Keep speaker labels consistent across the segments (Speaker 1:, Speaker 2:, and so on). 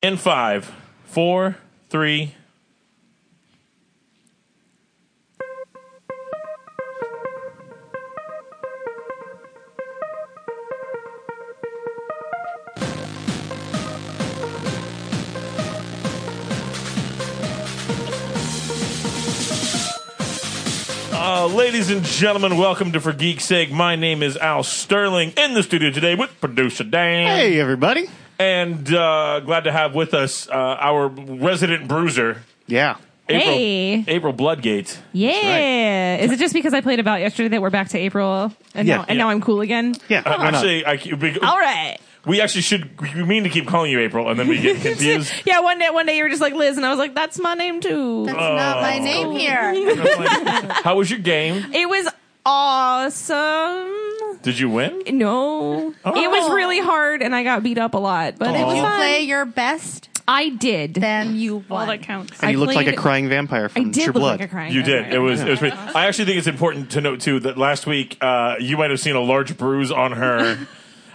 Speaker 1: In five, four, three. Uh, ladies and gentlemen, welcome to For Geek's Sake. My name is Al Sterling in the studio today with producer Dan.
Speaker 2: Hey, everybody.
Speaker 1: And uh, glad to have with us uh, our resident bruiser,
Speaker 2: Yeah.
Speaker 1: April,
Speaker 3: Hey.
Speaker 1: April Bloodgate.
Speaker 3: Yeah. Is it just because I played about yesterday that we're back to April and,
Speaker 2: Yeah.
Speaker 3: now, and
Speaker 1: Yeah.
Speaker 3: now I'm cool again?
Speaker 2: Yeah.
Speaker 1: Uh,
Speaker 2: why not?
Speaker 1: actually, I, keep- we,
Speaker 3: All right.
Speaker 1: we actually should. We mean to keep calling you April, and then we get confused.
Speaker 3: yeah, one day one day you were just like Liz and I was like, That's my name too.
Speaker 1: Oh.
Speaker 4: not my name here.
Speaker 1: How was your game?
Speaker 3: It was awesome.
Speaker 1: Did you win?
Speaker 3: No.
Speaker 1: Oh.
Speaker 3: It was really hard and I got beat up a lot, but it
Speaker 4: If
Speaker 3: was
Speaker 4: you
Speaker 3: fun.
Speaker 4: play your best,
Speaker 3: I did.
Speaker 4: then you
Speaker 3: All
Speaker 4: won.
Speaker 3: that counts.
Speaker 2: and you
Speaker 3: I
Speaker 2: looked like a
Speaker 3: played-
Speaker 2: crying vampire
Speaker 3: I
Speaker 2: from
Speaker 3: did
Speaker 2: True
Speaker 3: look
Speaker 2: Blood.
Speaker 3: like a crying.
Speaker 1: You did.
Speaker 3: vampire.
Speaker 1: It was. It was pretty- I actually think it's important to note too that last week uh, you might have seen a large bruise on her.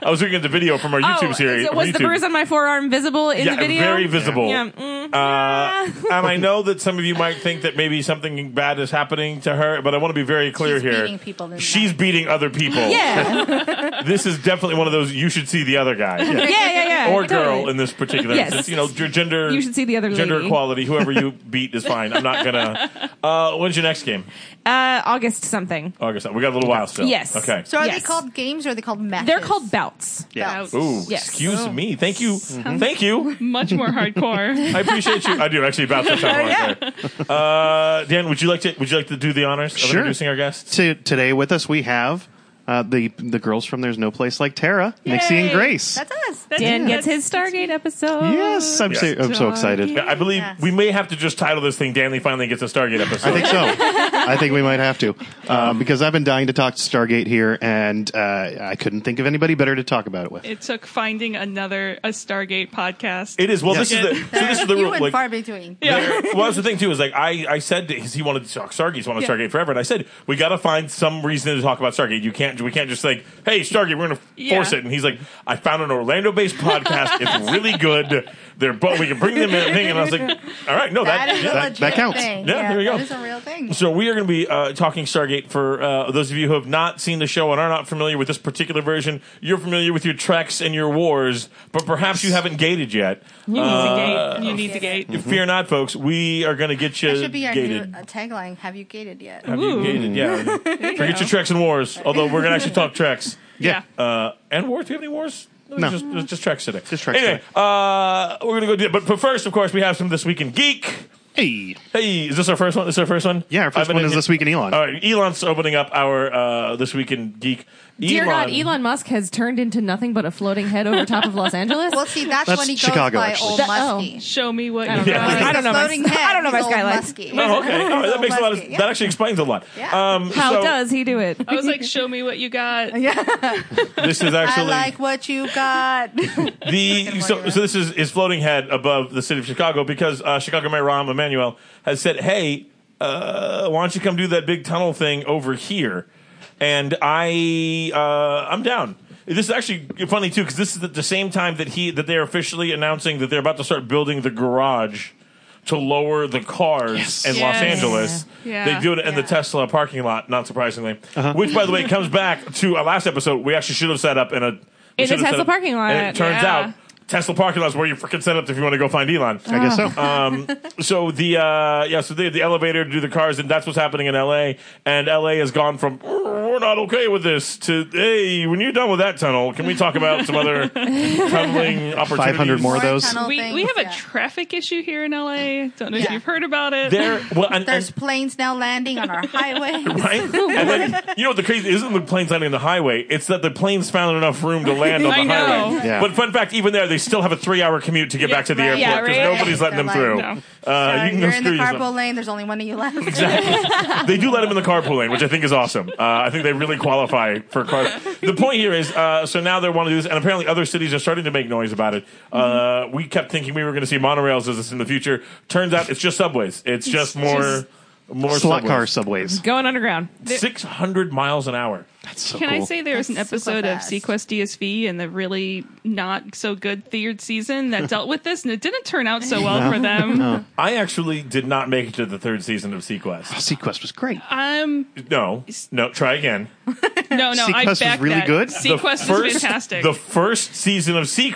Speaker 1: I was looking at the video from our YouTube
Speaker 3: oh,
Speaker 1: series.
Speaker 3: is it- was
Speaker 1: from
Speaker 3: the
Speaker 1: YouTube.
Speaker 3: bruise on my forearm visible in
Speaker 1: yeah,
Speaker 3: the video?
Speaker 1: very visible.
Speaker 3: Yeah. mm.
Speaker 1: Uh, and I know that some of you might think that maybe something bad is happening to her, but I want to be very clear
Speaker 4: She's
Speaker 1: here.
Speaker 4: beating people than
Speaker 1: She's
Speaker 4: that.
Speaker 1: beating other people.
Speaker 3: yeah.
Speaker 1: This is definitely one of those you should see the other guy.
Speaker 3: yeah, yeah, yeah.
Speaker 1: Or girl
Speaker 3: Totally.
Speaker 1: in this particular
Speaker 3: Yes.
Speaker 1: instance, you know, your gender.
Speaker 3: You should see the other
Speaker 1: gender
Speaker 3: lady.
Speaker 1: equality. Whoever you beat is fine. I'm not gonna. Uh, when's your next game?
Speaker 3: Uh, August something.
Speaker 1: August. We got a little while still.
Speaker 3: Yes.
Speaker 1: Okay.
Speaker 4: So are they
Speaker 3: Yes.
Speaker 4: called games or are they called matches?
Speaker 3: They're called bouts.
Speaker 2: Yeah.
Speaker 1: Ooh,
Speaker 3: Yes. Oh. Mm-hmm.
Speaker 1: excuse me. Thank you. Thank you.
Speaker 5: much more hardcore.
Speaker 1: I appreciate you. I do actually about that time.
Speaker 4: Oh,
Speaker 1: right there. Uh, Dan, would you like to? Would you like to do the honors of
Speaker 2: Sure.
Speaker 1: introducing our guests?
Speaker 2: To, today with us, we have uh, the the girls from There's No Place Like Tara, Nixie and Grace.
Speaker 4: That's us.
Speaker 3: Dan
Speaker 5: Yeah.
Speaker 3: gets his Stargate episode.
Speaker 2: yes, I'm, so,
Speaker 1: Yes.
Speaker 2: I'm so excited.
Speaker 1: Yeah, I believe
Speaker 4: Yes.
Speaker 1: we may have to just title this thing "Danley finally gets a Stargate episode."
Speaker 2: I think so. I think we might have to um, because I've been dying to talk to Stargate here, and uh, I couldn't think of anybody better to talk about it with.
Speaker 5: It took finding another a Stargate podcast.
Speaker 1: it is. Well,
Speaker 2: Yes.
Speaker 1: this is the so this is the
Speaker 4: you
Speaker 1: rule.
Speaker 4: went
Speaker 1: Like,
Speaker 4: far between.
Speaker 1: there- well, that's the thing too. Is like I, I said to, 'cause he wanted to talk Stargate's wanted Stargate forever, and I said we got to find some reason to talk about Stargate. You can't, we can't just like, hey, Stargate, we're going to
Speaker 5: Yeah.
Speaker 1: force it. And he's like, I found an Orlando-based podcast. It's really good. They're both. We can bring them in. And I was like, all right, no, that,
Speaker 4: That is
Speaker 1: yeah.
Speaker 4: a
Speaker 2: that-
Speaker 4: legit
Speaker 2: that counts.
Speaker 4: thing.
Speaker 1: Yeah, there you go.
Speaker 4: That is a real thing.
Speaker 1: So we are going to be uh, talking Stargate for uh, those of you who have not seen the show and are not familiar with this particular version. You're familiar with your treks and your wars, but perhaps you haven't gated yet.
Speaker 5: You need
Speaker 1: Uh,
Speaker 5: to gate. You need to gate.
Speaker 1: Fear not, folks. We are going to get you
Speaker 4: That should be our
Speaker 1: gated.
Speaker 4: new uh, tagline. Have you gated yet?
Speaker 1: Have you gated? Yeah. Forget your treks and wars. Although we're going to actually talk treks
Speaker 5: Yeah.
Speaker 1: uh, and wars. Do you have any wars?
Speaker 2: No.
Speaker 1: Just, just, just treks today.
Speaker 2: Just treks
Speaker 1: Anyway,
Speaker 2: today.
Speaker 1: uh, we're going to go do it. But, but first, of course, we have some This Week in Geek.
Speaker 2: Hey,
Speaker 1: Hey, is this our first one? This is our first one?
Speaker 2: yeah, our
Speaker 1: I've
Speaker 2: first
Speaker 1: been
Speaker 2: one
Speaker 1: in-
Speaker 2: is this week in Elon.
Speaker 1: All right, Elon's opening up our uh, this week in geek.
Speaker 3: Dear God, Elon Musk has turned into nothing but a floating head over top of Los Angeles.
Speaker 4: Well, see, that's,
Speaker 2: That's
Speaker 4: when he
Speaker 2: Chicago,
Speaker 4: goes by
Speaker 2: actually.
Speaker 4: Old
Speaker 3: That- oh.
Speaker 4: Muskie.
Speaker 5: Show me what
Speaker 3: I don't
Speaker 5: you
Speaker 3: know.
Speaker 5: got.
Speaker 3: I don't know my-
Speaker 4: Floating head,
Speaker 3: I don't know my
Speaker 4: he's old
Speaker 3: skyline.
Speaker 4: Muskie.
Speaker 1: Oh, okay. Oh, that makes a lot of
Speaker 4: Muskie, yeah.
Speaker 1: that actually explains a lot.
Speaker 4: Yeah.
Speaker 1: Um,
Speaker 3: How
Speaker 1: so
Speaker 3: does he do it?
Speaker 5: I was like, show me what you got.
Speaker 1: this is
Speaker 4: I
Speaker 1: actually
Speaker 4: like what you got.
Speaker 1: the so, so this is is floating head above the city of Chicago because uh, Chicago Mayor Rahm Emanuel has said, "Hey, uh, why don't you come do that big tunnel thing over here?" And I uh, I'm down. This is actually funny too because this is at the same time that he that they're officially announcing that they're about to start building the garage to lower the cars in Los
Speaker 5: Yes.
Speaker 1: Angeles.
Speaker 5: Yeah.
Speaker 1: They do it in the
Speaker 4: Yeah.
Speaker 1: Tesla parking lot, not surprisingly. Which, by the way, comes back to our last episode. We actually should have set up in a we
Speaker 3: In
Speaker 1: should
Speaker 3: a
Speaker 1: have
Speaker 3: Tesla
Speaker 1: set up-
Speaker 3: parking lot,
Speaker 1: And it turns
Speaker 5: yeah.
Speaker 1: out Tesla parking lot is where you freaking set up if you want to go find Elon.
Speaker 2: I guess so.
Speaker 1: Um, so the uh, yeah, so they had the elevator to do the cars, and that's what's happening in L.A. And L.A. has gone from "Oh, we're not okay with this to hey, when you're done with that tunnel, can we talk about some other tunneling opportunities?
Speaker 2: 500 more of those.
Speaker 4: tunnel
Speaker 5: We,
Speaker 4: things,
Speaker 5: we have a
Speaker 4: yeah.
Speaker 5: traffic issue here in LA. Don't know if
Speaker 4: Yeah.
Speaker 5: you've heard about it.
Speaker 1: There, well, and,
Speaker 4: There's
Speaker 1: and,
Speaker 4: planes now landing on our highways.
Speaker 1: right? and then, you know what the crazy isn't the planes landing on the highway; it's that the planes found enough room to land on the
Speaker 5: I know.
Speaker 1: highway.
Speaker 2: Yeah.
Speaker 1: But fun fact, even there, they still have a three-hour commute to get
Speaker 5: Yeah,
Speaker 1: back to the
Speaker 5: right.
Speaker 1: airport
Speaker 5: Yeah,
Speaker 1: because
Speaker 5: right.
Speaker 1: nobody's letting them
Speaker 4: They're
Speaker 1: through.
Speaker 4: like,
Speaker 1: Uh,
Speaker 4: Uh,
Speaker 1: you can
Speaker 4: you're
Speaker 1: go
Speaker 4: in the
Speaker 1: screw yourself.
Speaker 4: carpool lane. There's only one of you left.
Speaker 1: they do let him in the carpool lane, which I think is awesome. Uh, I think they really qualify for car. The point here is, uh, so now they want to do this, and apparently other cities are starting to make noise about it. Uh,
Speaker 5: Mm-hmm.
Speaker 1: we kept thinking we were going to see monorails as this in the future. Turns out it's just subways. It's just more, more
Speaker 2: Slot
Speaker 1: subways.
Speaker 2: car subways.
Speaker 3: Going underground.
Speaker 1: Six hundred miles an hour.
Speaker 2: That's so
Speaker 5: Can I
Speaker 2: cool.
Speaker 5: say there was an
Speaker 4: That's super
Speaker 5: episode of
Speaker 4: fast.
Speaker 5: Sequest DSV in the really not so good third season that dealt with this, and it didn't turn out so well for them.
Speaker 1: I actually did not make it to the third season of Sequest.
Speaker 2: Sequest was great.
Speaker 5: Um,
Speaker 1: No, no, try again.
Speaker 5: no, no,
Speaker 2: Sequest
Speaker 5: I
Speaker 2: was
Speaker 5: back
Speaker 2: really
Speaker 5: that.
Speaker 2: good? The
Speaker 5: Sequest
Speaker 1: The
Speaker 5: is
Speaker 1: first-
Speaker 5: fantastic.
Speaker 1: The first season of Sequest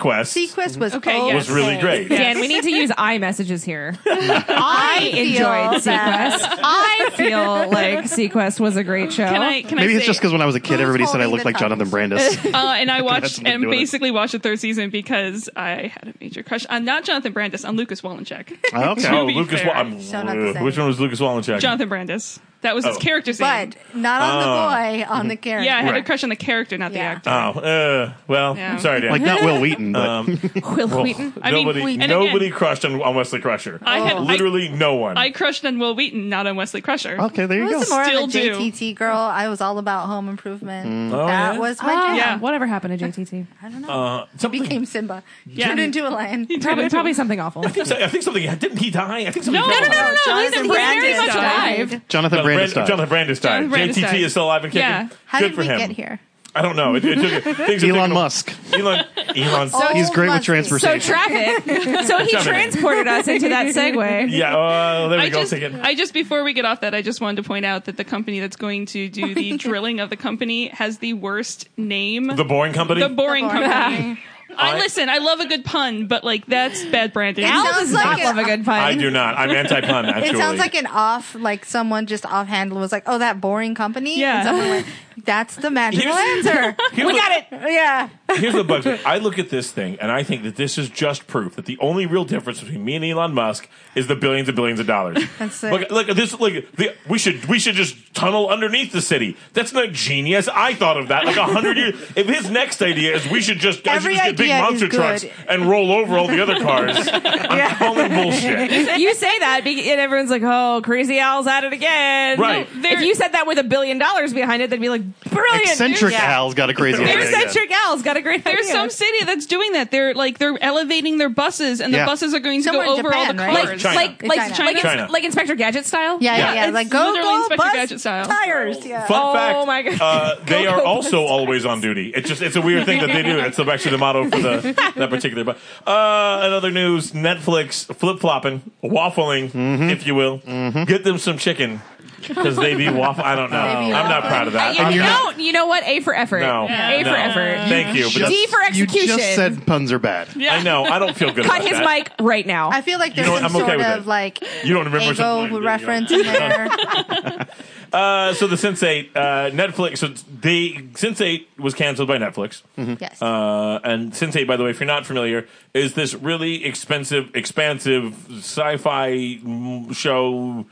Speaker 4: Sequest was
Speaker 5: Okay, yes.
Speaker 1: was really great.
Speaker 5: Yeah.
Speaker 3: Dan, we need to use I messages here.
Speaker 4: I
Speaker 3: Enjoyed Sequest. I feel like Sequest was a great show.
Speaker 5: Can I? Can I
Speaker 2: Maybe it's
Speaker 5: say-
Speaker 2: just because when I was a kid,
Speaker 4: Who's
Speaker 2: everybody said I
Speaker 4: holding
Speaker 2: looked
Speaker 4: the
Speaker 2: like Jonathan
Speaker 4: tongs?
Speaker 2: Brandis.
Speaker 5: Uh, and I
Speaker 2: That's
Speaker 5: watched
Speaker 2: what I'm
Speaker 5: and
Speaker 2: doing.
Speaker 5: basically watched the third season because I had a major crush on not Jonathan Brandis on Lucas Wallencheck.
Speaker 1: Oh,
Speaker 2: okay.
Speaker 5: be
Speaker 1: Lucas.
Speaker 5: fair.
Speaker 1: Wa- I'm, uh,
Speaker 4: So not the same.
Speaker 1: which one was Lucas Wallencheck?
Speaker 5: Jonathan Brandis. That was his
Speaker 1: Oh.
Speaker 5: character's name.
Speaker 4: But not
Speaker 1: Uh,
Speaker 4: on the boy,
Speaker 1: mm-hmm.
Speaker 4: on the character.
Speaker 5: Yeah, I had a
Speaker 2: Right.
Speaker 5: crush on the character, not the
Speaker 4: Yeah.
Speaker 5: actor.
Speaker 1: Oh, uh, well,
Speaker 5: Yeah.
Speaker 1: sorry, Dan.
Speaker 2: Like not Will Wheaton, but
Speaker 1: Um,
Speaker 3: Will Wheaton?
Speaker 5: I mean,
Speaker 1: nobody,
Speaker 5: Wheaton- and again-
Speaker 1: nobody crushed on, on Wesley Crusher.
Speaker 5: I had- I-
Speaker 1: Oh. literally no one.
Speaker 5: I crushed on Will Wheaton, not on Wesley Crusher.
Speaker 2: okay, there
Speaker 4: I
Speaker 2: you go.
Speaker 4: was more
Speaker 5: Still
Speaker 4: of a
Speaker 5: do.
Speaker 4: JTT girl. I was all about home improvement.
Speaker 1: Oh,
Speaker 4: that
Speaker 1: yeah?
Speaker 4: was my
Speaker 3: Ah,
Speaker 4: jam.
Speaker 5: Yeah.
Speaker 3: Whatever happened to JTT?
Speaker 4: I don't know.
Speaker 1: uh, something,
Speaker 4: Became Simba.
Speaker 5: Yeah.
Speaker 4: Turned into a lion.
Speaker 3: Probably, probably something awful.
Speaker 1: I think so- I think something. Didn't he die? I think something.
Speaker 5: No, no, no, no, no.
Speaker 4: Jonathan
Speaker 5: he's very
Speaker 4: Brandis
Speaker 5: much
Speaker 4: died.
Speaker 3: alive.
Speaker 2: Jonathan
Speaker 1: Jonathan Brandis,
Speaker 2: Brandis. died.
Speaker 1: Jonathan Brandis died.
Speaker 5: Jonathan Brandis
Speaker 1: JTT
Speaker 5: died.
Speaker 1: is still alive and kicking.
Speaker 5: Yeah.
Speaker 4: How
Speaker 1: Good
Speaker 4: did
Speaker 1: for
Speaker 4: we
Speaker 1: him.
Speaker 4: get here?
Speaker 1: I don't know. It, it took, things have
Speaker 2: Elon
Speaker 1: taken a-
Speaker 2: Musk.
Speaker 1: Elon. Elon.
Speaker 4: Oh,
Speaker 2: He's great with
Speaker 4: Must be.
Speaker 3: So
Speaker 2: transportation.
Speaker 3: traffic. So he transported us into that segue.
Speaker 1: yeah. Oh, there we
Speaker 5: I
Speaker 1: go.
Speaker 5: just,
Speaker 1: Take it.
Speaker 5: I just before we get off that, I just wanted to point out that the company that's going to do the drilling of the company has the worst name.
Speaker 1: The Boring Company.
Speaker 5: The boring
Speaker 4: The boring
Speaker 5: company. I,
Speaker 1: I-
Speaker 5: listen. I love a good pun, but like that's bad branding.
Speaker 4: It
Speaker 3: Al
Speaker 4: sounds
Speaker 3: does not
Speaker 4: like it.
Speaker 3: love a good pun.
Speaker 1: I do not. I'm anti pun. Actually,
Speaker 4: It sounds like an off, like someone just offhand was like, "Oh, that boring company."
Speaker 5: Yeah.
Speaker 4: And someone went, "That's the magical
Speaker 1: Here's-
Speaker 4: answer."
Speaker 1: Here's what-
Speaker 4: Yeah.
Speaker 1: Here's what bugs me. I look at this thing and I think that this is just proof that the only real difference between me and Elon Musk is the billions and billions of dollars.
Speaker 4: That's it.
Speaker 1: look, look at this. Look, the, we should we should just tunnel underneath the city. That's not genius. I thought of that like a hundred years. If his next idea is we should just, I should
Speaker 4: Every
Speaker 1: just get big
Speaker 4: idea is
Speaker 1: monster
Speaker 4: good.
Speaker 1: trucks and roll over all the other cars, I'm calling bullshit.
Speaker 3: You say that, be- and everyone's like, "Oh, Crazy Al's at it again."
Speaker 1: Right.
Speaker 5: No, they're-
Speaker 3: If you said that with a billion dollars behind it, they'd be like, "Brilliant."
Speaker 2: Eccentric
Speaker 4: Yeah.
Speaker 2: Al's got a crazy
Speaker 3: dude.
Speaker 2: idea. again.
Speaker 3: Eccentric Al's got a great idea.
Speaker 5: There's some city that's doing that. They're like they're elevating their buses, and the
Speaker 2: Yeah.
Speaker 5: buses are going to
Speaker 4: Somewhere
Speaker 5: go
Speaker 4: in
Speaker 5: over all
Speaker 4: Japan,
Speaker 5: the
Speaker 4: right?
Speaker 5: cars.
Speaker 3: like,
Speaker 1: China.
Speaker 3: like, like,
Speaker 4: China.
Speaker 3: like,
Speaker 1: China.
Speaker 3: like Inspector Gadget style.
Speaker 4: Yeah, yeah,
Speaker 1: Yeah.
Speaker 4: yeah.
Speaker 5: It's
Speaker 4: Like go,
Speaker 5: literally
Speaker 4: go,
Speaker 5: Inspector
Speaker 4: bust
Speaker 5: Gadget style.
Speaker 4: tires. Yeah.
Speaker 1: Fun
Speaker 3: Oh
Speaker 1: fact:
Speaker 3: my God.
Speaker 1: Uh, they
Speaker 3: Go,
Speaker 1: are
Speaker 3: go,
Speaker 1: also always on duty. It's just it's a weird thing that they do. That's actually the motto for the that particular. But uh, another news: Netflix flip flopping, waffling,
Speaker 3: Mm-hmm.
Speaker 1: if you will. Get them some chicken because they be waffle. I don't know.
Speaker 4: They be
Speaker 1: I'm not
Speaker 4: waffling.
Speaker 1: proud of that.
Speaker 3: And
Speaker 1: I'm
Speaker 3: you
Speaker 1: not-
Speaker 3: don't. You know what? A for effort.
Speaker 1: Uh, no,
Speaker 3: A for
Speaker 1: no.
Speaker 3: effort.
Speaker 1: Thank you. But
Speaker 2: Just-
Speaker 1: that's-
Speaker 3: D for
Speaker 2: You
Speaker 3: execution.
Speaker 2: just said puns are bad.
Speaker 5: Yeah.
Speaker 1: I know. I don't feel good.
Speaker 3: Cut
Speaker 1: about
Speaker 3: his
Speaker 1: that.
Speaker 3: mic right now.
Speaker 4: I feel like there's
Speaker 1: know what?
Speaker 4: some
Speaker 1: I'm okay
Speaker 4: sort
Speaker 1: with
Speaker 4: of
Speaker 1: it.
Speaker 4: like
Speaker 1: You don't remember something
Speaker 4: ego
Speaker 1: like-
Speaker 4: reference in there.
Speaker 1: Uh, so the Sense Eight uh, Netflix. So they Sense Eight was canceled by Netflix.
Speaker 3: Hmm.
Speaker 4: yes.
Speaker 1: Uh, and Sensei, by the way, if you're not familiar, is this really expensive, expansive sci-fi m- show,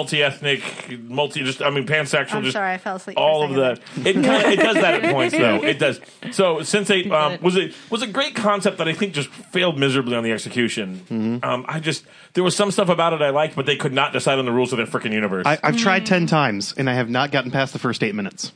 Speaker 1: multi-ethnic, multi, just I mean, pansexual.
Speaker 4: I'm
Speaker 1: just
Speaker 4: sorry, I fell asleep for
Speaker 1: All
Speaker 4: a
Speaker 1: of that. It kinda, it does that at points though. It does. So Sensei um, was a was a great concept that I think just failed miserably on the execution. Um, I just there was some stuff about it I liked, but they could not decide on the rules of their freaking universe.
Speaker 2: I, I've
Speaker 5: Mm.
Speaker 2: tried ten times and I have not gotten past the first eight minutes.
Speaker 1: so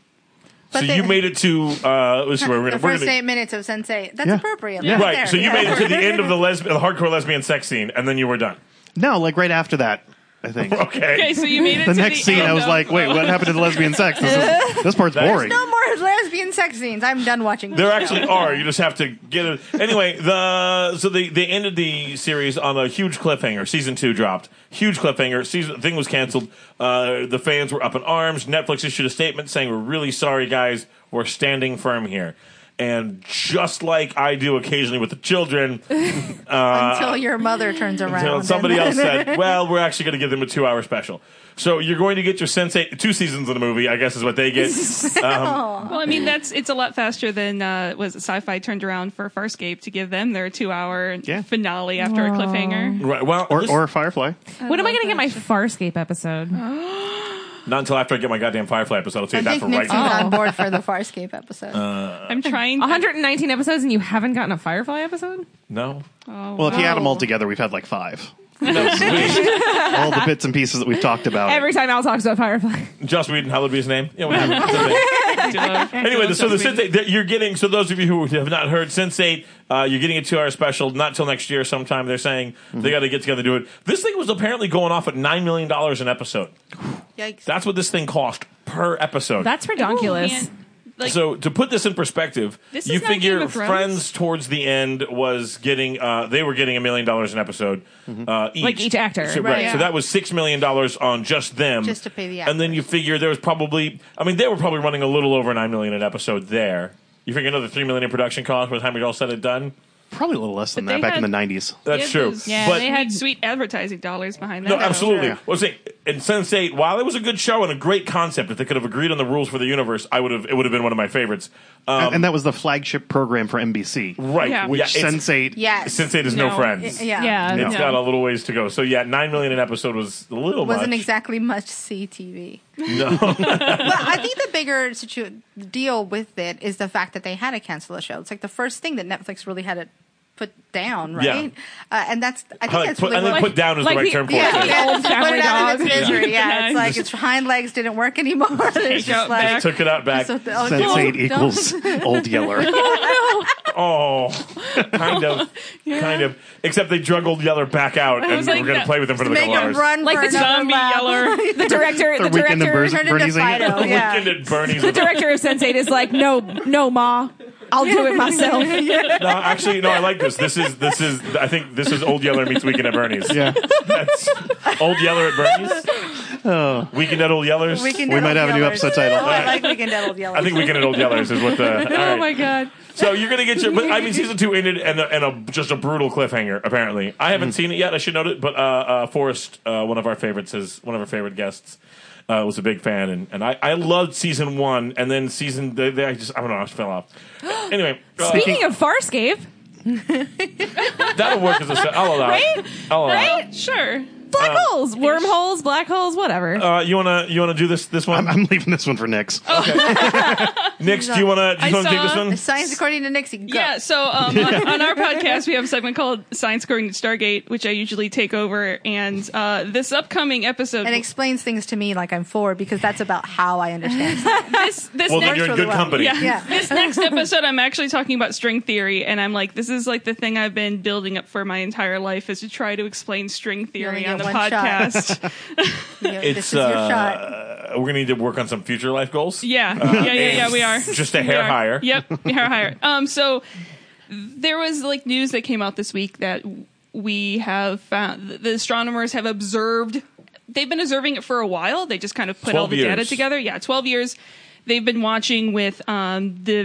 Speaker 4: But they-
Speaker 1: you made it to uh, this is where we're
Speaker 4: the
Speaker 1: gonna, we're
Speaker 4: first
Speaker 1: gonna
Speaker 4: eight minutes of Sensei. That's
Speaker 2: Yeah.
Speaker 4: appropriate.
Speaker 2: Yeah.
Speaker 1: right.
Speaker 4: There,
Speaker 1: so you
Speaker 4: yeah.
Speaker 1: made it to the end of the lesbian, the hardcore lesbian sex scene, and then you were done.
Speaker 2: No, like right after that, I think.
Speaker 1: Okay.
Speaker 5: Okay, so you made it
Speaker 2: The
Speaker 5: to
Speaker 2: next
Speaker 5: the
Speaker 2: scene,
Speaker 5: end
Speaker 2: I was
Speaker 5: of-
Speaker 2: like, "Wait, what happened to the lesbian sex? This, is, this part's
Speaker 1: There's
Speaker 2: boring."
Speaker 4: No more lesbian sex scenes. I'm done watching.
Speaker 1: There actually are. You just have to get it. Anyway, the so they they ended the series on a huge cliffhanger. Season two dropped. Huge cliffhanger. Season thing was canceled. Uh, the fans were up in arms. Netflix issued a statement saying, "We're really sorry, guys. We're standing firm here." And just like I do occasionally with the children,
Speaker 4: until your mother turns around.
Speaker 1: until somebody
Speaker 4: and-
Speaker 1: else said, "Well, we're actually going to give them a two-hour special." So you're going to get your sensei two seasons of the movie, I guess, is what they get.
Speaker 5: Well, I mean, that's it's a lot faster than uh, was it Sci-Fi turned around for Farscape to give them their two-hour
Speaker 2: Yeah.
Speaker 5: finale after a cliffhanger.
Speaker 1: right. Well,
Speaker 2: Or,
Speaker 1: this-
Speaker 2: or Firefly.
Speaker 3: when am I going to get my Farscape episode?
Speaker 4: Uh-huh.
Speaker 1: not until after I get my goddamn Firefly episode. I'll
Speaker 4: I
Speaker 1: take that
Speaker 4: think
Speaker 1: for
Speaker 4: Nick's
Speaker 1: right now. Uh,
Speaker 4: not on board for the Farscape episode.
Speaker 5: I'm trying.
Speaker 3: 119 episodes, and you haven't gotten a Firefly episode?
Speaker 1: No.
Speaker 5: Oh.
Speaker 2: Well, if you add them all together, we've had like five. all the bits and pieces that we've talked about.
Speaker 3: Every time Al talks about Firefly,
Speaker 1: Joss Whedon, hallowed be his name. Yeah, we have him. It's okay. anyway, so the Sense Eight that you're getting. So those of you who have not heard Sense Eight, uh, you're getting a two-hour special. Not till next year, sometime. They're saying they got to get together to do it. This thing was apparently going off at nine million dollars an episode.
Speaker 4: Yikes.
Speaker 1: That's what this thing cost per episode.
Speaker 3: that's
Speaker 5: Ooh,
Speaker 3: redonkulous.
Speaker 5: man. Like,
Speaker 1: so to put this in perspective,
Speaker 5: This is
Speaker 1: you
Speaker 5: not
Speaker 1: figure
Speaker 5: Game of Thrones?
Speaker 1: Friends towards the end was getting uh, they were getting a million dollars an episode
Speaker 4: Mm-hmm.
Speaker 1: uh, each,
Speaker 3: Like each actor,
Speaker 1: So,
Speaker 3: right,
Speaker 1: So
Speaker 4: yeah.
Speaker 1: that was six million dollars on just them,
Speaker 4: Just to pay the
Speaker 1: And then you figure there was probably, I mean, they were probably running a little over nine million an episode there. You figure another three million in production cost by the time you're all said and done.
Speaker 2: Probably a little less than
Speaker 5: But
Speaker 2: that
Speaker 5: they
Speaker 2: back
Speaker 5: had-
Speaker 2: in the 90s.
Speaker 5: they
Speaker 1: That's
Speaker 5: have
Speaker 1: true.
Speaker 5: those
Speaker 3: Yeah,
Speaker 1: but
Speaker 3: they
Speaker 5: sweet,
Speaker 3: had-
Speaker 5: sweet advertising dollars behind that.
Speaker 1: no, absolutely.
Speaker 4: Yeah.
Speaker 1: Well, see, and Sense Eight, while it was a good show and a great concept, if they could have agreed on the rules for the universe, I would have. It would have been one of my favorites. Um,
Speaker 2: and that was the flagship program for NBC.
Speaker 1: right.
Speaker 5: Yeah.
Speaker 1: Which
Speaker 2: Sense eight.
Speaker 4: Yes.
Speaker 1: Sense Eight is no,
Speaker 5: No.
Speaker 1: friends.
Speaker 4: yeah.
Speaker 3: Yeah.
Speaker 1: It's
Speaker 3: no.
Speaker 1: got a little ways to go. So yeah, nine million an episode was a little
Speaker 4: Wasn't
Speaker 1: much.
Speaker 4: exactly much CTV. No. but I think the bigger situ- deal with it is the fact that they had to cancel the show. It's like the first thing that Netflix really had to put down,
Speaker 1: Yeah.
Speaker 4: right? Uh, and that's, I think
Speaker 1: I like
Speaker 4: that's
Speaker 1: put,
Speaker 4: really
Speaker 1: I think
Speaker 4: what-
Speaker 1: put down is
Speaker 3: like
Speaker 1: the right
Speaker 3: the-
Speaker 1: term for
Speaker 4: yeah,
Speaker 1: it. too.
Speaker 4: yeah,
Speaker 3: Old
Speaker 4: just put
Speaker 3: Family
Speaker 4: it out in
Speaker 3: Dog.
Speaker 4: its misery. Yeah,
Speaker 5: Yeah.
Speaker 4: it's like its hind legs didn't work anymore. It's
Speaker 5: Take out
Speaker 4: just like,
Speaker 5: back.
Speaker 1: Took it out back.
Speaker 4: so the- oh,
Speaker 2: Sense
Speaker 4: no.
Speaker 2: eight equals Old Yeller.
Speaker 1: Oh, kind of, kind of. Except they drug old Yeller back out, and
Speaker 5: was
Speaker 1: we
Speaker 5: like
Speaker 1: were going to
Speaker 5: that-
Speaker 1: play with him for
Speaker 4: To
Speaker 1: another
Speaker 4: make
Speaker 1: couple
Speaker 4: them
Speaker 1: hours.
Speaker 4: run
Speaker 3: Like
Speaker 4: for
Speaker 3: the
Speaker 4: another
Speaker 5: zombie
Speaker 4: lap.
Speaker 5: yeller.
Speaker 3: the director,
Speaker 2: Their
Speaker 3: the
Speaker 2: weekend at
Speaker 3: director,
Speaker 2: Bernie's.
Speaker 4: Turned into
Speaker 2: Bernie's ain't it?
Speaker 4: Fido.
Speaker 1: Weekend
Speaker 4: Yeah.
Speaker 1: at Bernie's.
Speaker 3: the director of Sense8 is like, no, no, ma, I'll do it myself.
Speaker 1: no, actually, no. I like this. This is this is. I think this is Old Yeller meets Weekend at Bernie's.
Speaker 2: Yeah.
Speaker 1: That's Old Yeller at Bernie's. Weekend at Old Yeller's.
Speaker 4: Oh. Weekend
Speaker 2: We
Speaker 4: at
Speaker 2: might
Speaker 4: Old
Speaker 2: have a new
Speaker 4: Yellers.
Speaker 2: episode title.
Speaker 4: Oh, I like Weekend at Old
Speaker 1: I
Speaker 4: Yellers.
Speaker 1: think Weekend at Old Yeller's is what the. all right.
Speaker 5: Oh my god.
Speaker 1: So you're gonna get your. But I mean, season two ended and a, and a just a brutal cliffhanger. Apparently, I
Speaker 5: Mm.
Speaker 1: haven't seen it yet. I should note it. But uh, uh, Forrest, uh, one of our favorites, is one of our favorite guests. Uh, was a big fan, and, and I, I loved season one, and then season they, they I just I don't know I just fell off. Anyway, uh,
Speaker 3: Speaking of Farscape,
Speaker 1: that'll work as a set. I'll allow. It.
Speaker 3: Right?
Speaker 1: I'll allow. it.
Speaker 5: Right? Sure.
Speaker 3: black holes, wormholes, black holes, whatever.
Speaker 1: Uh, you wanna you wanna do this this one?
Speaker 2: I'm, I'm leaving this one for Oh, next.
Speaker 1: Nix, do you wanna do
Speaker 5: I
Speaker 1: you wanna take
Speaker 5: saw-
Speaker 1: this one?
Speaker 4: Science according to Nixie. Go.
Speaker 5: Yeah, so um, on, on our podcast, we have a segment called Science According to Stargate, which I usually take over. And uh, this upcoming episode,
Speaker 4: and explains things to me like I'm four because that's about how I understand. stuff.
Speaker 5: this, this
Speaker 1: Well, then
Speaker 5: next
Speaker 1: you're in
Speaker 4: really
Speaker 1: good
Speaker 4: well.
Speaker 1: company.
Speaker 5: Yeah.
Speaker 4: Yeah.
Speaker 5: This next episode, I'm actually talking about string theory, and I'm like, this is like the thing I've been building up for my entire life is to try to explain string
Speaker 4: only
Speaker 5: theory on the
Speaker 4: get one shot.
Speaker 5: podcast.
Speaker 4: You know, this
Speaker 1: It's
Speaker 4: is your shot.
Speaker 1: uh, we're gonna need to work on some future life goals.
Speaker 5: yeah. yeah, yeah, yeah, we are.
Speaker 1: Uh, Just a
Speaker 5: We
Speaker 1: hair
Speaker 5: are.
Speaker 1: higher.
Speaker 5: Yep, hair higher. Um, so there was like news that came out this week that we have found the astronomers have observed. They've been observing it for a while. They just kind of put all
Speaker 1: 12
Speaker 5: the data
Speaker 1: years.
Speaker 5: together. Yeah, twelve years. They've been watching with um, the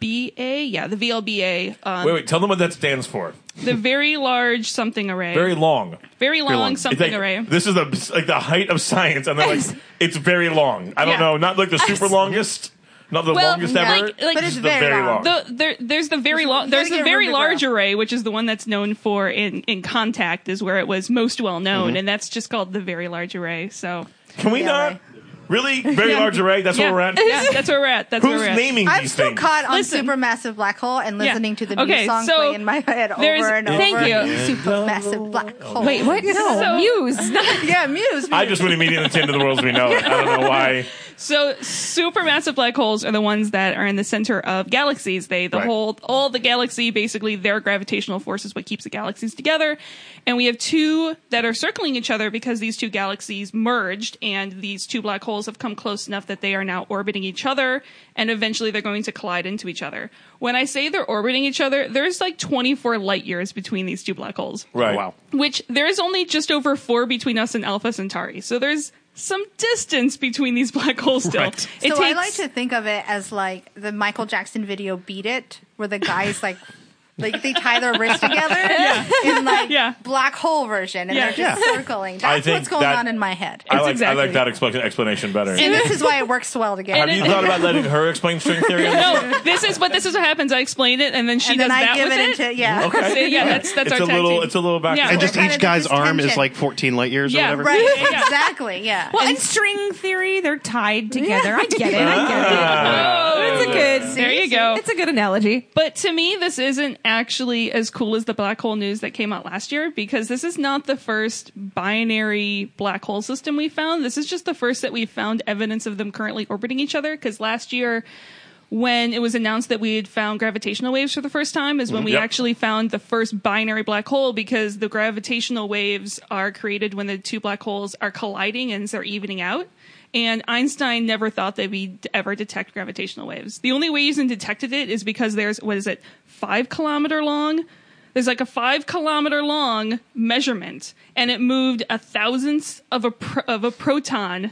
Speaker 5: VLBA. Yeah, the VLBA. Um,
Speaker 1: Wait, wait. Tell them what that stands for.
Speaker 5: the very large something array.
Speaker 1: Very long.
Speaker 5: very long,
Speaker 2: long.
Speaker 1: It's
Speaker 5: something
Speaker 1: like,
Speaker 5: array.
Speaker 1: This is the like the height of science, and they're like,
Speaker 3: Yes.
Speaker 1: it's very long. I don't
Speaker 5: Yeah.
Speaker 1: know, not like the super longest, not the
Speaker 5: Well,
Speaker 1: longest
Speaker 5: yeah.
Speaker 1: ever.
Speaker 5: Like- like-
Speaker 1: just
Speaker 5: But
Speaker 4: it's
Speaker 1: the
Speaker 4: very
Speaker 1: very long.
Speaker 4: long.
Speaker 5: the, there, there's the very
Speaker 4: There's-
Speaker 5: long.
Speaker 4: you
Speaker 5: There's
Speaker 4: gotta
Speaker 5: the
Speaker 4: get rid
Speaker 5: very
Speaker 4: of the
Speaker 5: large
Speaker 4: graph.
Speaker 5: array, which is the one that's known for in in Contact, is where it was most well known,
Speaker 1: Mm-hmm.
Speaker 5: and that's just called the very large array. So
Speaker 1: Can we
Speaker 4: Yeah,
Speaker 1: not?
Speaker 4: right.
Speaker 1: Really, very
Speaker 5: Yeah.
Speaker 1: large array. That's
Speaker 5: yeah,
Speaker 1: where we're at.
Speaker 5: yeah, that's where we're at. That's where
Speaker 1: Who's
Speaker 5: we're at.
Speaker 1: naming
Speaker 4: I'm
Speaker 1: these
Speaker 4: still
Speaker 1: things?
Speaker 4: caught on
Speaker 5: Listen.
Speaker 4: Supermassive Black Hole and
Speaker 5: Yeah.
Speaker 4: listening to the
Speaker 5: Okay,
Speaker 4: music song
Speaker 5: so
Speaker 4: play in my head over
Speaker 5: there's-
Speaker 4: and over.
Speaker 5: thank you.
Speaker 4: Supermassive Black Hole.
Speaker 1: Oh.
Speaker 3: Wait, what? No,
Speaker 5: So-
Speaker 3: Muse. No.
Speaker 4: Yeah, Muse.
Speaker 1: I just went immediately into the world as we know it. I don't know why.
Speaker 5: So supermassive black holes are the ones that are in the center of galaxies. They the
Speaker 1: Right.
Speaker 5: whole all the galaxy basically their gravitational force is what keeps the galaxies together. And we have two that are circling each other because these two galaxies merged and these two black holes have come close enough that they are now orbiting each other and eventually they're going to collide into each other. When I say they're orbiting each other, there's like 24 light years between these two black holes
Speaker 1: Right.
Speaker 2: Wow.
Speaker 5: which there is only just over four between us and Alpha Centauri. So there's some distance between these black holes still.
Speaker 1: Right.
Speaker 5: It
Speaker 4: so I
Speaker 5: takes-
Speaker 4: like to think of it as like the Michael Jackson video "Beat It," where the guys like. Like they tie their wrists together in like
Speaker 5: Yeah.
Speaker 4: black hole version, and
Speaker 5: Yeah.
Speaker 4: they're just circling.
Speaker 1: I
Speaker 4: That's
Speaker 1: think
Speaker 4: what's going
Speaker 1: that-
Speaker 4: on in my head,
Speaker 1: I like I
Speaker 5: exactly-
Speaker 1: like that expla- explanation better.
Speaker 4: and this is why it works so well
Speaker 1: Have
Speaker 4: together.
Speaker 5: And
Speaker 1: you
Speaker 5: it-
Speaker 1: thought about letting her explain string theory? on this?
Speaker 5: No, this is what this is what happens. I explain it, and then she
Speaker 4: and
Speaker 5: does
Speaker 4: then I
Speaker 5: that
Speaker 4: give
Speaker 5: with
Speaker 4: it,
Speaker 5: it.
Speaker 4: into yeah.
Speaker 5: So, yeah, that's that's
Speaker 1: it's
Speaker 5: our
Speaker 1: a
Speaker 5: tag
Speaker 1: little
Speaker 5: team.
Speaker 1: it's a little back.
Speaker 5: Yeah.
Speaker 1: and
Speaker 2: And
Speaker 1: forth.
Speaker 2: just
Speaker 4: Kind of
Speaker 2: each guy's
Speaker 4: just
Speaker 2: arm is
Speaker 4: tension.
Speaker 2: like 14 light years
Speaker 5: Yeah,
Speaker 2: or whatever.
Speaker 4: Right,
Speaker 5: Yeah, yeah.
Speaker 4: exactly. Yeah.
Speaker 3: Well, in string theory, they're tied together. I get it. I get it.
Speaker 1: Ah.
Speaker 5: Oh,
Speaker 3: It's a good.
Speaker 5: there you go.
Speaker 3: It's a good analogy.
Speaker 5: But to me, this isn't actually as cool as the black hole news that came out last year because this is not the first binary black hole system we found. This is just the first that we found evidence of them currently orbiting each other because last year when it was announced that we had found gravitational waves for the first time is when we
Speaker 1: Yep.
Speaker 5: actually found the first binary black hole because the gravitational waves are created when the two black holes are colliding and they're evening out. And Einstein never thought that we'd ever detect gravitational waves. The only reason detected it is because there's what is it, five kilometer long? There's like a five kilometer long measurement, and it moved a thousandth of a pro- of a proton,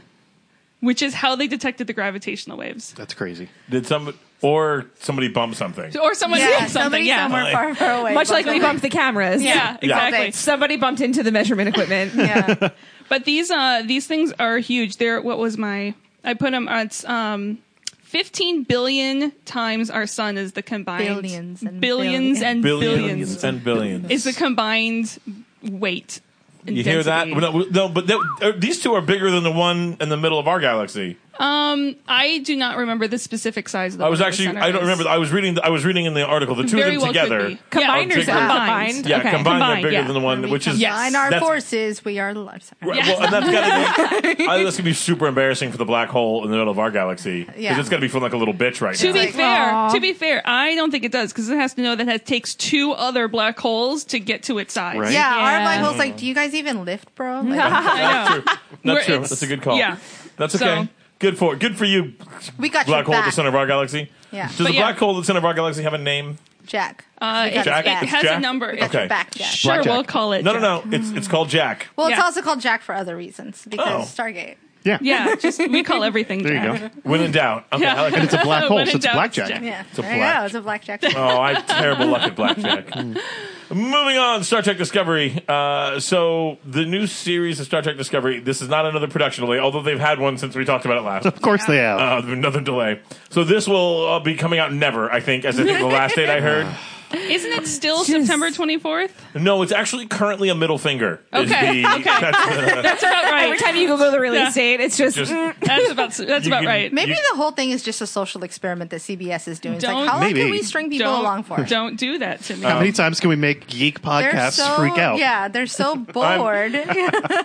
Speaker 5: which is how they detected the gravitational waves.
Speaker 2: That's crazy.
Speaker 1: Did some or somebody bump something?
Speaker 5: Or someone
Speaker 4: Yeah,
Speaker 5: did something.
Speaker 4: somebody
Speaker 5: Yeah,
Speaker 4: somewhere far, far away.
Speaker 3: Much like we bumped the cameras.
Speaker 5: yeah,
Speaker 1: Yeah.
Speaker 5: exactly.
Speaker 4: Thanks.
Speaker 3: Somebody bumped into the measurement equipment.
Speaker 4: Yeah.
Speaker 5: But these uh these things are huge. They're what was my I put them it's um 15 billion times our sun is the combined
Speaker 4: Billions and
Speaker 5: billions and billions,
Speaker 1: and billions.
Speaker 5: is the combined weight. and
Speaker 1: you hear that?
Speaker 5: density.
Speaker 1: No, no but that- uh, these two are bigger than the one in the middle of our galaxy.
Speaker 5: Um, I do not remember the specific size. Of the
Speaker 1: I was
Speaker 5: one in Oh, the
Speaker 1: actually
Speaker 5: center
Speaker 1: I don't
Speaker 5: is.
Speaker 1: remember. I was reading the, I was reading in the article the two
Speaker 5: Very
Speaker 1: of
Speaker 5: well
Speaker 1: them
Speaker 5: could
Speaker 1: together.
Speaker 5: be.
Speaker 1: Yeah,
Speaker 3: Combined or
Speaker 1: bigger.
Speaker 3: combined?
Speaker 1: Yeah,
Speaker 3: Okay.
Speaker 1: combined,
Speaker 5: Combined,
Speaker 1: they're bigger
Speaker 5: yeah.
Speaker 1: than the one, which is
Speaker 4: Combine our
Speaker 1: that's-
Speaker 4: forces, we are life.
Speaker 1: Right, Well, and that's gotta be I, that's gonna be super embarrassing for the black hole in the middle of our galaxy because
Speaker 4: Yeah.
Speaker 1: it's gonna be feeling like a little bitch right
Speaker 5: To
Speaker 1: now.
Speaker 5: be
Speaker 4: Like,
Speaker 5: fair,
Speaker 3: aw.
Speaker 5: to be fair, I don't think it does because it has to know that it takes two other black holes to get to its size.
Speaker 2: Right.
Speaker 4: Yeah,
Speaker 5: Yeah.
Speaker 4: our black hole's like, do you guys even lift, bro? Like,
Speaker 1: that's true.
Speaker 5: Where
Speaker 1: That's true.
Speaker 5: it's-
Speaker 1: That's a good call.
Speaker 5: yeah.
Speaker 1: That's
Speaker 5: So-
Speaker 1: okay. Good for good for you.
Speaker 4: we got
Speaker 1: Black
Speaker 4: your
Speaker 1: hole at the
Speaker 4: back.
Speaker 1: center of our galaxy.
Speaker 4: Yeah.
Speaker 1: Does
Speaker 4: But
Speaker 1: the
Speaker 5: yeah.
Speaker 1: black hole at the center of our galaxy have a name?
Speaker 4: Jack.
Speaker 5: Uh,
Speaker 4: We got
Speaker 5: it,
Speaker 4: your
Speaker 1: Jack?
Speaker 5: it
Speaker 4: back.
Speaker 5: has
Speaker 1: Jack?
Speaker 5: a number.
Speaker 1: We got
Speaker 4: your
Speaker 1: Okay.
Speaker 4: back, Jack.
Speaker 5: Sure,
Speaker 2: Blackjack.
Speaker 5: we'll call it.
Speaker 1: No,
Speaker 5: Jack.
Speaker 1: no, no. It's it's called Jack.
Speaker 4: Well, it's
Speaker 5: Yeah.
Speaker 4: also called Jack for other reasons because
Speaker 1: Oh.
Speaker 4: Stargate.
Speaker 2: Yeah.
Speaker 5: Yeah, just we call everything.
Speaker 2: There
Speaker 5: Jack.
Speaker 2: you go.
Speaker 1: When in doubt. Okay, I like it.
Speaker 2: It's a black hole,
Speaker 5: When
Speaker 2: so
Speaker 5: in
Speaker 2: it's
Speaker 5: doubt,
Speaker 2: blackjack.
Speaker 5: Jack.
Speaker 4: Yeah,
Speaker 1: a
Speaker 4: there you
Speaker 1: black.
Speaker 4: go. It's a blackjack.
Speaker 1: Oh, I have terrible luck at blackjack.
Speaker 5: Mm.
Speaker 1: Moving on, Star Trek Discovery. Uh, so the new series of Star Trek Discovery. This is not another production delay, although they've had one since we talked about it last.
Speaker 2: Of course they have.
Speaker 1: Uh, another delay. So this will uh, be coming out never, I think, as I think the last date I heard.
Speaker 5: Isn't it still
Speaker 3: Jeez.
Speaker 5: September 24th?
Speaker 1: No, it's actually currently a middle finger. is
Speaker 5: Okay,
Speaker 1: the-
Speaker 5: okay.
Speaker 1: that's, uh,
Speaker 5: That's about
Speaker 3: Every
Speaker 5: right.
Speaker 3: time you Google the release
Speaker 5: Yeah.
Speaker 3: date, it's just,
Speaker 1: Just-
Speaker 3: mm,
Speaker 5: That's about that's
Speaker 1: You
Speaker 5: about
Speaker 1: can-
Speaker 5: right.
Speaker 4: Maybe
Speaker 1: You-
Speaker 4: the whole thing is just a social experiment that CBS is doing. It's
Speaker 5: Don't-
Speaker 4: like, how long
Speaker 2: Maybe.
Speaker 4: can we string people
Speaker 5: Don't-
Speaker 4: along for?
Speaker 5: Don't do that to me.
Speaker 1: Uh,
Speaker 2: How many times can we make geek
Speaker 4: They're
Speaker 2: podcasts
Speaker 4: so
Speaker 2: freak out?
Speaker 4: yeah, they're so bored.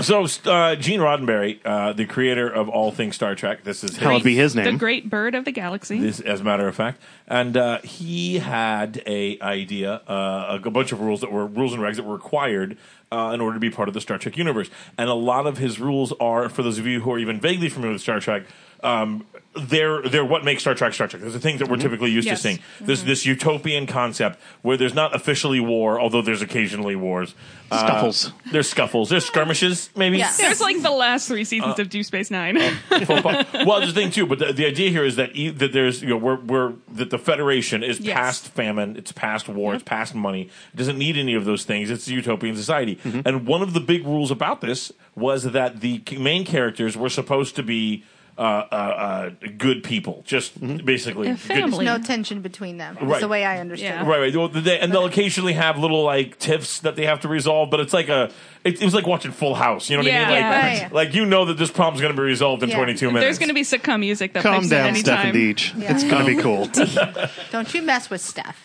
Speaker 1: so uh, Gene Roddenberry, uh, the creator of all things Star Trek. This is
Speaker 2: Hell,
Speaker 1: his,
Speaker 2: it'd be his
Speaker 5: The
Speaker 2: name.
Speaker 5: Great Bird of the Galaxy.
Speaker 1: this, as a matter of fact, and uh, he had a idea, uh, a bunch of rules that were rules and regs that were required. Uh, in order to be part of the Star Trek universe, and a lot of his rules are, for those of you who are even vaguely familiar with Star Trek, um, they're they're what makes Star Trek Star Trek. There's a thing that we're typically used
Speaker 5: Yes.
Speaker 1: to seeing. This this utopian concept where there's not officially war, although there's occasionally wars. Uh,
Speaker 2: Scuffles.
Speaker 1: there's scuffles. There's skirmishes, maybe.
Speaker 4: Yeah.
Speaker 5: There's like the last three seasons
Speaker 1: Uh,
Speaker 5: of Deep Space Nine.
Speaker 1: oh, Full po- well, there's the thing too, but the, the idea here is that e- that there's you know we're, we're that the Federation is
Speaker 5: Yes.
Speaker 1: past famine, it's past war, it's past money. It doesn't need any of those things. It's a utopian society, and one of the big rules about this was that the c- main characters were supposed to be. Uh, uh, uh, good people, just basically
Speaker 5: A
Speaker 1: good-
Speaker 5: family.
Speaker 4: no tension between them. That's
Speaker 1: Right.
Speaker 4: the way I understood.
Speaker 5: Yeah.
Speaker 4: it.
Speaker 1: Right, right. Well, they, and they'll occasionally have little like tiffs that they have to resolve, but it's like a it, it was like watching Full House. You know what I
Speaker 5: Yeah.
Speaker 1: mean? Like,
Speaker 5: Yeah.
Speaker 4: Right.
Speaker 1: like you know that this problem's going to be resolved in
Speaker 4: Yeah.
Speaker 1: 22 minutes.
Speaker 5: There's going to be sitcom music that
Speaker 2: Calm
Speaker 5: plays
Speaker 2: down,
Speaker 5: at any
Speaker 2: Stephen
Speaker 5: time.
Speaker 2: Deitch. It's going to be cool.
Speaker 4: Don't you mess with Steph.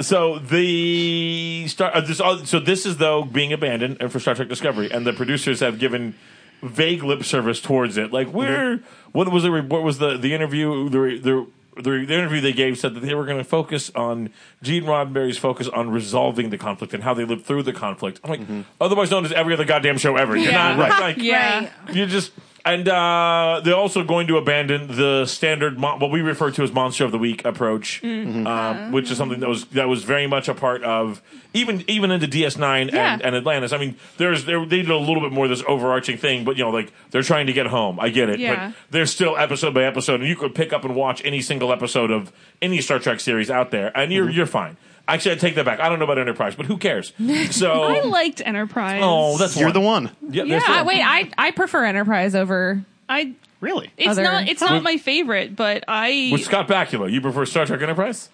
Speaker 1: So the star uh, this, uh, so this is though being abandoned and for Star Trek Discovery, and the producers have given vague lip service towards it. Like we're what was the re- what was the the interview the re- the. The, re- the interview they gave said that they were going to focus on Gene Roddenberry's focus on resolving the conflict and how they lived through the conflict. I'm like, otherwise known as every other goddamn show ever. You're
Speaker 5: Yeah.
Speaker 1: not
Speaker 2: Right.
Speaker 1: like,
Speaker 5: Yeah.
Speaker 4: Right.
Speaker 1: you just and uh, they're also going to abandon the standard mon- what we refer to as monster of the week approach,
Speaker 5: Mm-hmm. Uh-huh.
Speaker 1: um, which is something that was that was very much a part of even even into DS Nine
Speaker 5: Yeah.
Speaker 1: and, and Atlantis. I mean, there's there, they did a little bit more of this overarching thing, but you know, like they're trying to get home. I get it,
Speaker 5: Yeah.
Speaker 1: but there's still episode by episode, and you could pick up and watch any single episode of any Star Trek series out there, and you're you're fine. Actually, I take that back. I don't know about Enterprise, but who cares? So.
Speaker 5: I liked Enterprise.
Speaker 1: Oh, that's
Speaker 2: You're the one.
Speaker 1: Yeah,
Speaker 5: Yeah,
Speaker 1: that's
Speaker 3: Uh,
Speaker 1: one.
Speaker 3: wait, I, I prefer Enterprise over.
Speaker 5: I.
Speaker 2: Really?
Speaker 5: It's
Speaker 3: Other-
Speaker 5: not. It's not my favorite, but I.
Speaker 1: With Scott Bakula, you prefer Star Trek Enterprise?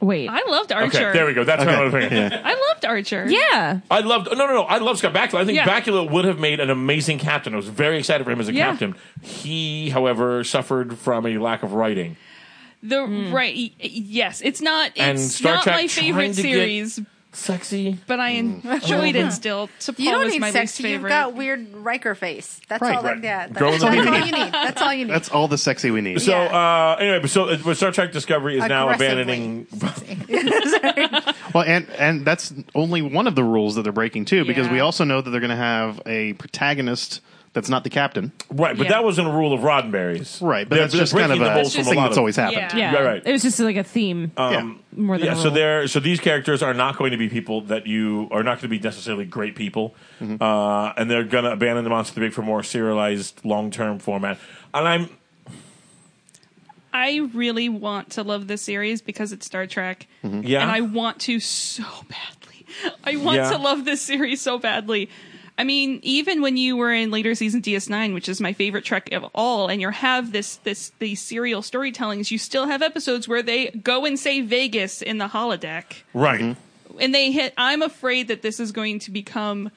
Speaker 3: Wait.
Speaker 5: I loved Archer.
Speaker 1: Okay, there we go. That's what I was thinking.
Speaker 5: I loved Archer.
Speaker 3: yeah.
Speaker 1: I loved no, no, no. I love Scott Bakula. I think
Speaker 5: Yeah.
Speaker 1: Bakula would have made an amazing captain. I was very excited for him as a
Speaker 5: Yeah.
Speaker 1: captain. He, however, suffered from a lack of writing.
Speaker 4: Hmm.
Speaker 5: The right. y- Yes, it's not. It's
Speaker 1: And Star
Speaker 5: not
Speaker 1: Trek
Speaker 5: my
Speaker 1: trying
Speaker 5: favorite
Speaker 1: to get- Hmm.
Speaker 5: series,
Speaker 1: sexy.
Speaker 5: But I enjoyed it still. To
Speaker 4: You don't
Speaker 5: was
Speaker 4: need
Speaker 5: my least
Speaker 4: sex. You've
Speaker 5: favorite.
Speaker 4: got weird Riker face. That's
Speaker 2: Right.
Speaker 4: all
Speaker 1: Right.
Speaker 4: like that.
Speaker 1: Grow
Speaker 4: That's,
Speaker 1: the
Speaker 4: that's all
Speaker 1: beard.
Speaker 4: you need. That's all you need.
Speaker 2: That's all the sexy we need.
Speaker 1: So
Speaker 4: Yeah.
Speaker 1: uh, anyway, but so uh, but Star Trek Discovery is now abandoning.
Speaker 2: Well, and and that's only one of the rules that they're breaking too, because
Speaker 5: Yeah.
Speaker 2: we also know that they're going to have a protagonist that's not the captain.
Speaker 1: Right, but
Speaker 5: Yeah.
Speaker 1: that wasn't a rule of Roddenberry's.
Speaker 2: Right, but
Speaker 1: They're-
Speaker 2: that's
Speaker 1: they're
Speaker 2: just kind of
Speaker 1: breaking the
Speaker 2: a
Speaker 1: rules from
Speaker 2: thing
Speaker 1: lot
Speaker 2: that's
Speaker 1: of-
Speaker 2: always happened.
Speaker 5: Yeah.
Speaker 1: Yeah, right.
Speaker 3: It was just like a theme
Speaker 2: Um,
Speaker 3: more than
Speaker 1: yeah,
Speaker 3: a
Speaker 1: so
Speaker 3: rule.
Speaker 1: they're so these characters are not going to be people that you are not going to be necessarily great people, uh, and they're going to abandon the monster the big for more serialized long term format. And I'm
Speaker 5: I really want to love this series because it's Star Trek,
Speaker 1: Mm-hmm. yeah,
Speaker 5: and I want to so badly. I want
Speaker 1: Yeah.
Speaker 5: to love this series so badly. I mean, even when you were in later season DS9, which is my favorite Trek of all, and you have this this these serial storytellings, you still have episodes where they go and say Vegas in the holodeck,
Speaker 1: right.
Speaker 5: and they hit. I'm afraid that this is going to become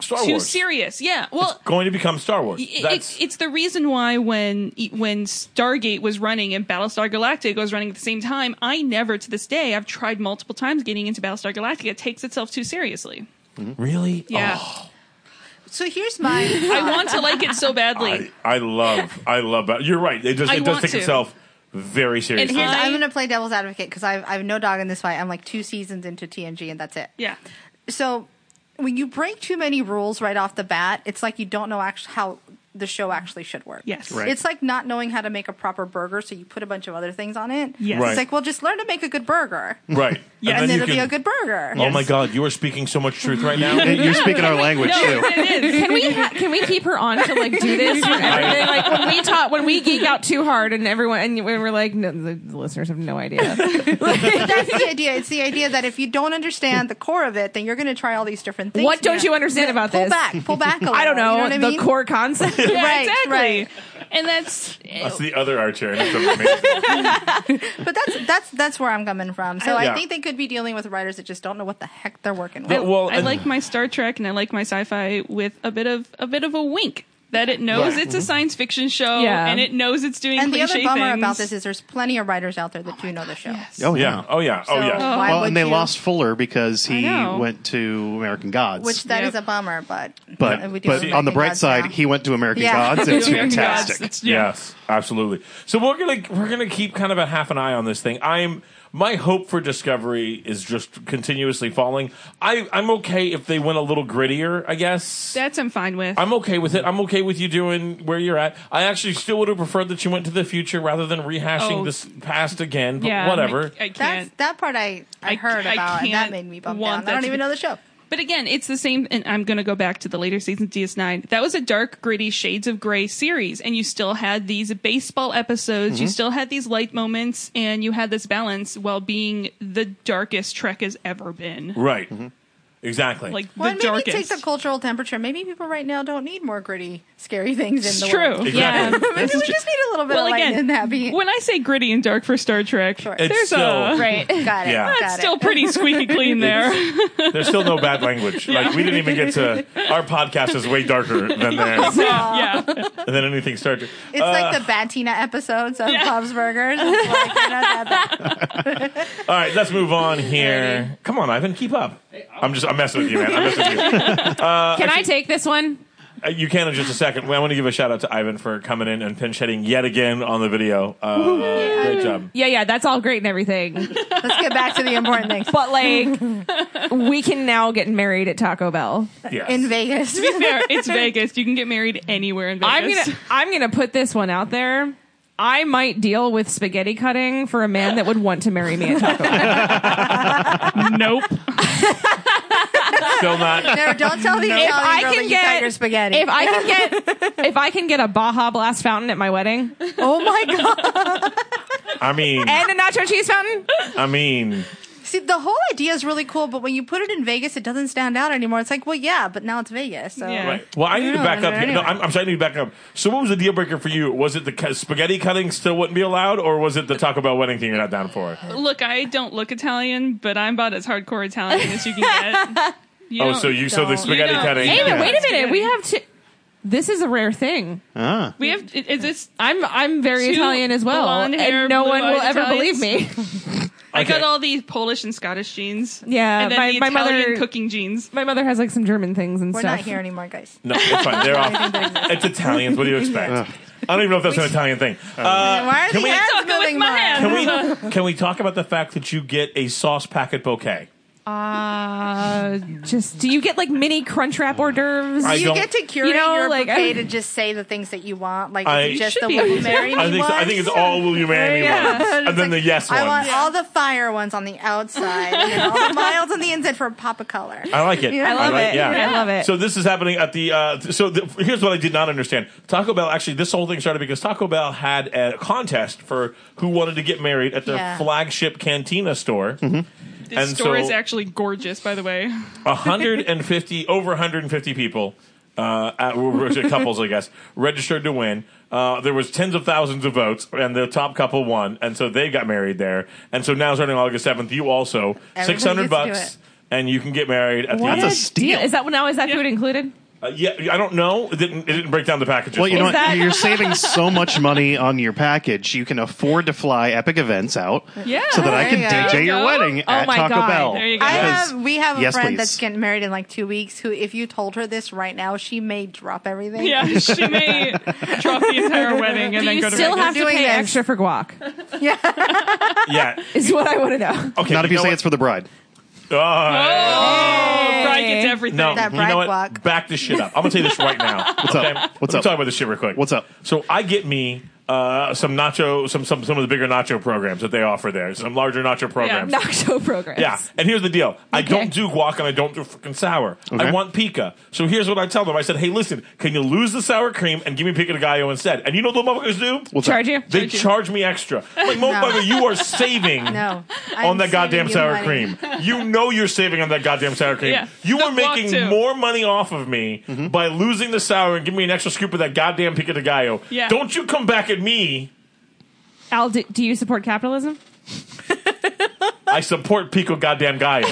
Speaker 1: Star
Speaker 5: too
Speaker 1: Wars
Speaker 5: serious. Yeah, well,
Speaker 1: going to become Star Wars.
Speaker 5: it-
Speaker 1: That's
Speaker 5: it's, it's the reason why when e, when Stargate was running and Battlestar Galactica was running at the same time, I never to this day I've tried multiple times getting into Battlestar Galactica. It takes itself too seriously.
Speaker 1: really
Speaker 5: Yeah,
Speaker 1: Oh,
Speaker 4: so here's my.
Speaker 5: I want to like it so badly.
Speaker 1: I, I love I love that. You're right. It does
Speaker 5: I
Speaker 1: it does
Speaker 5: want
Speaker 1: take
Speaker 5: to.
Speaker 1: itself very
Speaker 5: and
Speaker 1: seriously.
Speaker 5: here's
Speaker 4: I'm
Speaker 5: I,
Speaker 4: going to play devil's advocate because I've I've no dog in this fight. I'm like two seasons into TNG and that's it.
Speaker 5: yeah.
Speaker 4: So when you break too many rules right off the bat, it's like you don't know act- how the show actually should work.
Speaker 5: Yes.
Speaker 2: Right.
Speaker 4: It's like not knowing how to make a proper burger, so you put a bunch of other things on it.
Speaker 5: Yes.
Speaker 1: Right.
Speaker 4: It's like, well, just learn to make a good burger.
Speaker 1: Right.
Speaker 5: Yeah.
Speaker 4: And
Speaker 5: And
Speaker 4: then
Speaker 1: you
Speaker 4: it'll be a
Speaker 1: can-
Speaker 4: good burger.
Speaker 1: Oh my God! You are speaking so much truth right now.
Speaker 2: And You're speaking our language Oh,
Speaker 5: No,
Speaker 2: too.
Speaker 5: it is.
Speaker 3: Can we ha- can we keep her on to like do this whenever they like when we talk when we geek out too hard and everyone and we were like no, the listeners have no idea.
Speaker 4: But that's the idea. It's the idea that if you don't understand the core of it, then you're going to try all these different things.
Speaker 3: what don't
Speaker 5: yeah.
Speaker 3: you understand about
Speaker 4: pull
Speaker 3: this?
Speaker 4: back? Pull back a little.
Speaker 3: I don't know,
Speaker 4: You know what I
Speaker 3: the
Speaker 4: mean?
Speaker 3: core concept.
Speaker 5: Yeah,
Speaker 4: Right,
Speaker 5: exactly.
Speaker 4: right.
Speaker 5: And that's
Speaker 1: That's the other archer, and it's amazing.
Speaker 4: But that's that's that's where I'm coming from. So I,
Speaker 1: Yeah.
Speaker 4: think they could be dealing with writers that just don't know what the heck they're working with.
Speaker 5: I,
Speaker 1: well,
Speaker 5: I
Speaker 1: and-
Speaker 5: like my Star Trek and I like my sci-fi with a bit of a bit of a wink that it knows
Speaker 2: Right.
Speaker 5: it's
Speaker 1: Mm-hmm.
Speaker 5: a science fiction show
Speaker 3: Yeah.
Speaker 5: and it knows it's doing
Speaker 4: and the other
Speaker 5: cliche
Speaker 4: bummer
Speaker 5: things.
Speaker 4: about this is there's plenty of writers out there that do know the show.
Speaker 2: Oh
Speaker 1: yeah. Oh yeah. Oh
Speaker 4: So
Speaker 1: yeah.
Speaker 4: why
Speaker 2: Well,
Speaker 4: would
Speaker 2: and they
Speaker 4: you-
Speaker 2: lost Fuller because he
Speaker 5: know.
Speaker 2: went to American Gods.
Speaker 4: which that is
Speaker 5: Yep.
Speaker 4: a bummer, but
Speaker 2: but
Speaker 4: we do
Speaker 2: but
Speaker 4: American
Speaker 2: on the bright
Speaker 4: Gods
Speaker 2: side,
Speaker 4: now.
Speaker 2: he went to American
Speaker 4: Yeah.
Speaker 2: Gods. It's
Speaker 5: American Gods,
Speaker 2: fantastic.
Speaker 5: it's- yeah.
Speaker 1: Yes, absolutely. So we're gonna we're gonna keep kind of a half an eye on this thing. I'm my hope for Discovery is just continuously falling. I I'm okay if they went a little grittier. I guess
Speaker 5: That's I'm fine with.
Speaker 1: I'm okay with it. I'm okay with you doing where you're at. I actually still would have preferred that you went to the future rather than rehashing
Speaker 5: Oh.
Speaker 1: this past again. But
Speaker 5: yeah,
Speaker 1: whatever.
Speaker 5: I, I
Speaker 4: That's
Speaker 5: can't.
Speaker 4: that part I, I,
Speaker 5: I-
Speaker 4: heard
Speaker 5: I
Speaker 4: about, and that
Speaker 5: can't
Speaker 4: made me bummed
Speaker 5: want
Speaker 4: down. I
Speaker 5: that
Speaker 4: don't
Speaker 5: to
Speaker 4: even
Speaker 5: be-
Speaker 4: know the show.
Speaker 5: But again, it's the same. And I'm going to go back to the later season DS9. That was a dark, gritty Shades of Grey series, and you still had these baseball episodes.
Speaker 1: Mm-hmm.
Speaker 5: You still had these light moments, and you had this balance while being the darkest Trek has ever been.
Speaker 1: right. Exactly.
Speaker 5: Like
Speaker 4: Well,
Speaker 5: the
Speaker 4: and maybe it
Speaker 5: darkest.
Speaker 4: takes a cultural temperature. Maybe people right now don't need more gritty, scary things
Speaker 5: It's
Speaker 4: in the
Speaker 5: true.
Speaker 4: world.
Speaker 5: Yeah.
Speaker 1: Exactly.
Speaker 5: This
Speaker 4: Maybe
Speaker 5: is
Speaker 4: we
Speaker 5: true.
Speaker 4: just need a little bit
Speaker 5: Well,
Speaker 4: of light
Speaker 5: again,
Speaker 4: and happy.
Speaker 5: when I say gritty and dark for Star Trek,
Speaker 4: Sure.
Speaker 1: It's
Speaker 5: there's
Speaker 1: still-
Speaker 5: a
Speaker 3: Right.
Speaker 4: got it.
Speaker 1: Yeah.
Speaker 5: it's
Speaker 4: Got it.
Speaker 5: still pretty squeaky clean there.
Speaker 1: There's still no bad language. Like we didn't even get to our podcast is way darker than theirs
Speaker 5: yeah.
Speaker 1: than anything Star Trek.
Speaker 4: It's like the Batina episodes of
Speaker 5: uh, Yeah.
Speaker 4: Bob's Burgers. It's like, you know, that- that-
Speaker 1: All right, let's move on here. Come on, Ivan, keep up. I'm just I'm messing with you, man. I'm messing with you.
Speaker 3: Can I take this one?
Speaker 1: Uh, you can in just a second. I want to give a shout out to Ivan for coming in and pinch hitting yet again on the video. Uh, great job.
Speaker 3: Yeah, yeah, that's all great and everything.
Speaker 4: Let's get back to the important things.
Speaker 3: But like we can now get married at Taco Bell.
Speaker 1: Yes.
Speaker 4: In Vegas.
Speaker 5: To be fair, it's Vegas. You can get married anywhere in Vegas.
Speaker 3: I'm gonna I'm gonna put this one out there. I might deal with spaghetti cutting for a man that would want to marry me at Taco Bell.
Speaker 5: nope.
Speaker 1: Still not.
Speaker 4: No, don't tell the Italian
Speaker 3: If I
Speaker 4: girl that
Speaker 3: can
Speaker 4: you got
Speaker 3: get
Speaker 4: your spaghetti.
Speaker 3: If I can get if I can get a Baja Blast fountain at my wedding
Speaker 4: oh my god!
Speaker 1: I mean,
Speaker 3: and a nacho cheese fountain,
Speaker 1: I mean,
Speaker 4: See, the whole idea is really cool, but when you put it in Vegas, it doesn't stand out anymore. It's like, well, yeah, but now it's Vegas. So.
Speaker 5: Yeah.
Speaker 1: right. Well, I need to
Speaker 4: No,
Speaker 1: back up.
Speaker 4: no,
Speaker 1: here. No,
Speaker 4: anyway.
Speaker 1: I'm, I'm sorry, I need to back up. So, what was the deal breaker for you? Was it the ca- spaghetti cutting still wouldn't be allowed, or was it the Taco Bell wedding thing you're not down for?
Speaker 5: Look, I don't look Italian, but I'm about as hardcore Italian as you can get. You
Speaker 1: Oh,
Speaker 5: don't-
Speaker 1: so you so the
Speaker 4: don't.
Speaker 1: spaghetti
Speaker 5: You don't.
Speaker 1: cutting?
Speaker 3: Hey, but
Speaker 5: Yeah.
Speaker 3: wait a minute. We have to. This is a rare thing.
Speaker 2: Ah.
Speaker 5: we have is this
Speaker 3: I'm I'm very
Speaker 5: Two
Speaker 3: Italian as well,
Speaker 5: blonde hair,
Speaker 3: and no one will
Speaker 5: blue-eyed
Speaker 3: ever believe
Speaker 5: Italians.
Speaker 3: me.
Speaker 5: I
Speaker 1: Okay.
Speaker 5: got all the Polish and Scottish jeans.
Speaker 3: Yeah,
Speaker 5: and then
Speaker 3: my-
Speaker 5: the
Speaker 3: my mother-
Speaker 5: Italian cooking jeans.
Speaker 3: My mother has like some German things and
Speaker 4: We're
Speaker 3: stuff.
Speaker 4: not here anymore, guys.
Speaker 1: No, it's fine. They're off. It's Italians. What do you expect? I don't even know if that's an Italian thing. Uh,
Speaker 4: Why are
Speaker 1: can
Speaker 4: the
Speaker 1: we-
Speaker 4: hands
Speaker 5: Talking with
Speaker 4: moving
Speaker 5: my
Speaker 4: more?
Speaker 5: hands.
Speaker 1: can we can we talk about the fact that you get a sauce packet bouquet?
Speaker 3: Uh, just do you get like mini crunch wrap hors d'oeuvres?
Speaker 1: I
Speaker 4: Do you
Speaker 1: don't-
Speaker 4: get to curate
Speaker 3: You know,
Speaker 4: your
Speaker 3: like,
Speaker 4: bouquet
Speaker 3: I-
Speaker 4: to just say the things that you want? Like,
Speaker 1: I-
Speaker 4: is it just
Speaker 5: Should
Speaker 4: the
Speaker 5: be.
Speaker 4: Will You Marry Me
Speaker 1: I think so. I
Speaker 4: ones?
Speaker 1: think it's all will you marry me
Speaker 3: Yeah.
Speaker 1: ones, and
Speaker 4: It's
Speaker 1: then
Speaker 4: like,
Speaker 1: the yes
Speaker 4: I want
Speaker 1: ones.
Speaker 4: all the fire ones on the outside and all the miles on the inside for a pop of color.
Speaker 1: I like it.
Speaker 4: Yeah. I
Speaker 3: love
Speaker 1: like,
Speaker 3: it.
Speaker 1: Yeah.
Speaker 3: I love it.
Speaker 1: So this is happening at the. Uh, th- so the, here's what I did not understand. Taco Bell actually, this whole thing started because Taco Bell had a contest for who wanted to get married at their
Speaker 4: Yeah.
Speaker 1: flagship Cantina store.
Speaker 5: This
Speaker 1: And
Speaker 5: store
Speaker 1: so-
Speaker 5: is actually gorgeous, by the way.
Speaker 1: 150 over 150 people uh, at, were- were couples i guess registered to win uh, there was tens of thousands of votes and the top couple won and so they got married there and so now starting august 7th you also
Speaker 4: Everybody
Speaker 1: 600
Speaker 4: gets to do
Speaker 1: bucks
Speaker 4: it.
Speaker 1: and you can get married at
Speaker 2: What
Speaker 1: the
Speaker 2: a steal.
Speaker 3: Is that now? Is that food included?
Speaker 1: Uh, yeah i don't know it didn't, it didn't break down the packages
Speaker 2: Well, you know
Speaker 1: for
Speaker 2: what?
Speaker 1: us.
Speaker 3: that-
Speaker 2: You're saving so much money on your package. You can afford to fly epic events out
Speaker 5: Yeah.
Speaker 2: so that I
Speaker 4: There
Speaker 2: can
Speaker 4: you go.
Speaker 2: DJ your
Speaker 5: There you go.
Speaker 2: wedding
Speaker 3: Oh
Speaker 2: at
Speaker 3: my
Speaker 2: Taco
Speaker 3: God.
Speaker 2: Bell.
Speaker 5: There you go.
Speaker 4: I
Speaker 2: Because-
Speaker 4: have, we have a
Speaker 2: Yes,
Speaker 4: friend
Speaker 2: please.
Speaker 4: that's getting married in like two weeks who, if you told her this right now, she may drop everything.
Speaker 5: Yeah, she may drop the entire wedding and
Speaker 3: Do
Speaker 5: then
Speaker 3: you
Speaker 5: go to
Speaker 3: still
Speaker 5: Vegas.
Speaker 3: have to
Speaker 4: Doing
Speaker 3: pay
Speaker 4: this.
Speaker 3: extra for guac?
Speaker 1: yeah
Speaker 3: Is what I want to know.
Speaker 1: okay
Speaker 2: Not if you
Speaker 1: know
Speaker 2: say
Speaker 1: what?
Speaker 2: it's for the bride.
Speaker 1: Uh,
Speaker 5: Oh, Bride
Speaker 3: Hey.
Speaker 5: gets everything.
Speaker 1: No,
Speaker 4: That
Speaker 1: you know what?
Speaker 4: brag walk.
Speaker 1: Back this shit up. I'm gonna tell you this right now. What's
Speaker 2: up? What's
Speaker 1: Let me
Speaker 2: up?
Speaker 1: Talk about this shit real quick.
Speaker 2: What's up?
Speaker 1: So I get me uh, some nacho, some some some of the bigger nacho programs that they offer there. Some larger nacho programs. Yeah.
Speaker 3: Nocto programs.
Speaker 1: and here's the deal. I
Speaker 3: Okay.
Speaker 1: don't do guac and I don't do freaking sour. I
Speaker 2: Okay.
Speaker 1: want pica. So here's what I tell them. I said, hey, listen, can you lose the sour cream and give me pica de gallo instead? And you know what the motherfuckers do?
Speaker 2: What's
Speaker 3: Charge
Speaker 2: up?
Speaker 3: you.
Speaker 1: they charge me extra. Like, motherfucker, you are saving
Speaker 4: No.
Speaker 1: on
Speaker 4: I'm
Speaker 1: that goddamn
Speaker 4: saving you
Speaker 1: sour
Speaker 4: money.
Speaker 1: cream. You know you're saving on that goddamn sour cream.
Speaker 5: Yeah.
Speaker 1: You
Speaker 5: The
Speaker 1: were making
Speaker 5: guac, too.
Speaker 1: more money off of me
Speaker 2: Mm-hmm.
Speaker 1: by losing the sour and giving me an extra scoop of that goddamn pico de gallo.
Speaker 5: Yeah.
Speaker 1: Don't you come back at me.
Speaker 3: Al, do, do you support capitalism?
Speaker 1: I support pico goddamn gallo.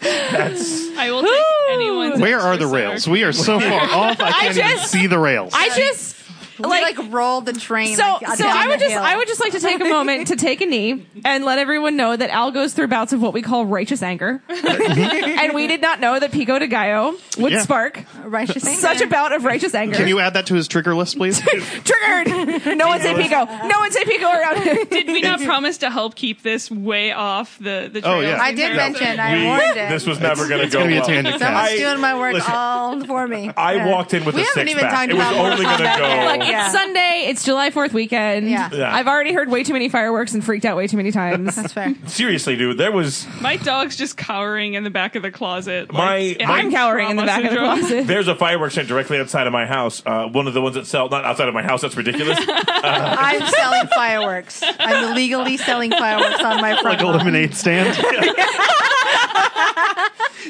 Speaker 1: That's
Speaker 5: I will take
Speaker 3: Woo!
Speaker 5: anyone's.
Speaker 2: Where are the
Speaker 5: extra sour
Speaker 2: rails? We are so far off. I can't even
Speaker 3: just-
Speaker 2: see the rails.
Speaker 3: I just
Speaker 4: We, like, roll the train.
Speaker 3: So,
Speaker 4: like, uh,
Speaker 3: so
Speaker 4: down
Speaker 3: I would
Speaker 4: the
Speaker 3: just,
Speaker 4: hill.
Speaker 3: I would just like to take a moment to take a knee and let everyone know that Al goes through bouts of what we call righteous anger, and we did not know that Pico de Gallo would
Speaker 2: Yeah.
Speaker 3: spark
Speaker 4: righteous
Speaker 3: such a bout of righteous anger.
Speaker 2: Can you add that to his trigger list, please?
Speaker 3: Triggered. No one say Pico. No one say Pico around here.
Speaker 5: Did we not promise to help keep this way off the the trail?
Speaker 2: Oh, yeah.
Speaker 4: I did
Speaker 5: No.
Speaker 4: mention. I
Speaker 1: we-
Speaker 4: warned it.
Speaker 1: this was never going to
Speaker 2: it's
Speaker 1: go
Speaker 2: gonna be a
Speaker 1: well.
Speaker 2: tangent cast.
Speaker 4: Someone's
Speaker 1: I-
Speaker 4: doing my work
Speaker 1: listen,
Speaker 4: all for me.
Speaker 1: I
Speaker 4: Yeah.
Speaker 1: walked in with
Speaker 4: we
Speaker 1: a
Speaker 4: haven't
Speaker 1: six
Speaker 4: even
Speaker 1: pack.
Speaker 4: talked
Speaker 1: It was
Speaker 4: about
Speaker 1: only
Speaker 4: Mortal
Speaker 1: gonna
Speaker 4: Kombat
Speaker 1: go-
Speaker 4: yet.
Speaker 3: Look,
Speaker 1: Yeah.
Speaker 3: it's Sunday. It's July Fourth weekend.
Speaker 4: Yeah.
Speaker 1: Yeah.
Speaker 3: I've already heard way too many fireworks and freaked out way too many times.
Speaker 4: That's fair.
Speaker 1: Seriously, dude, there was
Speaker 5: My dog's just cowering in the back of the closet.
Speaker 1: My-
Speaker 5: it
Speaker 1: my-
Speaker 5: has
Speaker 3: I'm cowering in the back
Speaker 5: trauma
Speaker 3: of the
Speaker 5: syndrome.
Speaker 3: closet.
Speaker 1: there's a fireworks tent directly outside of my house. Uh, one of the ones that sell not outside of my house. That's ridiculous.
Speaker 4: I'm selling fireworks. I'm illegally selling fireworks on my front
Speaker 2: like a
Speaker 4: lawn.
Speaker 2: lemonade stand.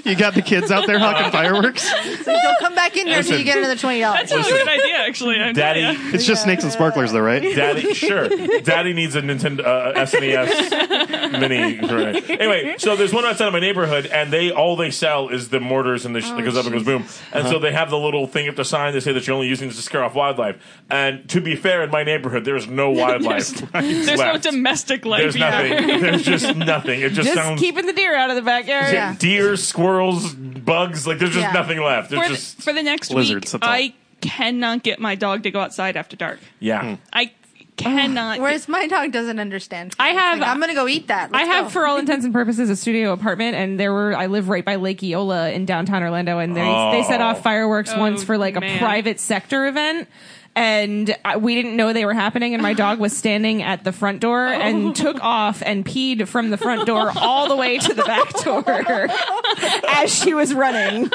Speaker 2: you got the kids out there
Speaker 3: Uh,
Speaker 2: hawking fireworks.
Speaker 4: So don't come back in here until
Speaker 1: Listen.
Speaker 4: you get another twenty dollars.
Speaker 5: That's a good idea, actually. I'm
Speaker 1: Daddy,
Speaker 2: It's just snakes and sparklers, though, right?
Speaker 1: Daddy, sure. Daddy needs a Nintendo uh, SNES mini. Right. Anyway, so there's one outside of my neighborhood, and they all they sell is the mortars and the sh- that goes up and goes boom. And so they have the little thing up the sign. They say that you're only using this to scare off wildlife. And to be fair, in my neighborhood, there's no wildlife.
Speaker 5: There's
Speaker 1: left.
Speaker 5: no domestic life
Speaker 1: There's
Speaker 5: here.
Speaker 1: nothing. There's just nothing. It just,
Speaker 3: Just
Speaker 1: sounds
Speaker 3: keeping the deer out of the backyard.
Speaker 4: Yeah.
Speaker 1: deer, squirrels, bugs. Like there's just
Speaker 4: Yeah.
Speaker 1: nothing left. There's
Speaker 5: For,
Speaker 1: just
Speaker 5: the, for the next
Speaker 2: Lizards,
Speaker 5: week,
Speaker 2: that's all.
Speaker 5: I cannot get my dog to go outside after dark.
Speaker 1: yeah.
Speaker 5: I cannot.
Speaker 4: Whereas my dog doesn't understand.
Speaker 3: I have-
Speaker 4: Like, I'm gonna go eat that.
Speaker 3: I
Speaker 4: Let's
Speaker 3: have,
Speaker 4: go.
Speaker 3: for all intents and purposes, a studio apartment, and there were I live right by Lake Eola in downtown Orlando, and they they set off fireworks
Speaker 5: Oh,
Speaker 3: once for like a
Speaker 5: man.
Speaker 3: private sector event. And I, we didn't know they were happening, and my dog was standing at the front door
Speaker 4: Oh.
Speaker 3: and took off and peed from the front door all the way to the back door as she was running.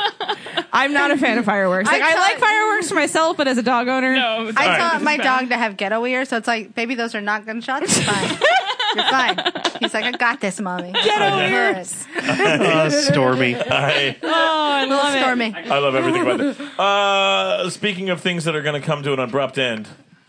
Speaker 3: I'm not a fan of fireworks. Like,
Speaker 4: I
Speaker 3: I,
Speaker 4: thought-
Speaker 3: like fireworks for myself, but as a dog owner,
Speaker 5: No,
Speaker 4: I
Speaker 1: All right.
Speaker 4: taught my dog to have ghetto ears, so it's like, baby, those are not gunshots. It's fine. You're fine. He's like, I got this, mommy. Ghetto
Speaker 3: ears.
Speaker 2: Uh, stormy.
Speaker 1: I,
Speaker 3: I love
Speaker 4: Stormy.
Speaker 1: I love everything about it. Uh, speaking of things that are going to come to an abrupt end.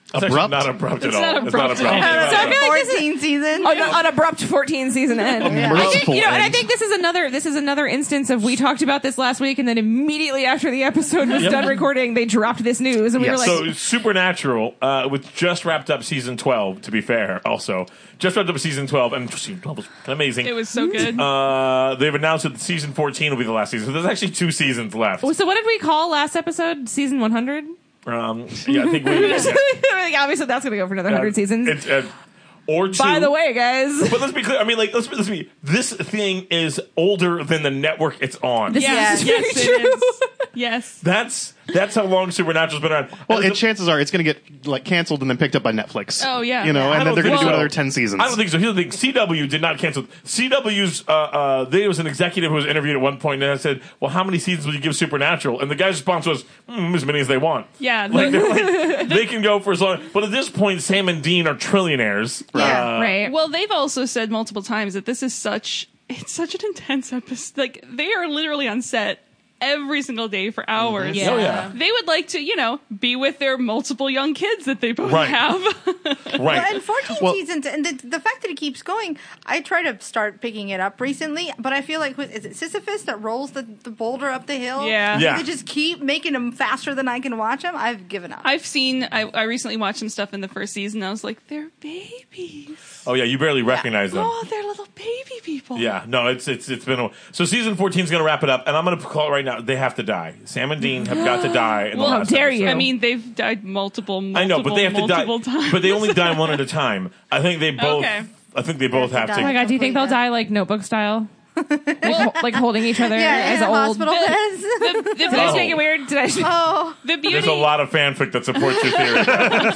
Speaker 1: It's actually
Speaker 2: abrupt.
Speaker 1: not abrupt at
Speaker 5: It's
Speaker 1: all.
Speaker 5: not
Speaker 1: It's not
Speaker 5: abrupt.
Speaker 1: abrupt.
Speaker 3: Uh, so I feel like this is Oh,
Speaker 4: 14
Speaker 3: an,
Speaker 4: season.
Speaker 3: an abrupt 14 season end. I think,
Speaker 2: merciful
Speaker 3: you know, and I
Speaker 2: end.
Speaker 3: think this is another this is another instance of we talked about this last week, and then immediately after the episode was done recording, they dropped this news, and we
Speaker 2: Yeah,
Speaker 3: were like,
Speaker 1: so Supernatural, uh, which just wrapped up season twelve. To be fair, also just wrapped up season twelve, and season twelve was amazing.
Speaker 5: It was so good.
Speaker 1: Uh, they've announced that season fourteen will be the last season. So there's actually two seasons left.
Speaker 3: so what did we call last episode? Season 100.
Speaker 1: Um, yeah, I think we. yeah.
Speaker 3: Like, Obviously, that's gonna go for another 100
Speaker 1: Uh,
Speaker 3: seasons.
Speaker 1: it's, uh, or two.
Speaker 3: By the way, guys.
Speaker 1: but let's be clear. I mean, like, let's, let's be. This thing is older than the network it's on.
Speaker 3: This
Speaker 5: yes,
Speaker 3: is
Speaker 5: yes,
Speaker 3: very true.
Speaker 5: it is. Yes.
Speaker 1: that's that's how long Supernatural's been around.
Speaker 2: Well,
Speaker 1: And
Speaker 2: and chances are it's going to get like canceled and then picked up by Netflix.
Speaker 5: Oh, yeah.
Speaker 2: you know,
Speaker 1: I
Speaker 2: and
Speaker 1: don't
Speaker 2: then they're going
Speaker 1: think
Speaker 2: to do
Speaker 1: so.
Speaker 2: another ten seasons.
Speaker 1: I don't think so. Here's the thing: CW did not cancel. CW's uh, uh, there was an executive who was interviewed at one point, and I said, "Well, how many seasons would you give Supernatural?" And the guy's response was, mm, "As many as they want."
Speaker 5: Yeah. the-
Speaker 1: Like, they're like, they can go for as long. But at this point, Sam and Dean are trillionaires.
Speaker 4: Yeah.
Speaker 3: right.
Speaker 5: Well, they've also said multiple times that this is such it's such an intense episode. Like they are literally on set every single day for hours.
Speaker 1: Oh, yeah.
Speaker 5: They would like to, you know, be with their multiple young kids that they both
Speaker 1: Right.
Speaker 5: have.
Speaker 1: right.
Speaker 4: Well, and 14
Speaker 2: Well-
Speaker 4: seasons, and the, the fact that it keeps going, I try to start picking it up recently, but I feel like, is it Sisyphus that rolls the, the boulder up the hill?
Speaker 5: Yeah.
Speaker 1: Yeah.
Speaker 4: They just keep making them faster than I can watch them. I've given up.
Speaker 5: I've seen I, I recently watched some stuff in the first season. And I was like, they're babies.
Speaker 1: oh yeah, you barely recognize them.
Speaker 5: Oh, they're little baby people.
Speaker 1: Yeah, no, it's it's it's been a so season fourteen is going to wrap it up, and I'm going to call it right now. They have to die. Sam and Dean have got to die. In
Speaker 5: Well,
Speaker 1: the
Speaker 5: how
Speaker 1: last
Speaker 3: dare
Speaker 1: episode.
Speaker 3: you.
Speaker 5: I mean, they've died multiple, multiple,
Speaker 1: I know, but they have to die.
Speaker 5: multiple times.
Speaker 1: But they only die one at a time. I think they both.
Speaker 5: Okay.
Speaker 1: I think they both have to.
Speaker 4: have to
Speaker 3: oh my
Speaker 4: die.
Speaker 3: god, do you think they'll
Speaker 4: Completely.
Speaker 3: die like notebook style? like, ho- like holding each other
Speaker 4: yeah,
Speaker 3: as
Speaker 4: in a
Speaker 3: old.
Speaker 4: hospital beds.
Speaker 5: the, the,
Speaker 3: Did I just
Speaker 1: Oh.
Speaker 5: beauty,
Speaker 3: make it weird? Did I? Just-
Speaker 4: oh,
Speaker 5: the beauty
Speaker 1: There's a lot of fanfic that supports your theory.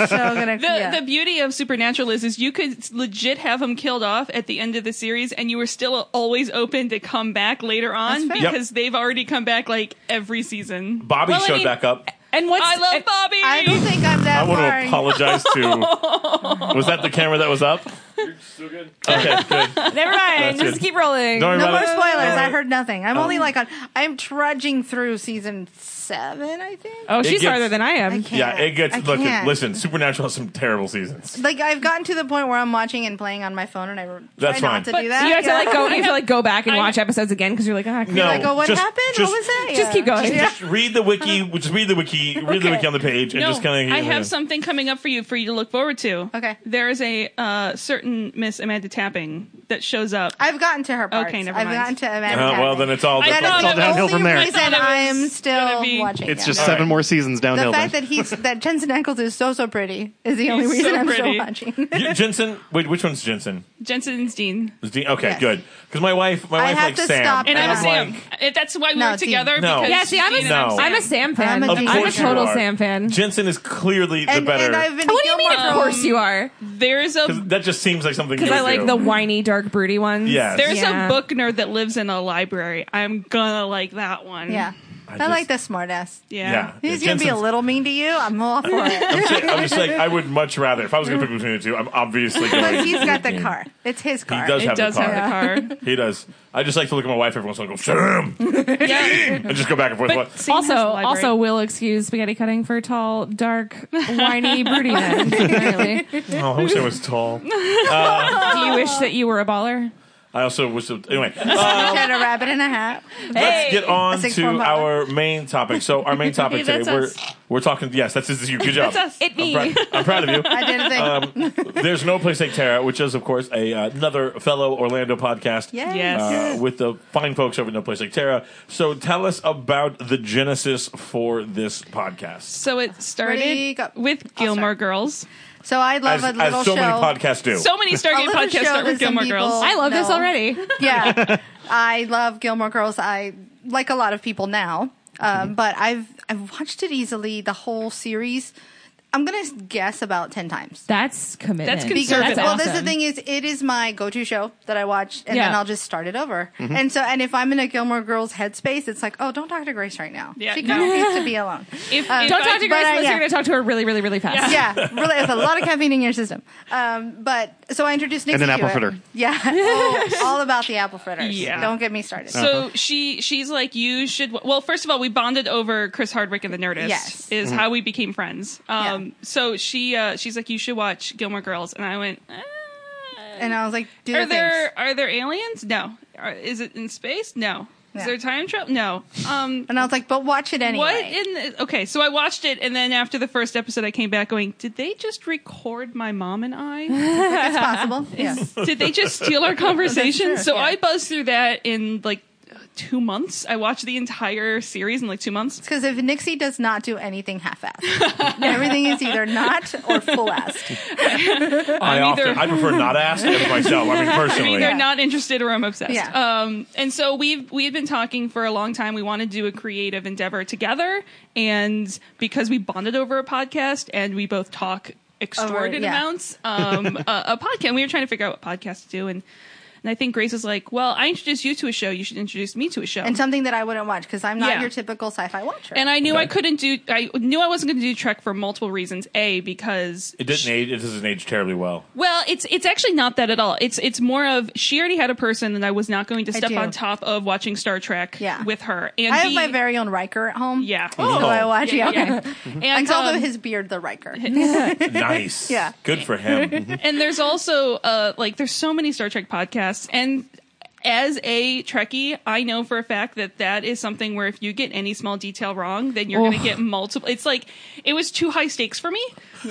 Speaker 4: so gonna,
Speaker 5: The,
Speaker 4: yeah.
Speaker 5: the beauty of Supernatural is, is you could legit have him killed off at the end of the series, and you were still always open to come back later on
Speaker 4: fair.
Speaker 1: Yep.
Speaker 5: because they've already come back like every season. e-
Speaker 1: Bobby
Speaker 3: Well, I
Speaker 1: showed
Speaker 3: mean-
Speaker 1: back up.
Speaker 3: and what's
Speaker 5: I love Bobby.
Speaker 4: I don't think I'm
Speaker 1: I
Speaker 4: that
Speaker 1: want
Speaker 4: boring.
Speaker 1: to apologize to. Was that the camera that was up? You're still good. Okay, good.
Speaker 3: Never mind.
Speaker 1: That's
Speaker 3: Just
Speaker 1: good.
Speaker 3: keep rolling.
Speaker 1: Don't worry
Speaker 4: No
Speaker 1: about
Speaker 4: more
Speaker 1: it.
Speaker 4: spoilers. I heard nothing. I'm
Speaker 1: Um,
Speaker 4: only like on. I'm trudging through season seven, I think.
Speaker 3: oh, she's
Speaker 1: gets-
Speaker 3: farther than I am.
Speaker 4: I can't.
Speaker 1: Yeah, it gets.
Speaker 4: I
Speaker 1: Look,
Speaker 4: can't.
Speaker 1: listen. Supernatural has some terrible seasons.
Speaker 4: Like I've gotten to the point where I'm watching and playing on my phone, and I re-
Speaker 1: That's
Speaker 4: try
Speaker 1: fine.
Speaker 4: not to
Speaker 1: But
Speaker 4: do that.
Speaker 3: You have to
Speaker 4: Yeah.
Speaker 3: like oh, go. You have to like go back and
Speaker 5: I-
Speaker 3: watch episodes again because you're like, ah,
Speaker 1: No,
Speaker 4: Like, oh, what
Speaker 1: just-
Speaker 4: happened?
Speaker 1: just-
Speaker 4: what was that?
Speaker 3: Just keep going.
Speaker 4: Yeah.
Speaker 1: Just read the wiki. Just read the wiki. Read the
Speaker 4: Okay.
Speaker 1: wiki on the page, and
Speaker 5: no,
Speaker 1: just kind of.
Speaker 5: I have something coming up for you for you to look forward to.
Speaker 4: Okay.
Speaker 5: there is a uh, certain Miss Amanda Tapping that shows up.
Speaker 4: I've gotten to her part.
Speaker 5: Okay, never
Speaker 4: I've
Speaker 5: mind.
Speaker 4: gotten to Amanda.
Speaker 1: Uh, well,
Speaker 4: Tapping.
Speaker 1: then it's all.
Speaker 5: I
Speaker 1: that's
Speaker 5: thought
Speaker 1: all
Speaker 4: that is
Speaker 5: it was-
Speaker 4: the
Speaker 2: downhill
Speaker 4: only
Speaker 2: from there.
Speaker 5: I
Speaker 4: reason
Speaker 5: thought it
Speaker 4: I am
Speaker 5: was
Speaker 4: still
Speaker 5: gonna be-
Speaker 4: watching.
Speaker 2: it's
Speaker 4: it.
Speaker 2: just
Speaker 1: All
Speaker 2: seven
Speaker 1: right.
Speaker 2: more seasons
Speaker 4: the
Speaker 2: downhill.
Speaker 4: fact
Speaker 2: then.
Speaker 4: that he's that Jensen Ackles is so so pretty is the only
Speaker 5: He's
Speaker 4: reason
Speaker 5: so
Speaker 4: I'm still
Speaker 5: pretty.
Speaker 4: watching.
Speaker 1: Y- Jensen, wait, which one's Jensen?
Speaker 5: Jensen's Dean,
Speaker 1: Is Dean? Okay,
Speaker 4: Yes.
Speaker 1: good. Because my wife, my
Speaker 4: I
Speaker 1: wife
Speaker 4: have
Speaker 1: likes
Speaker 4: to
Speaker 1: Sam,
Speaker 4: stop
Speaker 5: and
Speaker 4: I
Speaker 5: I'm
Speaker 4: don't
Speaker 5: Sam.
Speaker 1: like,
Speaker 5: Uh, That's why we
Speaker 4: No,
Speaker 5: were
Speaker 4: Dean.
Speaker 5: together.
Speaker 1: No.
Speaker 5: because
Speaker 1: Yeah,
Speaker 3: see, I'm a-
Speaker 5: Dean and I'm
Speaker 1: No.
Speaker 5: Sam.
Speaker 3: I'm a Sam fan.
Speaker 4: I'm a
Speaker 1: Of
Speaker 4: Dean
Speaker 3: I'm a
Speaker 1: course you
Speaker 3: total
Speaker 1: are.
Speaker 3: Sam fan.
Speaker 1: Jensen is clearly the
Speaker 4: and,
Speaker 1: better.
Speaker 4: and I've been
Speaker 3: what do you mean?
Speaker 4: Gilmore
Speaker 3: Of
Speaker 4: Girls.
Speaker 3: course you are.
Speaker 5: There's a
Speaker 1: that just seems like something.
Speaker 3: Because
Speaker 1: you
Speaker 3: I
Speaker 1: would
Speaker 3: like
Speaker 1: do.
Speaker 3: the whiny, dark, broody ones.
Speaker 1: Yes.
Speaker 5: There's
Speaker 3: Yeah.
Speaker 5: a book nerd that lives in a library. I'm gonna like that one.
Speaker 4: Yeah, I,
Speaker 1: just-
Speaker 4: like the smart ass.
Speaker 5: Yeah.
Speaker 1: Yeah,
Speaker 4: He's
Speaker 1: Yeah,
Speaker 4: gonna be a
Speaker 1: Jensen's-
Speaker 4: little mean to you. I'm all for it.
Speaker 1: I'm just, I'm just like I would much rather if I was going to pick between the two. I'm obviously going.
Speaker 4: Mm. But he's got the
Speaker 1: Dean.
Speaker 4: car. It's his car.
Speaker 1: does
Speaker 5: It
Speaker 1: have the
Speaker 5: does
Speaker 1: car.
Speaker 5: have the car.
Speaker 1: He does. I just like to look at my wife every once in a while and go Sam,
Speaker 5: yeah.
Speaker 1: and just go back and forth.
Speaker 5: But Sam
Speaker 3: Also,
Speaker 5: has a library.
Speaker 3: also, will excuse spaghetti cutting for tall, dark, whiny, broody men. apparently.
Speaker 1: oh, I wish I was tall.
Speaker 3: Do you wish that you were a baller?
Speaker 1: I also wish. That, anyway,
Speaker 4: He had a rabbit in a hat.
Speaker 1: let's get on
Speaker 4: A
Speaker 1: to
Speaker 4: six-form
Speaker 1: our main topic. So our main topic
Speaker 5: Hey,
Speaker 1: today,
Speaker 5: that's
Speaker 1: we're
Speaker 5: us.
Speaker 1: we're talking. Yes, that's, this is you. Good job.
Speaker 5: That's us.
Speaker 3: It
Speaker 1: I'm,
Speaker 3: me.
Speaker 1: proud- I'm proud of you.
Speaker 4: I did a thing.
Speaker 1: Um, There's no place like Terra, which is of course a uh, another fellow Orlando podcast.
Speaker 4: Yay.
Speaker 5: Yes.
Speaker 1: uh, with the fine folks over at No Place Like Terra. So tell us about the genesis for this podcast.
Speaker 5: so it
Speaker 4: Ready,
Speaker 5: started
Speaker 4: go.
Speaker 5: with
Speaker 4: I'll
Speaker 5: Gilmore
Speaker 4: start.
Speaker 5: Girls.
Speaker 4: So I love
Speaker 1: As,
Speaker 4: a little
Speaker 1: as so
Speaker 4: show.
Speaker 1: many podcasts do.
Speaker 5: So many Stargate
Speaker 4: little show
Speaker 5: podcasts start with
Speaker 4: that some
Speaker 5: Gilmore Girls.
Speaker 4: people-
Speaker 3: I love this
Speaker 4: No.
Speaker 3: already.
Speaker 4: yeah, I love Gilmore Girls. I like a lot of people now, um, but I've I've watched it easily the whole series. I'm gonna guess about ten times.
Speaker 3: That's commitment.
Speaker 5: conservative.
Speaker 3: That's
Speaker 4: well,
Speaker 3: awesome.
Speaker 4: that's the thing is, it is my go-to show that I watch, and then
Speaker 3: Yeah.
Speaker 4: I'll just start it over. And so, and if I'm in a Gilmore Girls headspace, it's like, oh, don't talk to Grace right now.
Speaker 5: Yeah,
Speaker 4: she
Speaker 5: no.
Speaker 4: kind of needs to be alone.
Speaker 5: If, if
Speaker 3: Don't
Speaker 5: I-
Speaker 3: talk to
Speaker 4: But
Speaker 3: Grace
Speaker 4: I-
Speaker 3: unless
Speaker 4: yeah.
Speaker 3: you're going to talk to her really, really, really fast.
Speaker 4: yeah, really, it's a lot of caffeine in your system. Um, but so I introduced Nixie
Speaker 2: And an
Speaker 4: to
Speaker 2: apple
Speaker 4: it.
Speaker 2: fritter.
Speaker 4: Yeah, Oh, all about the apple fritters.
Speaker 5: Yeah.
Speaker 4: don't get me started.
Speaker 5: So
Speaker 1: Uh-huh.
Speaker 5: she she's like you should well first of all we bonded over Chris Hardwick and the Nerdist
Speaker 1: Mm-hmm.
Speaker 4: Yes.
Speaker 5: is how we became friends um, Um, so she uh, she's like, you should watch Gilmore Girls, and I went. "Ah."
Speaker 4: And I was like, do
Speaker 5: are
Speaker 4: the
Speaker 5: there
Speaker 4: things.
Speaker 5: are there aliens? No. Are, is it in space? No. Is
Speaker 4: Yeah.
Speaker 5: there time travel? No. Um,
Speaker 4: And I was like, but watch it anyway.
Speaker 5: What in the, okay? So I watched it, and then after the first episode, I came back going, "Did they just record my mom and I?
Speaker 4: It's possible. Yes.
Speaker 5: Did they just steal our conversation?"
Speaker 4: That's true,
Speaker 5: so
Speaker 4: yeah.
Speaker 5: I buzzed through that in like two months. I watched the entire series in like two months.
Speaker 4: Because if Nixie does not do anything half-assed, everything is either not or full-assed.
Speaker 1: I often
Speaker 5: either-
Speaker 1: I prefer not asking it myself. I mean, personally,
Speaker 5: I'm either not interested or I'm obsessed.
Speaker 4: Yeah.
Speaker 5: Um, and so we've we had been talking for a long time. We want to do a creative endeavor together, and because we bonded over a podcast and we both talk extorted
Speaker 4: yeah.
Speaker 5: amounts, um, a, a podcast. We were trying to figure out what podcast to do, and and I think Grace is like, "Well, I introduced you to a show. You should introduce me to a show."
Speaker 4: And something that I wouldn't watch because I'm not
Speaker 5: Yeah.
Speaker 4: your typical sci-fi watcher.
Speaker 5: And I knew I couldn't do. I knew I wasn't going to do Trek for multiple reasons. A because
Speaker 1: it didn't age. It doesn't age terribly well.
Speaker 5: Well, it's it's actually not that at all. It's it's more of she already had a person that I was not going to step
Speaker 4: do.
Speaker 5: on top of watching Star Trek
Speaker 4: Yeah.
Speaker 5: with her. And
Speaker 4: I have
Speaker 5: B-
Speaker 4: my very own Riker at home.
Speaker 5: yeah.
Speaker 4: So I
Speaker 1: Oh.
Speaker 4: watch, yeah.
Speaker 5: Yeah, yeah, yeah.
Speaker 4: I
Speaker 5: And,
Speaker 4: call
Speaker 5: um,
Speaker 4: them his beard the Riker.
Speaker 1: Nice.
Speaker 4: Yeah.
Speaker 1: Good for him.
Speaker 5: and there's also uh like there's so many Star Trek podcasts and as a Trekkie, I know for a fact that that is something where if you get any small detail wrong, then you're going to get multiple. It's like it was too high stakes for me.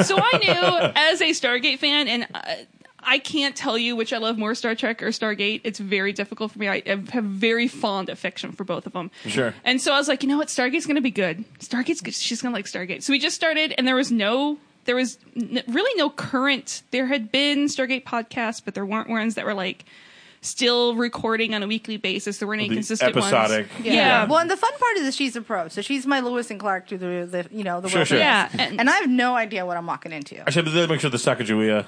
Speaker 5: So I knew as a Stargate fan, and I, I can't tell you which I love more, Star Trek or Stargate. It's very difficult for me. I have have very fond affection for both of them.
Speaker 1: Sure.
Speaker 5: And so I was like, you know what, Stargate's going to be good. Stargate's good. she's going to like Stargate. So we just started, and there was no. There was n- really no current. There had been Stargate podcasts, but there weren't ones that were like still recording on a weekly basis. There weren't any
Speaker 1: The
Speaker 5: consistent
Speaker 1: episodic.
Speaker 5: ones.
Speaker 1: Yeah.
Speaker 5: Yeah. Yeah.
Speaker 4: Well, and the fun part is that she's a pro, so she's my Lewis and Clark to the, the you know the
Speaker 1: Sure,
Speaker 4: world.
Speaker 1: sure.
Speaker 5: And,
Speaker 4: And I have no idea what I'm walking into.
Speaker 1: Actually, but let's make sure the Sacagawea.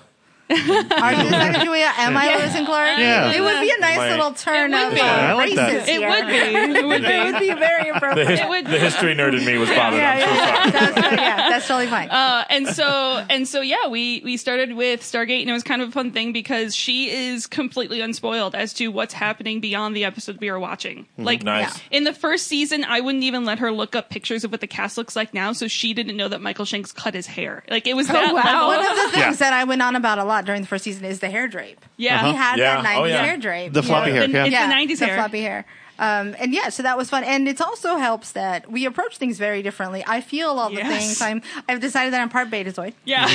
Speaker 4: Are you Sacagawea? Am I Lewis and Clark?
Speaker 2: Yeah.
Speaker 4: It would be a nice
Speaker 1: Right.
Speaker 4: little turn
Speaker 5: It would
Speaker 4: of
Speaker 5: be.
Speaker 4: uh,
Speaker 5: Yeah,
Speaker 2: I like that.
Speaker 4: races
Speaker 5: it
Speaker 4: here.
Speaker 5: would be. It would be.
Speaker 4: It would be very
Speaker 1: The,
Speaker 4: appropriate.
Speaker 1: his-
Speaker 5: It would-
Speaker 1: the history nerd in me was bothered.
Speaker 4: yeah,
Speaker 1: I'm so sorry.
Speaker 4: yeah, that's, yeah, that's totally fine.
Speaker 5: Uh, and so and so yeah we we started with stargate and it was kind of a fun thing because she is completely unspoiled as to what's happening beyond the episode we are watching like
Speaker 1: Hmm. Nice.
Speaker 5: in the first season i wouldn't even let her look up pictures of what the cast looks like now so she didn't know that michael shanks cut his hair like it was that level
Speaker 4: One of the
Speaker 2: Yeah.
Speaker 4: things that I went on about a lot during the first season is the hair drape.
Speaker 5: yeah
Speaker 2: Uh-huh.
Speaker 4: He had
Speaker 1: Yeah.
Speaker 4: that 90s
Speaker 1: Oh, yeah.
Speaker 4: hair drape.
Speaker 2: The floppy
Speaker 4: yeah.
Speaker 2: hair,
Speaker 5: And-
Speaker 2: yeah.
Speaker 5: and-
Speaker 4: yeah,
Speaker 5: the 90s
Speaker 4: the
Speaker 5: hair.
Speaker 4: floppy hair. Um, and yeah, so that was fun, and it also helps that we approach things very differently. I feel all the
Speaker 5: Yes.
Speaker 4: things. I'm. I've decided that I'm part Betazoid,
Speaker 5: yeah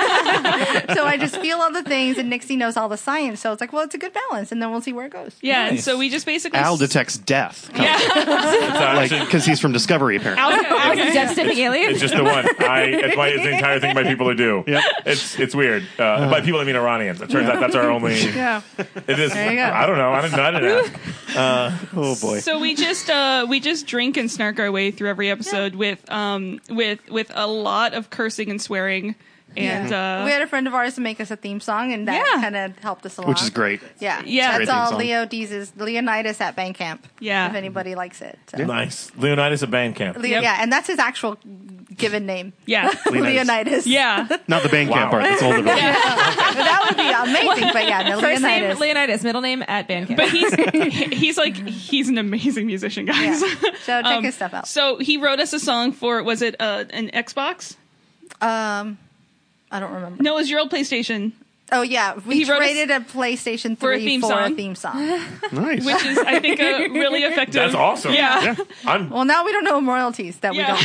Speaker 4: so I just feel all the things, and Nixie knows all the science. So it's like, well, it's a good balance, and then we'll see where it goes.
Speaker 5: yeah and so we just basically
Speaker 2: Al detects death,
Speaker 5: yeah
Speaker 1: It's, actually-
Speaker 2: because he's from Discovery, apparently.
Speaker 3: I was a death stepping alien.
Speaker 1: it's just the one. I it's, my, it's the entire thing my people are do.
Speaker 2: Yep.
Speaker 1: It's it's weird. Uh, by people I mean Iranians. It turns out that's our only.
Speaker 4: Yeah.
Speaker 1: It is.
Speaker 4: There you go.
Speaker 1: I don't know. I didn't. I didn't ask.
Speaker 2: oh boy.
Speaker 5: So we just uh, we just drink and snark our way through every episode with um with with a lot of cursing and swearing and uh,
Speaker 4: we had a friend of ours to make us a theme song, and that
Speaker 5: Yeah.
Speaker 4: kind of helped us along.
Speaker 2: Which is great.
Speaker 4: Yeah,
Speaker 5: Yeah. It's
Speaker 2: great
Speaker 4: That's
Speaker 5: a
Speaker 2: theme
Speaker 4: all
Speaker 2: song.
Speaker 4: Leo Deez's Leonidas at Bandcamp.
Speaker 5: Yeah.
Speaker 4: if anybody likes it. So.
Speaker 1: Nice. Leonidas at Bandcamp.
Speaker 4: Le-
Speaker 5: Yep.
Speaker 4: Yeah, and that's his actual given name.
Speaker 5: yeah
Speaker 2: Leonidas.
Speaker 4: Leonidas.
Speaker 5: yeah
Speaker 2: Not the Bandcamp
Speaker 1: Wow.
Speaker 2: part. That's older. than that.
Speaker 4: But that would be amazing. But yeah, no,
Speaker 3: First
Speaker 4: Leonidas.
Speaker 3: name Leonidas, middle name at Bandcamp.
Speaker 5: but he's he's like he's an amazing musician guys
Speaker 4: Yeah. So check his stuff out.
Speaker 5: um, so he wrote us a song for was it uh, an xbox
Speaker 4: Um, I don't remember.
Speaker 5: no it was your old playstation
Speaker 4: Oh yeah, we
Speaker 5: He wrote a s-
Speaker 4: traded a, PlayStation Three
Speaker 5: for a theme
Speaker 4: for
Speaker 5: song.
Speaker 4: a theme song.
Speaker 2: Nice.
Speaker 5: which is i think a really effective
Speaker 1: That's awesome.
Speaker 5: yeah,
Speaker 1: I'm.
Speaker 4: Well, now we don't know royalties that
Speaker 5: Yeah.
Speaker 4: we don't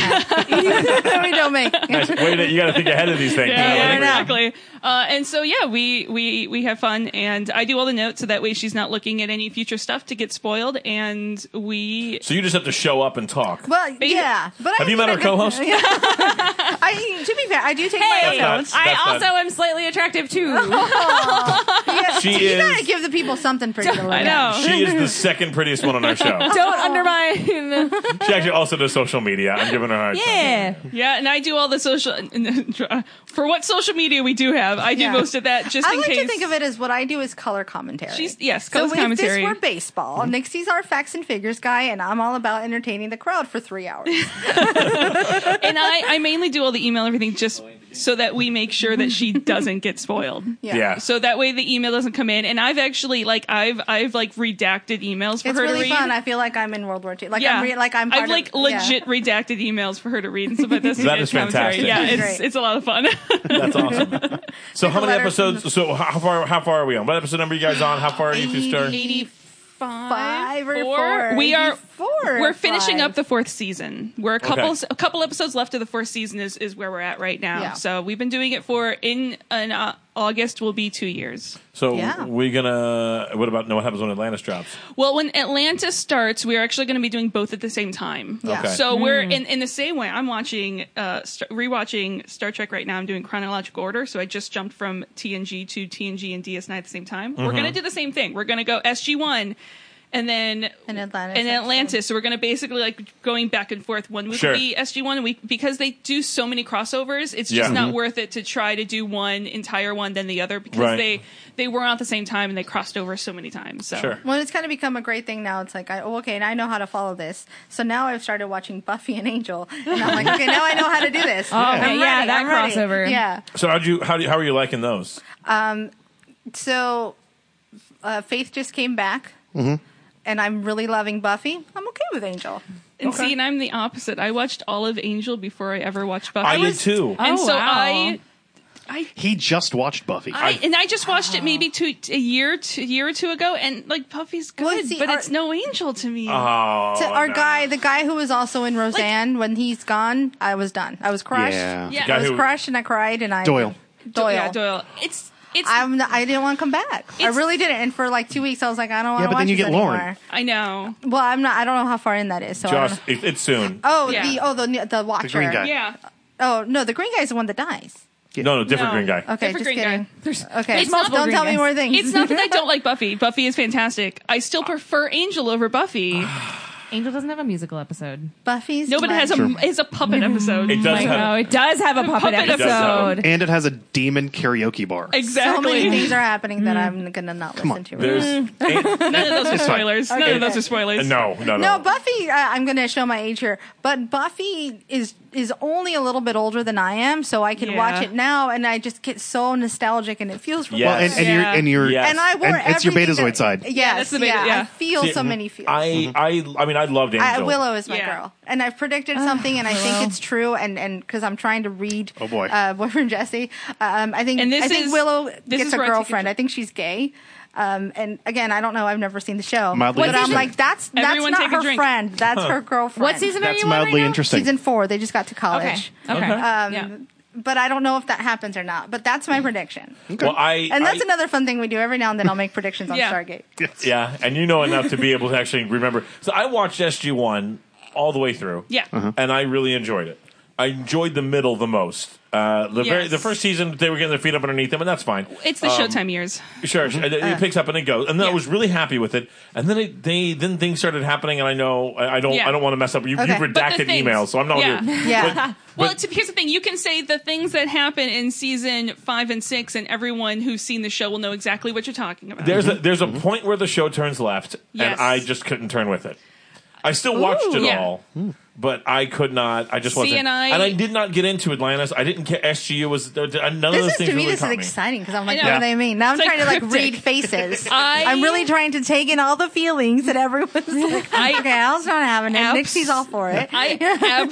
Speaker 4: have. that we don't make.
Speaker 1: Nice. Wait, you got to think ahead of these things.
Speaker 5: Yeah,
Speaker 1: Like,
Speaker 5: yeah,
Speaker 4: yeah.
Speaker 5: exactly. Uh, and so yeah, we we we have fun, and I do all the notes so that way she's not looking at any future stuff to get spoiled. And we
Speaker 1: So you just have to show up and talk.
Speaker 4: Well,
Speaker 5: Basi-
Speaker 4: yeah, but
Speaker 1: Have
Speaker 4: I
Speaker 1: you met
Speaker 4: think
Speaker 1: our
Speaker 4: I-
Speaker 1: co-host?
Speaker 4: I to be fair, I do
Speaker 3: Hey,
Speaker 4: take my own
Speaker 1: That's
Speaker 4: notes.
Speaker 1: not-
Speaker 3: I
Speaker 1: that's
Speaker 3: also
Speaker 1: not-
Speaker 3: am slightly attractive too.
Speaker 4: Yeah,
Speaker 1: She
Speaker 4: you gotta
Speaker 1: is-
Speaker 4: give the people something pretty to look
Speaker 5: I
Speaker 4: at.
Speaker 5: know.
Speaker 1: She is the second prettiest one on our show.
Speaker 3: Don't undermine.
Speaker 1: She actually also does social media. I'm giving her a hard time.
Speaker 3: Yeah.
Speaker 5: Yeah, and I do all the social for what social media we do have. I do
Speaker 4: Yeah.
Speaker 5: most of that just
Speaker 4: I
Speaker 5: in
Speaker 4: like
Speaker 5: case.
Speaker 4: to think of it as what I do is color commentary.
Speaker 5: She's- yes,
Speaker 4: so
Speaker 5: color
Speaker 4: if
Speaker 5: commentary.
Speaker 4: this were baseball,
Speaker 1: Mm-hmm.
Speaker 4: Nixie's our facts and figures guy, and I'm all about entertaining the crowd for three hours.
Speaker 5: and I, I mainly do all the email everything just so that we make sure that she doesn't get spoiled.
Speaker 1: Yeah.
Speaker 5: So that way the email doesn't come in. And I've actually like I've I've like redacted emails for
Speaker 4: It's
Speaker 5: her
Speaker 4: really
Speaker 5: to read.
Speaker 4: fun. I feel like I'm in World War II. Like I'm re- like I'm.
Speaker 5: I've
Speaker 4: part
Speaker 5: like
Speaker 4: of, yeah.
Speaker 5: legit redacted emails for her to read and stuff like this.
Speaker 1: That is
Speaker 5: Commentary.
Speaker 1: fantastic.
Speaker 5: Yeah,
Speaker 4: That's
Speaker 5: it's
Speaker 4: great.
Speaker 5: it's a lot of fun.
Speaker 1: That's awesome. so how
Speaker 4: a
Speaker 1: many
Speaker 4: letter from
Speaker 1: episodes? so how far? How far are we on? What episode number are you guys on? How far are you through Star?
Speaker 4: Five or four.
Speaker 5: We are
Speaker 4: Four or
Speaker 5: We're finishing
Speaker 4: five.
Speaker 5: up the fourth season. We're a couple
Speaker 1: Okay.
Speaker 5: a couple episodes left of the fourth season is is where we're at right now.
Speaker 4: Yeah.
Speaker 5: So we've been doing it for in in uh, August will be two years.
Speaker 1: So
Speaker 4: Yeah.
Speaker 1: we're gonna. What about no? What happens when Atlantis drops?
Speaker 5: Well, when Atlantis starts, we're actually going to be doing both at the same time.
Speaker 4: Yeah. Okay.
Speaker 5: So we're
Speaker 4: Hmm.
Speaker 5: in, in the same way. I'm watching, uh, st- rewatching Star Trek right now. I'm doing chronological order, so I just jumped from TNG to TNG and DS9 at the same time.
Speaker 1: Mm-hmm.
Speaker 5: We're going to do the same thing. We're going to go SG1. And then
Speaker 4: And Atlantis
Speaker 5: and
Speaker 4: next
Speaker 5: Atlantis. So we're going to basically like going back and forth. One week
Speaker 1: Sure.
Speaker 5: will be SG one week because they do so many crossovers. It's just
Speaker 1: Yeah. Mm-hmm.
Speaker 5: not worth it to try to do one entire one then the other because
Speaker 1: Right.
Speaker 5: they they were on at the same time and they crossed over so many times. So
Speaker 1: Sure.
Speaker 4: Well, it's kind of become a great thing now. It's like, I, oh, okay, and I know how to follow this. So now I've started watching Buffy and Angel, and I'm like, okay, now I know how to do this. Oh,
Speaker 3: okay, yeah, that crossover.
Speaker 4: Yeah.
Speaker 1: So how do you? How do you, How are you liking those?
Speaker 4: So uh, Faith just came back,
Speaker 2: Mm-hmm.
Speaker 4: and I'm really loving Buffy. I'm okay with Angel.
Speaker 5: And see, and I'm the opposite. I watched all of Angel before I ever watched Buffy.
Speaker 1: I did
Speaker 5: was-
Speaker 1: too.
Speaker 5: And
Speaker 3: Oh,
Speaker 5: so
Speaker 3: wow.
Speaker 5: I,
Speaker 2: He just watched Buffy.
Speaker 5: I, and I just watched it maybe two, a year, two, year or two ago, and like Buffy's good,
Speaker 4: Well, see,
Speaker 5: but
Speaker 4: our-
Speaker 5: it's no Angel to me.
Speaker 1: Oh,
Speaker 4: To our
Speaker 1: no.
Speaker 4: guy, the guy who was also in Roseanne, when he's gone, I was done. I was crushed.
Speaker 2: yeah.
Speaker 5: Yeah.
Speaker 1: Guy
Speaker 4: I was
Speaker 1: who-
Speaker 4: crushed, and I cried, and I
Speaker 2: Doyle.
Speaker 4: Doyle.
Speaker 5: Yeah, Doyle. It's it's. i
Speaker 4: I'm not, I didn't want to come back. I
Speaker 5: It's-
Speaker 4: really didn't. And for like two weeks, I was like, I don't want
Speaker 2: Yeah,
Speaker 4: to
Speaker 2: but
Speaker 4: watch
Speaker 2: then you
Speaker 4: this
Speaker 2: get Lauren.
Speaker 4: anymore.
Speaker 5: know.
Speaker 4: Well, I'm not. I don't know how far in that is. So I don't
Speaker 1: Josh,
Speaker 4: know.
Speaker 1: it, it's soon.
Speaker 4: Oh,
Speaker 5: Yeah.
Speaker 4: the oh the the watcher.
Speaker 2: green guy.
Speaker 5: Yeah.
Speaker 4: Oh no, the green guy is the one that dies.
Speaker 1: no, no, different
Speaker 5: No.
Speaker 1: green guy.
Speaker 4: Okay,
Speaker 5: Different
Speaker 4: just
Speaker 5: green
Speaker 4: kidding.
Speaker 5: guy.
Speaker 3: There's, uh,
Speaker 4: Okay,
Speaker 5: It's not-
Speaker 4: don't
Speaker 3: green
Speaker 4: tell
Speaker 3: guys.
Speaker 4: me more things.
Speaker 5: It's not that I don't like Buffy. Buffy is fantastic. I still prefer Angel over Buffy.
Speaker 3: Angel doesn't have a musical episode.
Speaker 4: Buffy's.
Speaker 5: No, but it has a
Speaker 2: Sure.
Speaker 5: is a puppet episode.
Speaker 1: It does
Speaker 3: I
Speaker 1: have.
Speaker 3: know it does have a puppet,
Speaker 5: puppet
Speaker 1: episode.
Speaker 3: episode.
Speaker 2: and it has a demon karaoke bar.
Speaker 4: so
Speaker 5: exactly.
Speaker 4: many things are happening that
Speaker 2: Mm-hmm.
Speaker 4: I'm gonna not listen to.
Speaker 1: There's ain't-
Speaker 5: None of those are
Speaker 2: fine.
Speaker 5: spoilers. None
Speaker 4: Okay.
Speaker 5: of those are spoilers.
Speaker 1: no, no, no.
Speaker 4: No, Buffy. Uh, I'm going to show my age here, but Buffy is is only a little bit older than I am, so I can
Speaker 5: Yeah.
Speaker 4: watch it now, and I just get so nostalgic, and it feels really
Speaker 1: Yes.
Speaker 4: good.
Speaker 2: Well, and, and you're
Speaker 5: Yeah.
Speaker 2: and you're
Speaker 1: Yes.
Speaker 4: And I wore
Speaker 2: and it's your
Speaker 4: everything
Speaker 2: Betazoid
Speaker 4: that-
Speaker 2: side. mm-hmm.
Speaker 4: Yes,
Speaker 5: that's the beta-
Speaker 4: yeah,
Speaker 5: yeah.
Speaker 4: I feel
Speaker 1: See,
Speaker 4: so many feels.
Speaker 1: mm-hmm. I, I, I mean, I loved Angel.
Speaker 4: I, Willow is my
Speaker 5: Yeah.
Speaker 4: girl, and I've predicted
Speaker 3: Ah,
Speaker 4: something, and I think it's true, and and because I'm trying to read,
Speaker 2: Oh, boy.
Speaker 4: uh, boyfriend Jesse. Um, I think
Speaker 5: And this
Speaker 4: I think
Speaker 5: is-
Speaker 4: Willow
Speaker 5: this
Speaker 4: gets
Speaker 5: is
Speaker 4: a
Speaker 5: where I take
Speaker 4: girlfriend.
Speaker 5: it-
Speaker 4: I think she's gay. Um, and again, I don't know. I've never seen the show,
Speaker 2: Mildly
Speaker 4: but I'm
Speaker 2: interesting.
Speaker 4: like, that's that's
Speaker 5: Everyone
Speaker 4: not
Speaker 5: take a
Speaker 4: her
Speaker 5: drink.
Speaker 4: friend. That's her girlfriend.
Speaker 3: What season are
Speaker 2: That's
Speaker 3: you on
Speaker 2: mildly
Speaker 3: right now?
Speaker 2: interesting.
Speaker 4: Season four. They just got to
Speaker 3: Okay. Uh,
Speaker 4: college.
Speaker 3: Okay.
Speaker 4: Um,
Speaker 5: Yeah.
Speaker 4: But I don't know if that happens or not. But that's my prediction.
Speaker 1: Well, I,
Speaker 4: And that's
Speaker 1: I-
Speaker 4: another fun thing we do every now and then. I'll make predictions on
Speaker 5: Yeah.
Speaker 4: Stargate.
Speaker 1: Yeah, and you know enough to be able to actually remember. So I watched SG One all the way through.
Speaker 5: Yeah.
Speaker 4: Mm-hmm.
Speaker 5: Uh-huh.
Speaker 1: and I really enjoyed it. I enjoyed the middle the most. Uh, the very
Speaker 5: Yes.
Speaker 1: the first season they were getting their feet up underneath them, and that's fine.
Speaker 5: It's the Showtime years.
Speaker 1: Sure, sure. It, it picks up and it goes, and then I
Speaker 5: Uh. Yeah.
Speaker 1: was really happy with it. And then it, they then things started happening, and I know I, I don't
Speaker 5: Yeah.
Speaker 1: I don't want to mess up. You,
Speaker 4: Okay.
Speaker 1: you
Speaker 4: But
Speaker 5: the
Speaker 1: redacted
Speaker 5: things-
Speaker 1: emails, so I'm not
Speaker 5: Yeah.
Speaker 1: here.
Speaker 4: Yeah.
Speaker 1: But-
Speaker 5: Well,
Speaker 1: but-
Speaker 5: it's, here's the thing: you can say the things that happen in season five and six, and everyone who's seen the show will know exactly what you're talking about.
Speaker 1: There's a there's a point where the show turns left,
Speaker 5: Mm-hmm. Yes.
Speaker 1: and I just couldn't turn with it. I still watched it
Speaker 5: Yeah.
Speaker 1: all, but I could not. I just
Speaker 5: See,
Speaker 1: wasn't.
Speaker 5: and I-
Speaker 1: did not get into Atlantis. I didn't care. SGU was there, none of those
Speaker 4: This is
Speaker 1: things
Speaker 4: to me,
Speaker 1: really
Speaker 4: this is
Speaker 1: caught me.
Speaker 4: exciting because I'm like,
Speaker 5: I
Speaker 4: what
Speaker 5: know.
Speaker 4: do they mean? Now I'm
Speaker 5: It's, like,
Speaker 4: trying to like
Speaker 5: cryptic.
Speaker 4: read faces.
Speaker 5: I-
Speaker 4: I'm really trying to take in all the feelings that everyone's like,
Speaker 5: I-
Speaker 4: okay, Al's not having it.
Speaker 5: Abs-
Speaker 4: Nixie's all for it.
Speaker 5: I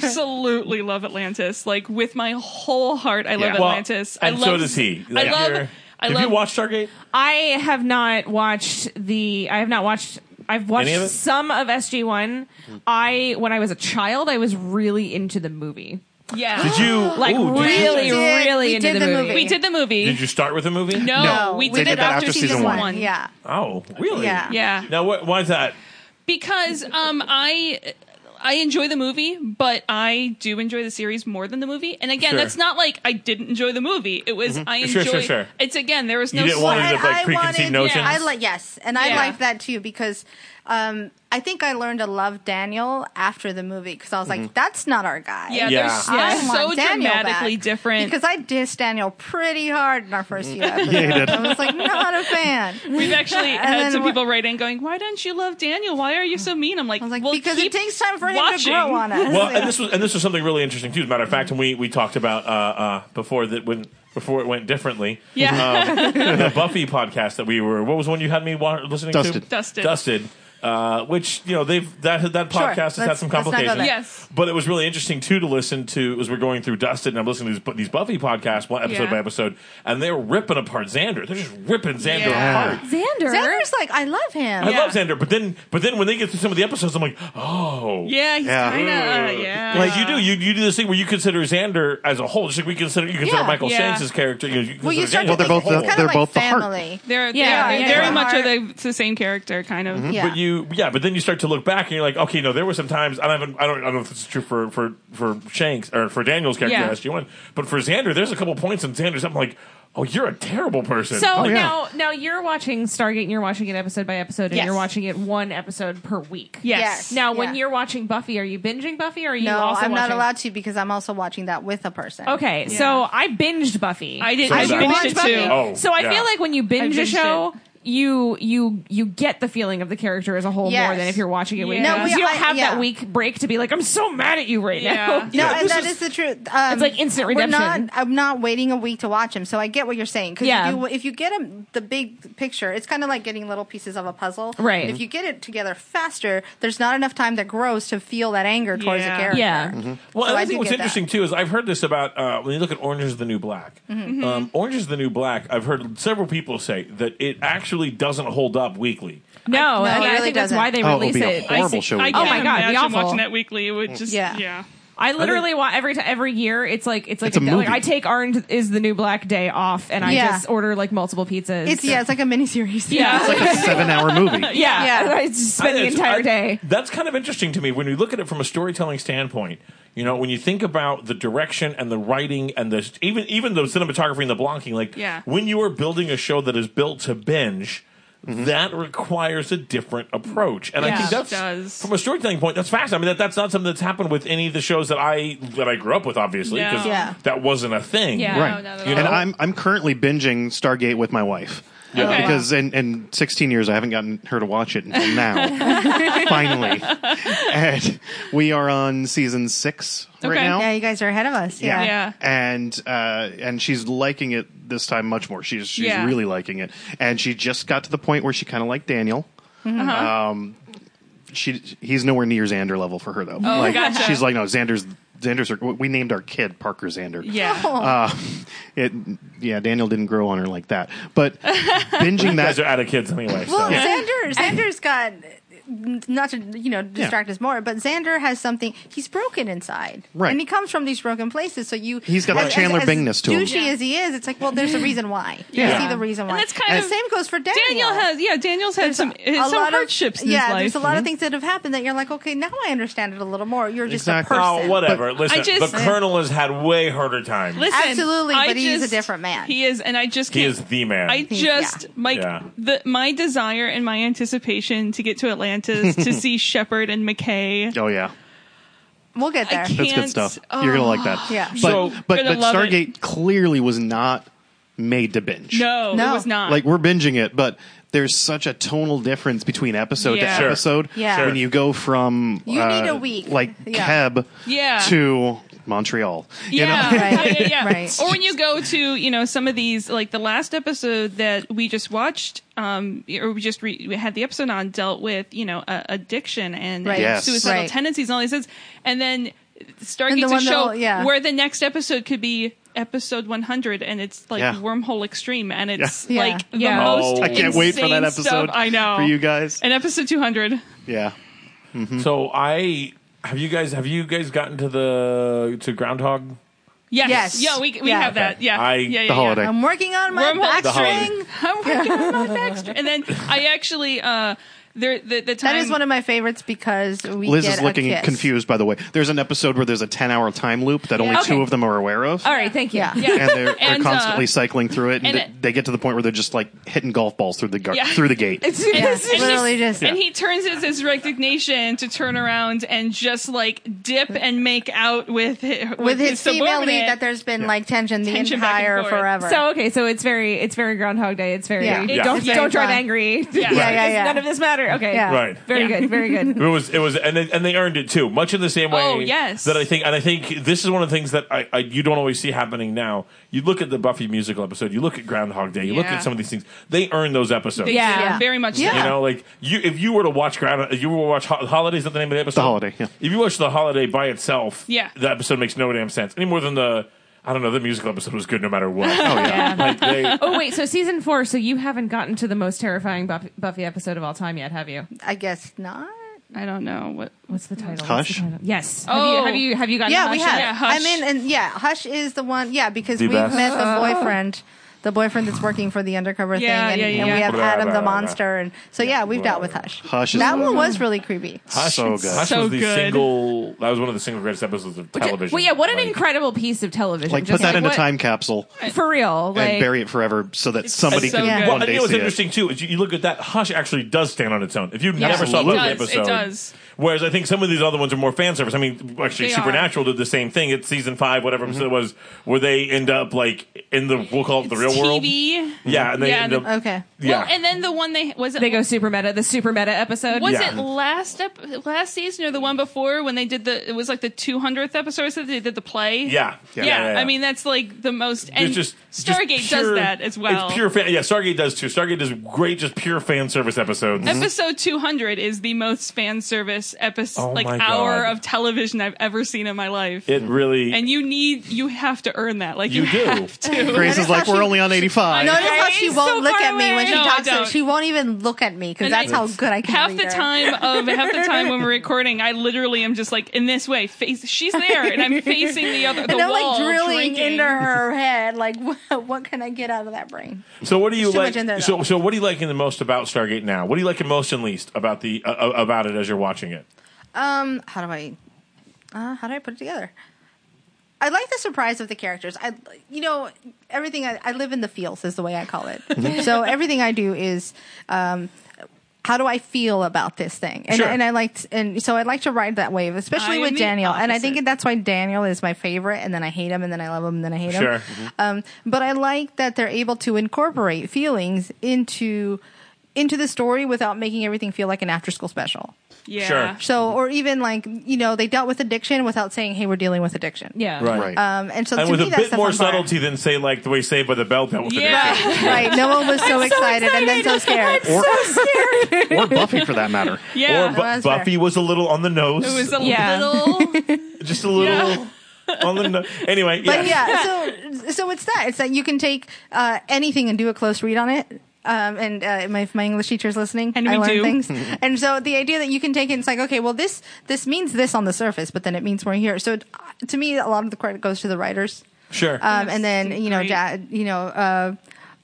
Speaker 5: absolutely love Atlantis. Like with my whole heart, I love
Speaker 2: Yeah.
Speaker 1: Well,
Speaker 5: Atlantis.
Speaker 1: and
Speaker 5: I love,
Speaker 1: so does he. Like,
Speaker 5: I love.
Speaker 1: you're-
Speaker 5: I
Speaker 1: Have
Speaker 5: love.
Speaker 1: you watched Stargate?
Speaker 3: I have not watched the. I have not watched. I've watched
Speaker 1: Any of it?
Speaker 3: some of SG One. I when I was a child, I was really into the movie.
Speaker 5: yeah.
Speaker 1: Did you
Speaker 3: Like
Speaker 1: ooh, did you-
Speaker 3: really,
Speaker 4: We did-
Speaker 3: really
Speaker 4: we
Speaker 3: into
Speaker 4: did
Speaker 3: the,
Speaker 4: the
Speaker 3: movie.
Speaker 4: movie.
Speaker 5: We did the movie.
Speaker 1: Did you start with a movie?
Speaker 5: No,
Speaker 4: No,
Speaker 5: we
Speaker 4: they
Speaker 5: did, it after, season, one.
Speaker 4: Yeah.
Speaker 1: Oh, really?
Speaker 4: Yeah.
Speaker 5: Yeah.
Speaker 1: Now, what, why is that?
Speaker 5: because um I I enjoy the movie, but I do enjoy the series more than the movie. And
Speaker 1: Sure.
Speaker 5: again,
Speaker 1: Mm-hmm.
Speaker 5: that's not like I didn't enjoy the movie. It was I
Speaker 1: Sure,
Speaker 5: enjoyed.
Speaker 1: sure, sure.
Speaker 5: It's again there was
Speaker 1: You
Speaker 5: no
Speaker 1: didn't
Speaker 5: slide.
Speaker 1: want it to, Oh, like, preconceived notions.
Speaker 4: I like yes, and I
Speaker 5: Yeah.
Speaker 4: like that too because um, I think I learned to love Daniel after the movie because I was like, that's not our guy.
Speaker 5: Yeah,
Speaker 1: Mm-hmm. Yeah.
Speaker 5: there's
Speaker 4: I
Speaker 5: yeah,
Speaker 4: want
Speaker 5: so
Speaker 4: Daniel
Speaker 5: dramatically
Speaker 4: back.
Speaker 5: different.
Speaker 4: Because I dissed Daniel pretty hard in our first few episodes. I was like, not a fan.
Speaker 5: We've actually
Speaker 4: And
Speaker 5: had
Speaker 4: then
Speaker 5: some
Speaker 4: what-
Speaker 5: people write in going, "Why don't you love Daniel? Why are you so mean?" I'm like,
Speaker 4: I was like,
Speaker 5: well,
Speaker 4: because
Speaker 5: keep
Speaker 4: it takes time for him to
Speaker 5: watching."
Speaker 4: grow on us.
Speaker 1: Well,
Speaker 4: Yeah.
Speaker 1: and this was and this was something really interesting too. As a matter of fact, and we we talked about uh, uh, before that when before it went differently. Um,
Speaker 5: Yeah.
Speaker 1: the Buffy podcast that we were. What was the one you had me wa- listening
Speaker 2: Dusted.
Speaker 1: to?
Speaker 5: Dusted.
Speaker 1: Dusted. Uh, which you know they've that that
Speaker 4: Sure,
Speaker 1: podcast has had
Speaker 4: let's-
Speaker 1: some
Speaker 4: let's not go
Speaker 1: complications.
Speaker 4: there.
Speaker 5: Yes.
Speaker 1: but it was really interesting too to listen to as we're going through Dusted, and I'm listening to these, these Buffy podcasts one episode
Speaker 5: Yeah.
Speaker 1: by episode, and they're ripping apart Xander. They're just ripping Xander
Speaker 5: Yeah.
Speaker 1: apart.
Speaker 3: Xander.
Speaker 4: Xander's like, I love him.
Speaker 1: I
Speaker 5: Yeah.
Speaker 1: love Xander, but then but then when they get through some of the episodes, I'm like, oh.
Speaker 5: yeah, he's
Speaker 2: Yeah.
Speaker 5: kind
Speaker 4: Uh,
Speaker 5: of yeah.
Speaker 1: Like you do, you you do this thing where you consider Xander as a whole, just like we consider you consider
Speaker 4: Yeah.
Speaker 1: Michael
Speaker 5: Yeah.
Speaker 1: Shane's character. You, know, you
Speaker 4: Well, you
Speaker 1: consider
Speaker 4: start
Speaker 1: Xander
Speaker 4: to
Speaker 2: Well,
Speaker 1: as a whole.
Speaker 2: they're both
Speaker 4: think it's
Speaker 2: the-
Speaker 4: kind
Speaker 2: they're
Speaker 4: of like
Speaker 2: both the heart.
Speaker 4: family.
Speaker 5: They're
Speaker 3: Yeah,
Speaker 5: yeah,
Speaker 3: yeah,
Speaker 5: very
Speaker 4: yeah.
Speaker 5: much are the, it's the same character kind of.
Speaker 4: Yeah.
Speaker 1: But you, yeah, but then you start to look back and you're like, okay, no, there were some times I don't, I don't, I don't know if this is true for for for Shanks or for Daniel's character
Speaker 5: Yeah.
Speaker 1: in SG One, but for Xander, there's a couple points in Xander's. I'm like, oh, you're a terrible person. Oh,
Speaker 3: So
Speaker 2: Oh, yeah.
Speaker 3: now, now you're watching Stargate, and you're watching it episode by episode, and
Speaker 4: Yes.
Speaker 3: you're watching it one episode per week.
Speaker 5: Yes.
Speaker 4: Yes.
Speaker 3: Now, when
Speaker 4: Yeah.
Speaker 3: you're watching Buffy, are you binging Buffy, or are you
Speaker 4: No,
Speaker 3: also
Speaker 4: I'm not
Speaker 3: watching-
Speaker 4: allowed to because I'm also watching that with a person.
Speaker 3: Okay, so I binged Buffy.
Speaker 5: I did.
Speaker 1: So
Speaker 5: I
Speaker 1: that-
Speaker 5: binged it
Speaker 4: Buffy.
Speaker 5: too.
Speaker 1: Oh,
Speaker 3: So I
Speaker 1: yeah.
Speaker 3: feel like when you binge
Speaker 5: I
Speaker 3: a
Speaker 5: binged
Speaker 3: show, you you you get the feeling of the character as a whole more
Speaker 4: Yes.
Speaker 3: than if you're watching it. week
Speaker 5: No,
Speaker 3: to
Speaker 5: we-
Speaker 3: week. you don't
Speaker 4: I-
Speaker 3: have
Speaker 4: yeah.
Speaker 3: that week break to be like, I'm so mad at you right
Speaker 5: Yeah.
Speaker 3: now.
Speaker 4: No,
Speaker 1: Yeah.
Speaker 4: and
Speaker 1: This
Speaker 4: that
Speaker 1: is-
Speaker 4: is, the truth. Um,
Speaker 3: It's like instant
Speaker 4: We're
Speaker 3: redemption.
Speaker 4: not, I'm not waiting a week to watch him, so I get what you're saying. Because
Speaker 3: Yeah.
Speaker 4: if, you, if you get 'em the big picture, it's kind of like getting little pieces of a puzzle.
Speaker 3: Right.
Speaker 4: If you get it together faster, there's not enough time that grows to feel that anger towards
Speaker 5: Yeah.
Speaker 4: the character.
Speaker 3: Yeah.
Speaker 2: Mm-hmm.
Speaker 1: Well, and
Speaker 4: So
Speaker 1: I,
Speaker 4: oh, I
Speaker 1: think
Speaker 4: do
Speaker 1: what's
Speaker 4: get that.
Speaker 1: interesting too is I've heard this about uh, when you look at Orange is the New Black.
Speaker 4: Mm-hmm.
Speaker 1: Um, Orange is the New Black. I've heard several people say that it actually doesn't hold up weekly.
Speaker 3: No,
Speaker 4: No,
Speaker 3: and
Speaker 4: it
Speaker 3: I
Speaker 4: really
Speaker 3: think that's
Speaker 4: doesn't.
Speaker 3: why they
Speaker 2: Oh, it'll
Speaker 3: release
Speaker 2: be a
Speaker 3: it.
Speaker 2: whole- Horrible
Speaker 5: I,
Speaker 2: show
Speaker 5: I
Speaker 2: we
Speaker 5: can't
Speaker 3: did. Oh my God, it'd be
Speaker 5: imagine
Speaker 3: awful.
Speaker 5: watching that weekly. It would just yeah.
Speaker 4: Yeah.
Speaker 3: I literally want every t- every year. It's like it's like,
Speaker 2: It's a
Speaker 3: a d- like,
Speaker 2: movie.
Speaker 3: I take Orange is the New Black day off, and I
Speaker 4: Yeah.
Speaker 3: just order like multiple pizzas.
Speaker 4: It's yeah, it's like a miniseries.
Speaker 5: Yeah.
Speaker 2: It's like a seven-hour movie.
Speaker 3: yeah,
Speaker 4: Yeah.
Speaker 3: I just spend the
Speaker 1: It's-
Speaker 3: entire
Speaker 1: I-
Speaker 3: day.
Speaker 1: That's kind of interesting to me when you look at it from a storytelling standpoint. You know, when you think about the direction and the writing and the even even the cinematography and the blocking, like
Speaker 5: Yeah.
Speaker 1: when you are building a show that is built to binge,
Speaker 2: Mm-hmm.
Speaker 1: that requires a different approach. And I
Speaker 5: Yeah,
Speaker 1: think
Speaker 5: it
Speaker 1: that's
Speaker 5: does.
Speaker 1: from a storytelling point, that's fascinating. I mean, that, that's not something that's happened with any of the shows that I that I grew up with, obviously,
Speaker 5: No.
Speaker 1: because
Speaker 4: Yeah.
Speaker 1: that wasn't a thing.
Speaker 5: Yeah.
Speaker 2: Right.
Speaker 5: No, Oh, not at
Speaker 2: and
Speaker 5: all.
Speaker 2: I'm I'm currently binging Stargate with my wife.
Speaker 1: Yeah.
Speaker 5: Okay.
Speaker 2: Because in, in 16 years, I haven't gotten her to watch it until now. Finally. And we are on season six right
Speaker 5: Okay.
Speaker 2: now.
Speaker 4: Yeah, you guys are ahead of us. Yeah.
Speaker 5: Yeah.
Speaker 2: And uh, and she's liking it this time much more. She's she's
Speaker 5: Yeah.
Speaker 2: really liking it. And she just got to the point where she kind of liked Daniel.
Speaker 5: Mm-hmm.
Speaker 4: Uh-huh.
Speaker 2: Um, she he's nowhere near Xander level for her though. Oh, like,
Speaker 5: gotcha.
Speaker 2: She's like, no, Xander's Xander's. Her, we named our kid Parker Xander
Speaker 5: yeah.
Speaker 4: Oh,
Speaker 2: Uh, Um, it yeah daniel didn't grow on her like that but binging
Speaker 1: You guys are
Speaker 2: that
Speaker 1: out of kids anyway. so.
Speaker 4: well, Xander, Xander's got not to you know distract us more, but Xander has something. He's broken inside,
Speaker 2: Right.
Speaker 4: And he comes from these broken places, so you
Speaker 2: He's got the Chandler
Speaker 4: as,
Speaker 2: Bingness to him.
Speaker 4: douchey as he is, it's like, well, there's a reason why.
Speaker 2: Yeah.
Speaker 4: You see the reason why.
Speaker 5: And that's kind
Speaker 4: the
Speaker 5: of-
Speaker 4: same goes for Daniel.
Speaker 5: Daniel has yeah. Daniel's had some
Speaker 4: a
Speaker 5: some
Speaker 4: lot of-
Speaker 5: hardships in
Speaker 4: yeah,
Speaker 5: his
Speaker 4: there's a
Speaker 5: life.
Speaker 4: lot of things that have happened that you're like, okay, now I understand it a little more. You're just
Speaker 2: Exactly.
Speaker 4: a
Speaker 1: oh,
Speaker 4: person.
Speaker 1: whatever. Listen,
Speaker 5: I just-
Speaker 1: the Colonel has had way harder time.
Speaker 5: Listen,
Speaker 4: Absolutely,
Speaker 5: I
Speaker 4: but he's a
Speaker 5: just-
Speaker 4: different man.
Speaker 5: He is, and I just
Speaker 1: He
Speaker 5: can't-
Speaker 1: is the man.
Speaker 5: I just my
Speaker 1: Yeah.
Speaker 5: the my desire and my anticipation to get to Atlantis to see Shepard and McKay.
Speaker 2: oh yeah
Speaker 4: We'll get there.
Speaker 5: I can't-
Speaker 2: that's good stuff
Speaker 5: Oh.
Speaker 2: you're gonna like that
Speaker 4: Yeah.
Speaker 2: but
Speaker 1: So-
Speaker 2: but,
Speaker 5: Gonna
Speaker 2: but
Speaker 5: love it.
Speaker 2: stargate clearly was not made to binge
Speaker 5: No,
Speaker 4: No.
Speaker 5: it was not.
Speaker 2: like we're binging it but there's such a tonal difference between episode
Speaker 5: Yeah.
Speaker 2: to
Speaker 5: Sure.
Speaker 2: episode
Speaker 4: Yeah. Sure.
Speaker 2: when you go from
Speaker 4: You
Speaker 2: uh,
Speaker 4: need a week.
Speaker 2: like
Speaker 4: Yeah.
Speaker 2: keb
Speaker 5: Yeah.
Speaker 2: to montreal you know?
Speaker 5: yeah,
Speaker 4: Right.
Speaker 5: yeah, yeah, yeah.
Speaker 4: Right.
Speaker 5: Or when you go to you know some of these, like the last episode that we just watched, um, or we just re- we had the episode on dealt with you know uh, addiction and
Speaker 4: Right.
Speaker 2: Yes.
Speaker 5: suicidal
Speaker 4: Right.
Speaker 5: tendencies and all these things, and then starting
Speaker 4: And the
Speaker 5: to
Speaker 4: one
Speaker 5: show
Speaker 4: that'll- yeah.
Speaker 5: where the next episode could be episode 100 and it's like
Speaker 2: Yeah.
Speaker 5: wormhole extreme and it's
Speaker 4: Yeah.
Speaker 5: like the
Speaker 3: Yeah.
Speaker 5: most
Speaker 1: Oh.
Speaker 2: i can't wait for
Speaker 5: insane
Speaker 2: that episode
Speaker 5: stuff. i know
Speaker 2: for you guys
Speaker 5: and episode 200
Speaker 2: yeah
Speaker 1: So I have you guys have you guys gotten to the to Groundhog?
Speaker 5: yes,
Speaker 4: Yes.
Speaker 5: yeah we, we
Speaker 4: Yeah.
Speaker 5: have that
Speaker 1: Okay.
Speaker 5: yeah
Speaker 1: I-
Speaker 5: yeah, yeah,
Speaker 1: The
Speaker 5: yeah.
Speaker 2: holiday.
Speaker 4: I'm working on my
Speaker 5: Wormhole
Speaker 4: back
Speaker 5: The
Speaker 1: holiday.
Speaker 4: string.
Speaker 5: I'm working on my backstreet. And then I actually, uh, there the, the time
Speaker 4: That is one of my favorites because we
Speaker 2: Liz
Speaker 4: get
Speaker 2: is
Speaker 4: a
Speaker 2: looking
Speaker 4: kiss.
Speaker 2: confused, by the way. There's an episode where there's a 10 hour time loop that only
Speaker 5: Yeah.
Speaker 2: two
Speaker 3: Okay.
Speaker 2: of them are aware of.
Speaker 3: All right, thank you.
Speaker 4: Yeah.
Speaker 5: Yeah.
Speaker 2: and they're, they're
Speaker 5: And, uh,
Speaker 2: constantly cycling through it, and,
Speaker 5: and
Speaker 2: th-
Speaker 5: it-
Speaker 2: they get to the point where they're just like hitting golf balls through the gar-
Speaker 5: Yeah.
Speaker 2: through the gate.
Speaker 3: It's,
Speaker 4: Yeah,
Speaker 3: it's just-
Speaker 4: literally just
Speaker 5: and he turns his, his resignation to turn around and just like dip and make out with his, with,
Speaker 4: with
Speaker 5: his,
Speaker 4: his female lead
Speaker 5: subordinate.
Speaker 4: that there's been like tension the
Speaker 5: Tension back and
Speaker 4: entire
Speaker 5: forth.
Speaker 4: forever.
Speaker 3: so okay, so it's very it's very Groundhog Day. It's very
Speaker 4: Yeah.
Speaker 1: Yeah.
Speaker 3: don't
Speaker 1: It's
Speaker 4: very
Speaker 3: don't drive
Speaker 4: fun.
Speaker 3: angry.
Speaker 5: Yeah.
Speaker 4: yeah, yeah, yeah.
Speaker 3: None of this water. Okay.
Speaker 4: Yeah.
Speaker 1: Right.
Speaker 3: Very good. Very good.
Speaker 1: It was it was and they, and they earned it too, much in the same way.
Speaker 5: Oh, yes.
Speaker 1: That I think and I think this is one of the things that I, I you don't always see happening now. You look at the Buffy musical episode, you look at Groundhog Day, you look
Speaker 5: Yeah.
Speaker 1: at some of these things. They earn those episodes.
Speaker 3: Yeah.
Speaker 5: very much. so.
Speaker 4: Yeah.
Speaker 1: You know, like you if you were to watch Ground, you were to watch Ho- Holidays. Not the name of the episode.
Speaker 2: The Holiday, yeah.
Speaker 1: If you watch the Holiday by itself,
Speaker 5: Yeah.
Speaker 1: the episode makes no damn sense any more than the. I don't know. The musical episode was good no matter what.
Speaker 3: Yeah.
Speaker 1: Like they,
Speaker 3: Oh wait, so season four. So you haven't gotten to the most terrifying Buffy, Buffy episode of all time yet, have you?
Speaker 4: I guess not.
Speaker 5: I don't know what.
Speaker 3: What's the title? What's the
Speaker 2: Hush?
Speaker 3: title? Yes.
Speaker 5: Oh.
Speaker 3: Have you have you have you gotten?
Speaker 4: Yeah,
Speaker 3: Hush
Speaker 4: we
Speaker 3: yet?
Speaker 4: have.
Speaker 5: Yeah,
Speaker 4: I
Speaker 5: Hush. Oh.
Speaker 4: mean, and yeah, Hush is the one. Yeah, because
Speaker 1: The
Speaker 4: we've
Speaker 1: best.
Speaker 4: met the boyfriend, the boyfriend that's working for the undercover
Speaker 5: Yeah,
Speaker 4: thing, and,
Speaker 5: yeah,
Speaker 4: and
Speaker 5: yeah.
Speaker 4: we have
Speaker 1: Blah,
Speaker 4: Adam
Speaker 1: blah,
Speaker 4: the
Speaker 1: blah, blah.
Speaker 4: monster, and so yeah, we've dealt with Hush.
Speaker 2: Hush is
Speaker 4: that
Speaker 2: the-
Speaker 4: one was really creepy.
Speaker 1: Hush,
Speaker 2: So good.
Speaker 1: Hush
Speaker 5: So
Speaker 1: was the
Speaker 5: good.
Speaker 1: single. That was one of the single greatest episodes of television.
Speaker 3: Well, yeah. What an
Speaker 1: Like,
Speaker 3: incredible piece of television.
Speaker 2: Like, put
Speaker 3: Just
Speaker 2: that in a
Speaker 3: what-
Speaker 2: time capsule
Speaker 3: for real. Like,
Speaker 2: and bury it forever so that somebody
Speaker 5: so
Speaker 2: can
Speaker 1: Well,
Speaker 5: good.
Speaker 2: one
Speaker 1: I
Speaker 2: day
Speaker 1: think what's
Speaker 2: see it.
Speaker 1: interesting too is you, you look at that Hush actually does stand on its own. If you never saw
Speaker 2: Absolutely.
Speaker 1: Buffy
Speaker 5: It does, it
Speaker 1: episode,
Speaker 5: does.
Speaker 1: Whereas I think some of these other ones are more fan service. I mean, actually,
Speaker 5: They are. Mm-hmm.
Speaker 1: Supernatural did the same thing. It's season five, whatever episode it was, where they end up like in the we'll call it the real
Speaker 5: TV.
Speaker 1: world. Yeah, and they
Speaker 5: Yeah,
Speaker 1: end
Speaker 5: the-
Speaker 1: up
Speaker 4: Okay.
Speaker 1: yeah.
Speaker 5: Well, and then the one they was it
Speaker 3: they go super meta. The super meta episode.
Speaker 5: Was
Speaker 1: Yeah.
Speaker 5: it last ep- last season or the one before when they did the? It was like the two hundredth episode. So they did the play.
Speaker 1: Yeah.
Speaker 5: Yeah.
Speaker 1: Yeah, yeah, yeah.
Speaker 5: I mean, that's like the most. And
Speaker 1: it's just
Speaker 5: Stargate
Speaker 1: just pure-
Speaker 5: does that as well.
Speaker 1: It's pure fan. Yeah, Stargate does too. Stargate does great, just pure fan service episodes.
Speaker 5: Episode 200 is the most fan service episode,
Speaker 1: Oh
Speaker 5: like
Speaker 1: my
Speaker 5: hour
Speaker 1: God.
Speaker 5: of television I've ever seen in my life.
Speaker 1: It really
Speaker 5: and you need, you have to earn that. Like
Speaker 1: You
Speaker 5: you,
Speaker 1: do.
Speaker 5: have to.
Speaker 2: Grace is
Speaker 4: Notice how
Speaker 2: like, we're
Speaker 4: she-
Speaker 2: only on 85.
Speaker 4: Notice how
Speaker 5: Right?
Speaker 4: she
Speaker 5: It's
Speaker 4: won't
Speaker 5: so
Speaker 4: look
Speaker 5: far
Speaker 4: at me when
Speaker 5: away.
Speaker 4: she
Speaker 5: No, I
Speaker 4: talks. to-
Speaker 5: don't.
Speaker 4: She won't even look at me because
Speaker 5: And I-
Speaker 4: that's how good I can
Speaker 5: half
Speaker 4: read
Speaker 5: the
Speaker 4: her.
Speaker 5: time of half the time when we're recording, I literally am just like in this way. Face, she's there, and I'm facing the other the
Speaker 4: And I'm
Speaker 5: wall,
Speaker 4: like drilling
Speaker 5: drinking.
Speaker 4: into her head, like what, what can I get out of that brain?
Speaker 1: So what do you
Speaker 4: There's too
Speaker 1: like?
Speaker 4: much in there,
Speaker 1: so
Speaker 4: though.
Speaker 1: so what are you liking the most about Stargate now? What do you like most and least about the uh, uh, about it as you're watching it?
Speaker 4: Um, how do I, uh, how do I put it together? I like the surprise of the characters. I, you know, everything I, I live in the feels is the way I call
Speaker 1: Mhm.
Speaker 4: it. so everything I do is, um, how do I feel about this thing? And,
Speaker 1: Sure.
Speaker 4: and I liked, and so I like to ride that wave,
Speaker 5: I
Speaker 4: especially
Speaker 5: am
Speaker 4: with
Speaker 5: the
Speaker 4: Daniel. And I
Speaker 5: opposite.
Speaker 4: think that's why Daniel is my favorite. And then I hate him, and then I love him, and then I hate
Speaker 1: Sure.
Speaker 4: him. Um, but I like that they're able to incorporate feelings into into the story without making everything feel like an after school special.
Speaker 5: Yeah.
Speaker 1: Sure.
Speaker 4: So, or even like you know, they dealt with addiction without saying, "Hey, we're dealing with addiction."
Speaker 3: Yeah.
Speaker 2: Right.
Speaker 4: Um, and so
Speaker 1: And
Speaker 4: to
Speaker 1: with
Speaker 4: me,
Speaker 1: a
Speaker 4: that's
Speaker 1: bit
Speaker 4: the
Speaker 1: more
Speaker 4: fun part.
Speaker 1: subtlety than say like the way Saved by the Bell dealt with
Speaker 5: Yeah.
Speaker 1: addiction.
Speaker 4: right? No one was so, excited, and then so scared.
Speaker 2: or, or Buffy, for that matter.
Speaker 5: Yeah.
Speaker 1: Or Bu-
Speaker 4: that's fair.
Speaker 1: Buffy was a little on the nose,
Speaker 5: it was a
Speaker 3: Yeah.
Speaker 5: little.
Speaker 1: just a little on the nose. Anyway,
Speaker 4: But
Speaker 1: yeah.
Speaker 4: yeah, so so it's that. It's that you can take uh, anything and do a close read on it. Um, and uh, my my English teacher's listening,
Speaker 5: And
Speaker 4: I
Speaker 5: we
Speaker 4: learn
Speaker 5: do.
Speaker 4: things. and so the idea that you can take it, it's like, okay, well this this means this on the surface, but then it means we're here. So it, to me, a lot of the credit goes to the writers.
Speaker 1: sure.
Speaker 4: Um,
Speaker 5: Yes,
Speaker 4: and then
Speaker 5: it's
Speaker 4: you know,
Speaker 5: great.
Speaker 4: ja, you know, uh,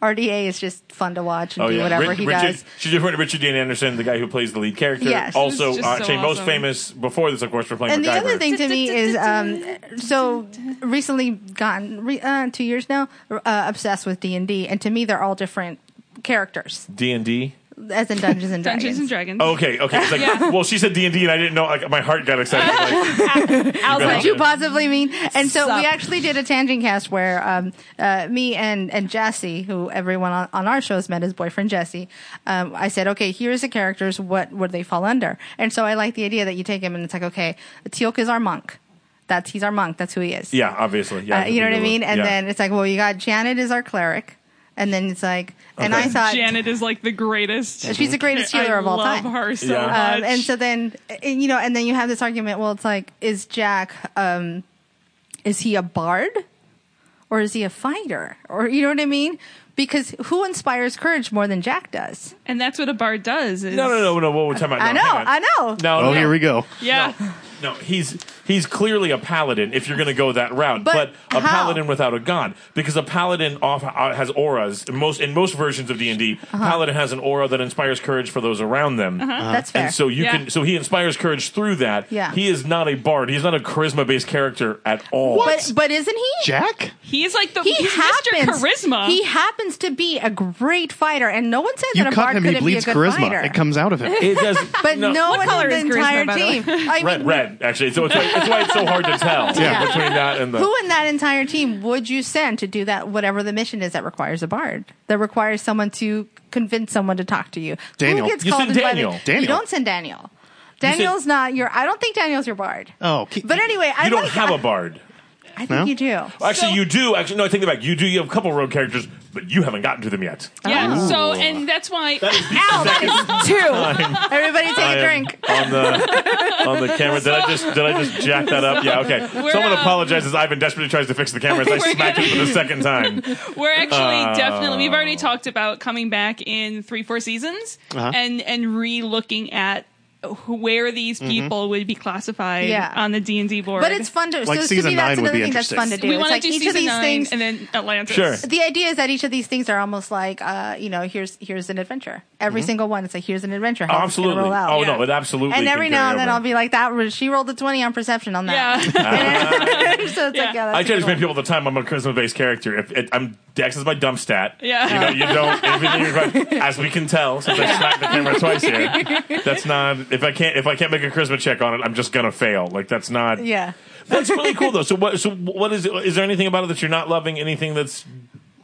Speaker 4: RDA is just fun to watch and do whatever
Speaker 1: Oh, Rich-
Speaker 4: he
Speaker 1: Richard,
Speaker 4: does.
Speaker 1: She's different. Richard Dean Anderson, the guy who plays the lead character,
Speaker 4: Yes.
Speaker 1: also
Speaker 5: It's
Speaker 1: uh,
Speaker 5: just so
Speaker 1: Shane, most
Speaker 5: awesome.
Speaker 1: famous before this, of course, for playing
Speaker 4: And the
Speaker 1: MacGyver.
Speaker 4: other thing to me is, um, so recently gotten re, uh, two years now uh, obsessed with D and D, and to me they're all different characters,
Speaker 1: D and D. Oh,
Speaker 4: as in Dungeons and Dragons.
Speaker 5: Dungeons and Dragons.
Speaker 4: Oh,
Speaker 1: Okay, okay. It's like, well, she said D and D, and I didn't know. Like, my heart got excited. Like,
Speaker 3: I was
Speaker 1: Right.
Speaker 3: like,
Speaker 4: Could you possibly mean? And so
Speaker 3: Sup.
Speaker 4: we actually did a tangent cast where um, uh, me and and Jesse, who everyone on, on our shows met as boyfriend Jesse, um, I said, okay, here's the characters. What would they fall under? And so I like the idea that you take him and it's like, okay, Teal'c is our monk. That's he's our monk. That's who he is.
Speaker 1: yeah, obviously. Yeah,
Speaker 4: Uh, you know what I mean? And
Speaker 1: Yeah.
Speaker 4: then it's like, well, you got Janet is our cleric, and then it's like, and
Speaker 1: Okay.
Speaker 4: I thought
Speaker 5: Janet is like the greatest.
Speaker 4: she's the greatest
Speaker 5: I
Speaker 4: healer of all
Speaker 5: love
Speaker 4: time.
Speaker 5: her so
Speaker 1: Yeah.
Speaker 5: much.
Speaker 4: Um, and so then, uh, you know, and then you have this argument. Well, it's like, is Jack, um, is he a bard, or is he a fighter, or you know what I mean? Because who inspires courage more than Jack does?
Speaker 5: And that's what a bard does. Is,
Speaker 1: no, no, no, no. What we're talking about?
Speaker 4: I
Speaker 1: no,
Speaker 4: know,
Speaker 1: hang on.
Speaker 4: I know.
Speaker 1: No,
Speaker 2: Oh,
Speaker 1: no,
Speaker 2: here
Speaker 1: no.
Speaker 2: we go.
Speaker 5: Yeah.
Speaker 1: No, he's he's clearly a paladin if you're going to go that route, but,
Speaker 4: But
Speaker 1: a
Speaker 4: how?
Speaker 1: paladin without a god because a paladin off uh, has auras. In most in most versions of D and D,
Speaker 4: Uh-huh.
Speaker 1: paladin has an aura that inspires courage for those around them.
Speaker 2: Uh,
Speaker 4: That's Uh-huh. fair.
Speaker 1: And so you
Speaker 5: Yeah.
Speaker 1: can so he inspires courage through that.
Speaker 4: Yeah.
Speaker 1: He is not a bard. He's not a charisma based character at all.
Speaker 4: but but isn't he?
Speaker 2: Jack?
Speaker 5: He's like the
Speaker 4: He
Speaker 5: he's
Speaker 4: happens.
Speaker 5: Mr. Charisma.
Speaker 4: He happens to be a great fighter, and no one says
Speaker 2: You
Speaker 4: that a
Speaker 2: cut
Speaker 4: bard
Speaker 2: him, he
Speaker 4: couldn't be a
Speaker 2: bleeds
Speaker 4: good
Speaker 2: charisma.
Speaker 4: fighter.
Speaker 2: It comes out of him.
Speaker 1: It does
Speaker 4: But no, one
Speaker 3: color
Speaker 4: in
Speaker 3: is
Speaker 4: the
Speaker 3: charisma,
Speaker 4: entire
Speaker 3: by the way?
Speaker 4: team. I mean,
Speaker 1: Red, red. dead, actually. So it's why, it's why it's so hard to tell
Speaker 2: Yeah.
Speaker 1: between that and the.
Speaker 4: Who in that entire team would you send to do that? Whatever the mission is that requires a bard, that requires someone to convince someone to talk to you.
Speaker 2: Daniel.
Speaker 4: Who gets
Speaker 1: You
Speaker 4: called
Speaker 1: send
Speaker 4: and invited?
Speaker 1: Daniel.
Speaker 4: You
Speaker 2: Daniel.
Speaker 4: don't send Daniel. Daniel's not your. I don't think Daniel's your bard.
Speaker 2: Oh, keep-
Speaker 4: but anyway, I
Speaker 1: you don't
Speaker 4: like-
Speaker 1: have
Speaker 4: I-
Speaker 1: a bard.
Speaker 4: I think
Speaker 2: No?
Speaker 4: you do.
Speaker 1: Actually,
Speaker 5: So-
Speaker 1: you do. Actually, no, I take that back. You do. You have a couple rogue characters, but you haven't gotten to them yet.
Speaker 5: Yeah. So and that's why
Speaker 4: Ow, that is two. Everybody take
Speaker 1: I
Speaker 4: a
Speaker 1: am
Speaker 4: drink.
Speaker 1: on the on the camera. Did I just did I just jack that up? Yeah, okay. Someone
Speaker 5: uh,
Speaker 1: apologizes. Ivan desperately tries to fix the camera as I
Speaker 5: We're
Speaker 1: smack
Speaker 5: gonna-
Speaker 1: it for the second time.
Speaker 5: We're actually
Speaker 4: Ah.
Speaker 1: Oh.
Speaker 5: definitely. We've already talked about coming back in three, four seasons,
Speaker 2: Uh-huh.
Speaker 5: and and re-looking at wh- where these people would be classified
Speaker 4: Mm-hmm. Yeah.
Speaker 5: on the D and D board.
Speaker 4: But it's fun to.
Speaker 2: Like
Speaker 4: so to
Speaker 2: season
Speaker 4: me, that's
Speaker 2: nine would
Speaker 4: another
Speaker 2: be
Speaker 4: thing that's fun to
Speaker 2: interesting.
Speaker 4: do.
Speaker 5: we
Speaker 4: it's
Speaker 5: want
Speaker 4: like
Speaker 5: to do
Speaker 4: each of
Speaker 5: season
Speaker 4: these
Speaker 5: nine
Speaker 4: things.
Speaker 5: and then Atlantis.
Speaker 1: Sure.
Speaker 4: the idea is that each of these things are almost like, uh, you know, here's here's an adventure. Every single one, it's like here's an adventure. How's this gonna
Speaker 1: Absolutely.
Speaker 4: roll out?
Speaker 1: Oh
Speaker 5: Yeah.
Speaker 1: no, it absolutely.
Speaker 4: and
Speaker 1: can
Speaker 4: every now
Speaker 1: carry
Speaker 4: and then
Speaker 1: over.
Speaker 4: I'll be like, "That was- she rolled a twenty on perception on that."
Speaker 5: Yeah.
Speaker 4: so it's like, yeah, that's
Speaker 1: I try to
Speaker 4: a good
Speaker 1: explain
Speaker 4: one.
Speaker 1: to people all the time I'm a charisma based character. If it, I'm Dex is my dump stat.
Speaker 5: Yeah.
Speaker 1: You know, you don't everything you require- as we can tell, since I smacked the camera twice here. That's not if I can't if I can't make a charisma check on it, I'm just gonna fail. Like that's not
Speaker 4: Yeah.
Speaker 1: That's really cool though. So what so what is it is there anything about it that you're not loving? Anything that's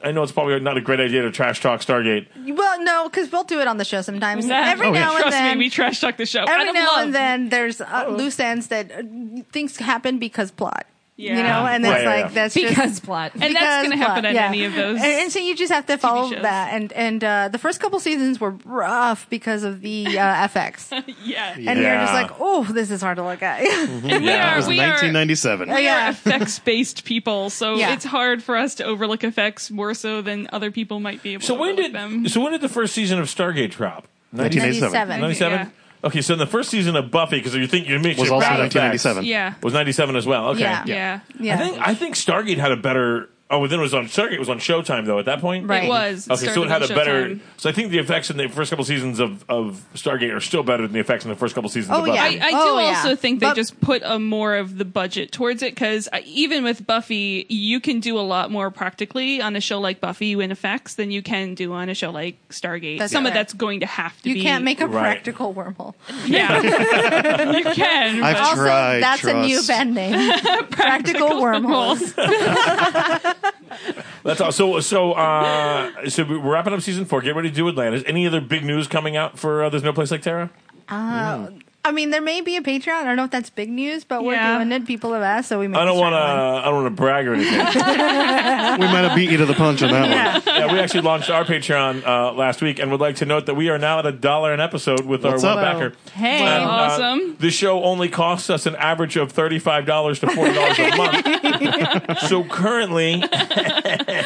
Speaker 1: I know it's probably not a great idea to trash talk Stargate.
Speaker 5: Mm,
Speaker 4: Well, no, because we'll do it on the show sometimes. Every
Speaker 2: Oh, yeah.
Speaker 4: now and
Speaker 5: Trust
Speaker 4: then,
Speaker 5: me, we trash talk the show.
Speaker 4: every
Speaker 5: out of
Speaker 4: now
Speaker 5: love.
Speaker 4: and then, there's uh, loose ends that uh, things happen because plot. You
Speaker 5: Yeah.
Speaker 4: know, and
Speaker 1: Right,
Speaker 4: that's
Speaker 1: yeah,
Speaker 4: like
Speaker 1: yeah.
Speaker 4: that's just
Speaker 3: because plot.
Speaker 5: and that's
Speaker 4: because
Speaker 5: going to happen
Speaker 4: plot,
Speaker 5: at
Speaker 4: yeah.
Speaker 5: any of those.
Speaker 4: And, and so you just have to follow
Speaker 5: shows.
Speaker 4: that. And and uh, the first couple seasons were rough because of the uh, FX,
Speaker 5: yeah.
Speaker 4: and you're just
Speaker 1: Yeah.
Speaker 4: like, oh, this is hard to look at.
Speaker 5: And
Speaker 1: Yeah. It was
Speaker 5: we are we are
Speaker 2: 1997.
Speaker 5: we
Speaker 4: Oh, Yeah.
Speaker 5: are effects based people, so
Speaker 4: Yeah.
Speaker 5: it's hard for us to overlook effects more so than other people might be able
Speaker 1: So
Speaker 5: to
Speaker 1: when
Speaker 5: overlook
Speaker 1: did
Speaker 5: them.
Speaker 1: so when did the first season of Stargate drop?
Speaker 2: 1997.
Speaker 4: 97.
Speaker 1: 97? Okay, so in the first season of Buffy, because you think you make
Speaker 2: Was
Speaker 1: sure
Speaker 2: also
Speaker 1: Proud of Facts
Speaker 2: 1997.
Speaker 5: yeah.
Speaker 1: Was ninety seven as well. Okay.
Speaker 4: Yeah.
Speaker 5: Yeah.
Speaker 4: Yeah.
Speaker 1: I think I think Stargate had a better. Oh, then it was on Stargate was on Showtime though at that point.
Speaker 4: Right.
Speaker 5: It was.
Speaker 1: Okay, so
Speaker 5: started
Speaker 1: it had a
Speaker 5: on
Speaker 1: better.
Speaker 5: Showtime.
Speaker 1: So I think the effects in the first couple seasons of, of Stargate are still better than the effects in the first couple seasons.
Speaker 4: Oh,
Speaker 1: of Buffy.
Speaker 4: yeah.
Speaker 5: I, I do
Speaker 4: Oh, yeah.
Speaker 5: also think they
Speaker 4: But-
Speaker 5: just put a more of the budget towards it because even with Buffy, you can do a lot more practically on a show like Buffy in effects than you can do on a show like Stargate.
Speaker 4: That's
Speaker 5: Some of
Speaker 4: fair.
Speaker 5: that's going to have to
Speaker 4: You
Speaker 5: be.
Speaker 4: can't make a
Speaker 1: Right.
Speaker 4: practical wormhole.
Speaker 5: Yeah, you can.
Speaker 2: I've
Speaker 4: Also,
Speaker 2: tried.
Speaker 4: that's a new
Speaker 2: trust.
Speaker 4: band name. practical wormholes.
Speaker 1: That's all. So so uh, so we're wrapping up season four. Get ready to do Atlantis. Any other big news coming out for uh, There's No Place Like Terra?
Speaker 4: Uh, I mean, there may be a Patreon. I don't know if that's big news, but we're
Speaker 5: Yeah.
Speaker 4: doing it. People have asked, so we. Make
Speaker 1: I don't
Speaker 4: want
Speaker 1: want to. I don't want to brag or anything.
Speaker 2: We might have beat you to the punch on that one.
Speaker 1: yeah, we actually launched our Patreon uh, last week, and would like to note that we are now at a dollar an episode with
Speaker 2: What's
Speaker 1: our
Speaker 2: up?
Speaker 1: one backer.
Speaker 3: Hey.
Speaker 1: And, uh,
Speaker 5: Awesome.
Speaker 1: the show only costs us an average of thirty-five dollars to forty dollars a month. so currently,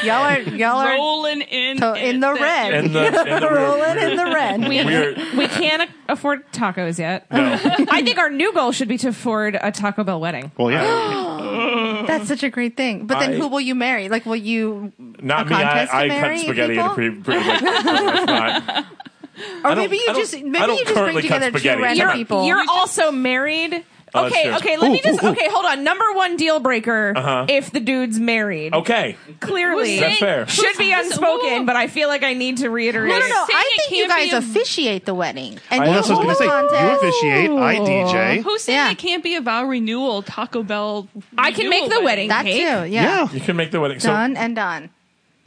Speaker 4: Y'all are y'all are
Speaker 5: rolling in
Speaker 4: to- in the
Speaker 5: it.
Speaker 4: red.
Speaker 1: in the, in the
Speaker 4: Rolling in the red.
Speaker 1: we are
Speaker 3: We can't afford tacos yet.
Speaker 1: no.
Speaker 3: I think our new goal should be to afford a Taco Bell wedding.
Speaker 2: Well, yeah.
Speaker 4: That's such a great thing. But then,
Speaker 1: I-
Speaker 4: who will you marry? Like, will you?
Speaker 1: Not
Speaker 4: A
Speaker 1: me.
Speaker 4: contest
Speaker 1: I, I
Speaker 4: to
Speaker 1: cut
Speaker 4: marry
Speaker 1: spaghetti at a
Speaker 4: people?
Speaker 1: pretty, pretty much. That's not-
Speaker 4: Or
Speaker 1: don't-
Speaker 4: maybe
Speaker 1: I
Speaker 4: you
Speaker 1: don't-
Speaker 4: just
Speaker 1: I
Speaker 4: maybe
Speaker 1: don't
Speaker 4: you just bring
Speaker 1: currently cut
Speaker 4: together two
Speaker 1: spaghetti.
Speaker 4: random
Speaker 1: You're-
Speaker 4: people.
Speaker 3: You're also married.
Speaker 1: Oh, that's
Speaker 3: okay,
Speaker 1: true.
Speaker 3: okay, let me
Speaker 2: Ooh,
Speaker 3: just
Speaker 2: ooh, ooh.
Speaker 3: okay, hold on. Number one deal breaker if the dude's married.
Speaker 1: Okay,
Speaker 3: Clearly.
Speaker 1: That's fair.
Speaker 3: Should be unspoken,
Speaker 5: Whoa.
Speaker 3: but I feel like I need to reiterate.
Speaker 4: no, no, no.
Speaker 5: saying
Speaker 4: I
Speaker 5: it
Speaker 4: think you
Speaker 5: can't be
Speaker 4: guys
Speaker 5: a-
Speaker 4: officiate the wedding, and
Speaker 2: Well,
Speaker 4: you
Speaker 2: that's what I
Speaker 4: hold
Speaker 2: was going to say. You
Speaker 4: contest.
Speaker 2: officiate, I DJ.
Speaker 5: Who's saying
Speaker 4: Yeah.
Speaker 5: it can't be a vow renewal Taco Bell?
Speaker 3: I can make
Speaker 5: renewal
Speaker 3: the wedding.
Speaker 4: That too,
Speaker 3: Cake?
Speaker 4: yeah.
Speaker 2: Yeah.
Speaker 1: you can make the wedding. So
Speaker 4: Done and done.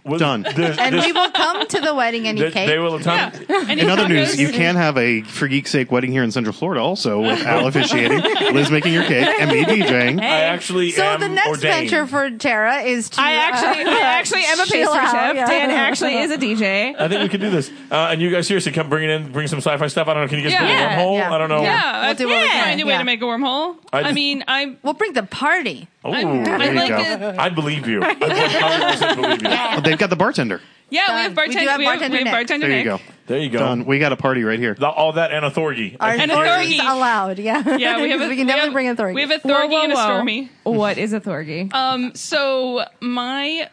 Speaker 1: was-
Speaker 2: Done.
Speaker 1: this-
Speaker 4: And
Speaker 1: this-
Speaker 4: we will come to the wedding and
Speaker 1: they,
Speaker 4: eat
Speaker 1: they
Speaker 4: cake.
Speaker 1: will. Time,
Speaker 5: Any
Speaker 2: In other news,
Speaker 5: tacos?
Speaker 2: you can have a for geek's sake wedding here in Central Florida, also with Al officiating, Liz making your cake, and me DJing.
Speaker 1: I actually
Speaker 4: So
Speaker 1: am
Speaker 4: the next
Speaker 1: ordained.
Speaker 4: venture for Tara is to uh,
Speaker 3: I actually, I actually am a pastry
Speaker 4: Chill out,
Speaker 3: chef.
Speaker 4: yeah.
Speaker 3: Dan actually is a DJ.
Speaker 1: I think we can do this. Uh, and you guys, seriously, come bring it in. Bring some sci-fi stuff. I don't know. Can you guys
Speaker 5: Yeah.
Speaker 1: bring
Speaker 5: Yeah,
Speaker 1: a wormhole?
Speaker 4: yeah.
Speaker 1: I don't know.
Speaker 5: Yeah,
Speaker 4: We'll do what we
Speaker 5: yeah.
Speaker 4: can,
Speaker 5: find a way
Speaker 4: yeah.
Speaker 5: to make a wormhole.
Speaker 1: I
Speaker 5: I,
Speaker 1: just-
Speaker 5: mean, I'm.
Speaker 4: We'll bring the party.
Speaker 2: Oh,
Speaker 5: I'm- I
Speaker 2: Mm, there you
Speaker 5: like
Speaker 2: go.
Speaker 5: it.
Speaker 1: I believe you. I 100% believe you.
Speaker 2: Oh, They've got the bartender.
Speaker 5: Yeah,
Speaker 4: Done.
Speaker 5: we have bartender.
Speaker 4: We do have
Speaker 5: we have-
Speaker 4: bartender
Speaker 5: we have
Speaker 4: Nick.
Speaker 5: bartender
Speaker 2: There you
Speaker 5: Nick.
Speaker 2: go.
Speaker 1: There you go.
Speaker 2: Done. We got a party right here.
Speaker 1: The- all that and authorgy.
Speaker 4: Our
Speaker 5: And
Speaker 4: authorities
Speaker 5: authority.
Speaker 4: allowed, yeah.
Speaker 5: Yeah, we have. A,
Speaker 4: we can definitely
Speaker 5: have,
Speaker 4: bring authority.
Speaker 5: We have a
Speaker 3: Whoa,
Speaker 5: Thorgy
Speaker 3: whoa,
Speaker 5: and a
Speaker 3: whoa.
Speaker 5: Stormy.
Speaker 3: What is a thorgy?
Speaker 5: Um, so my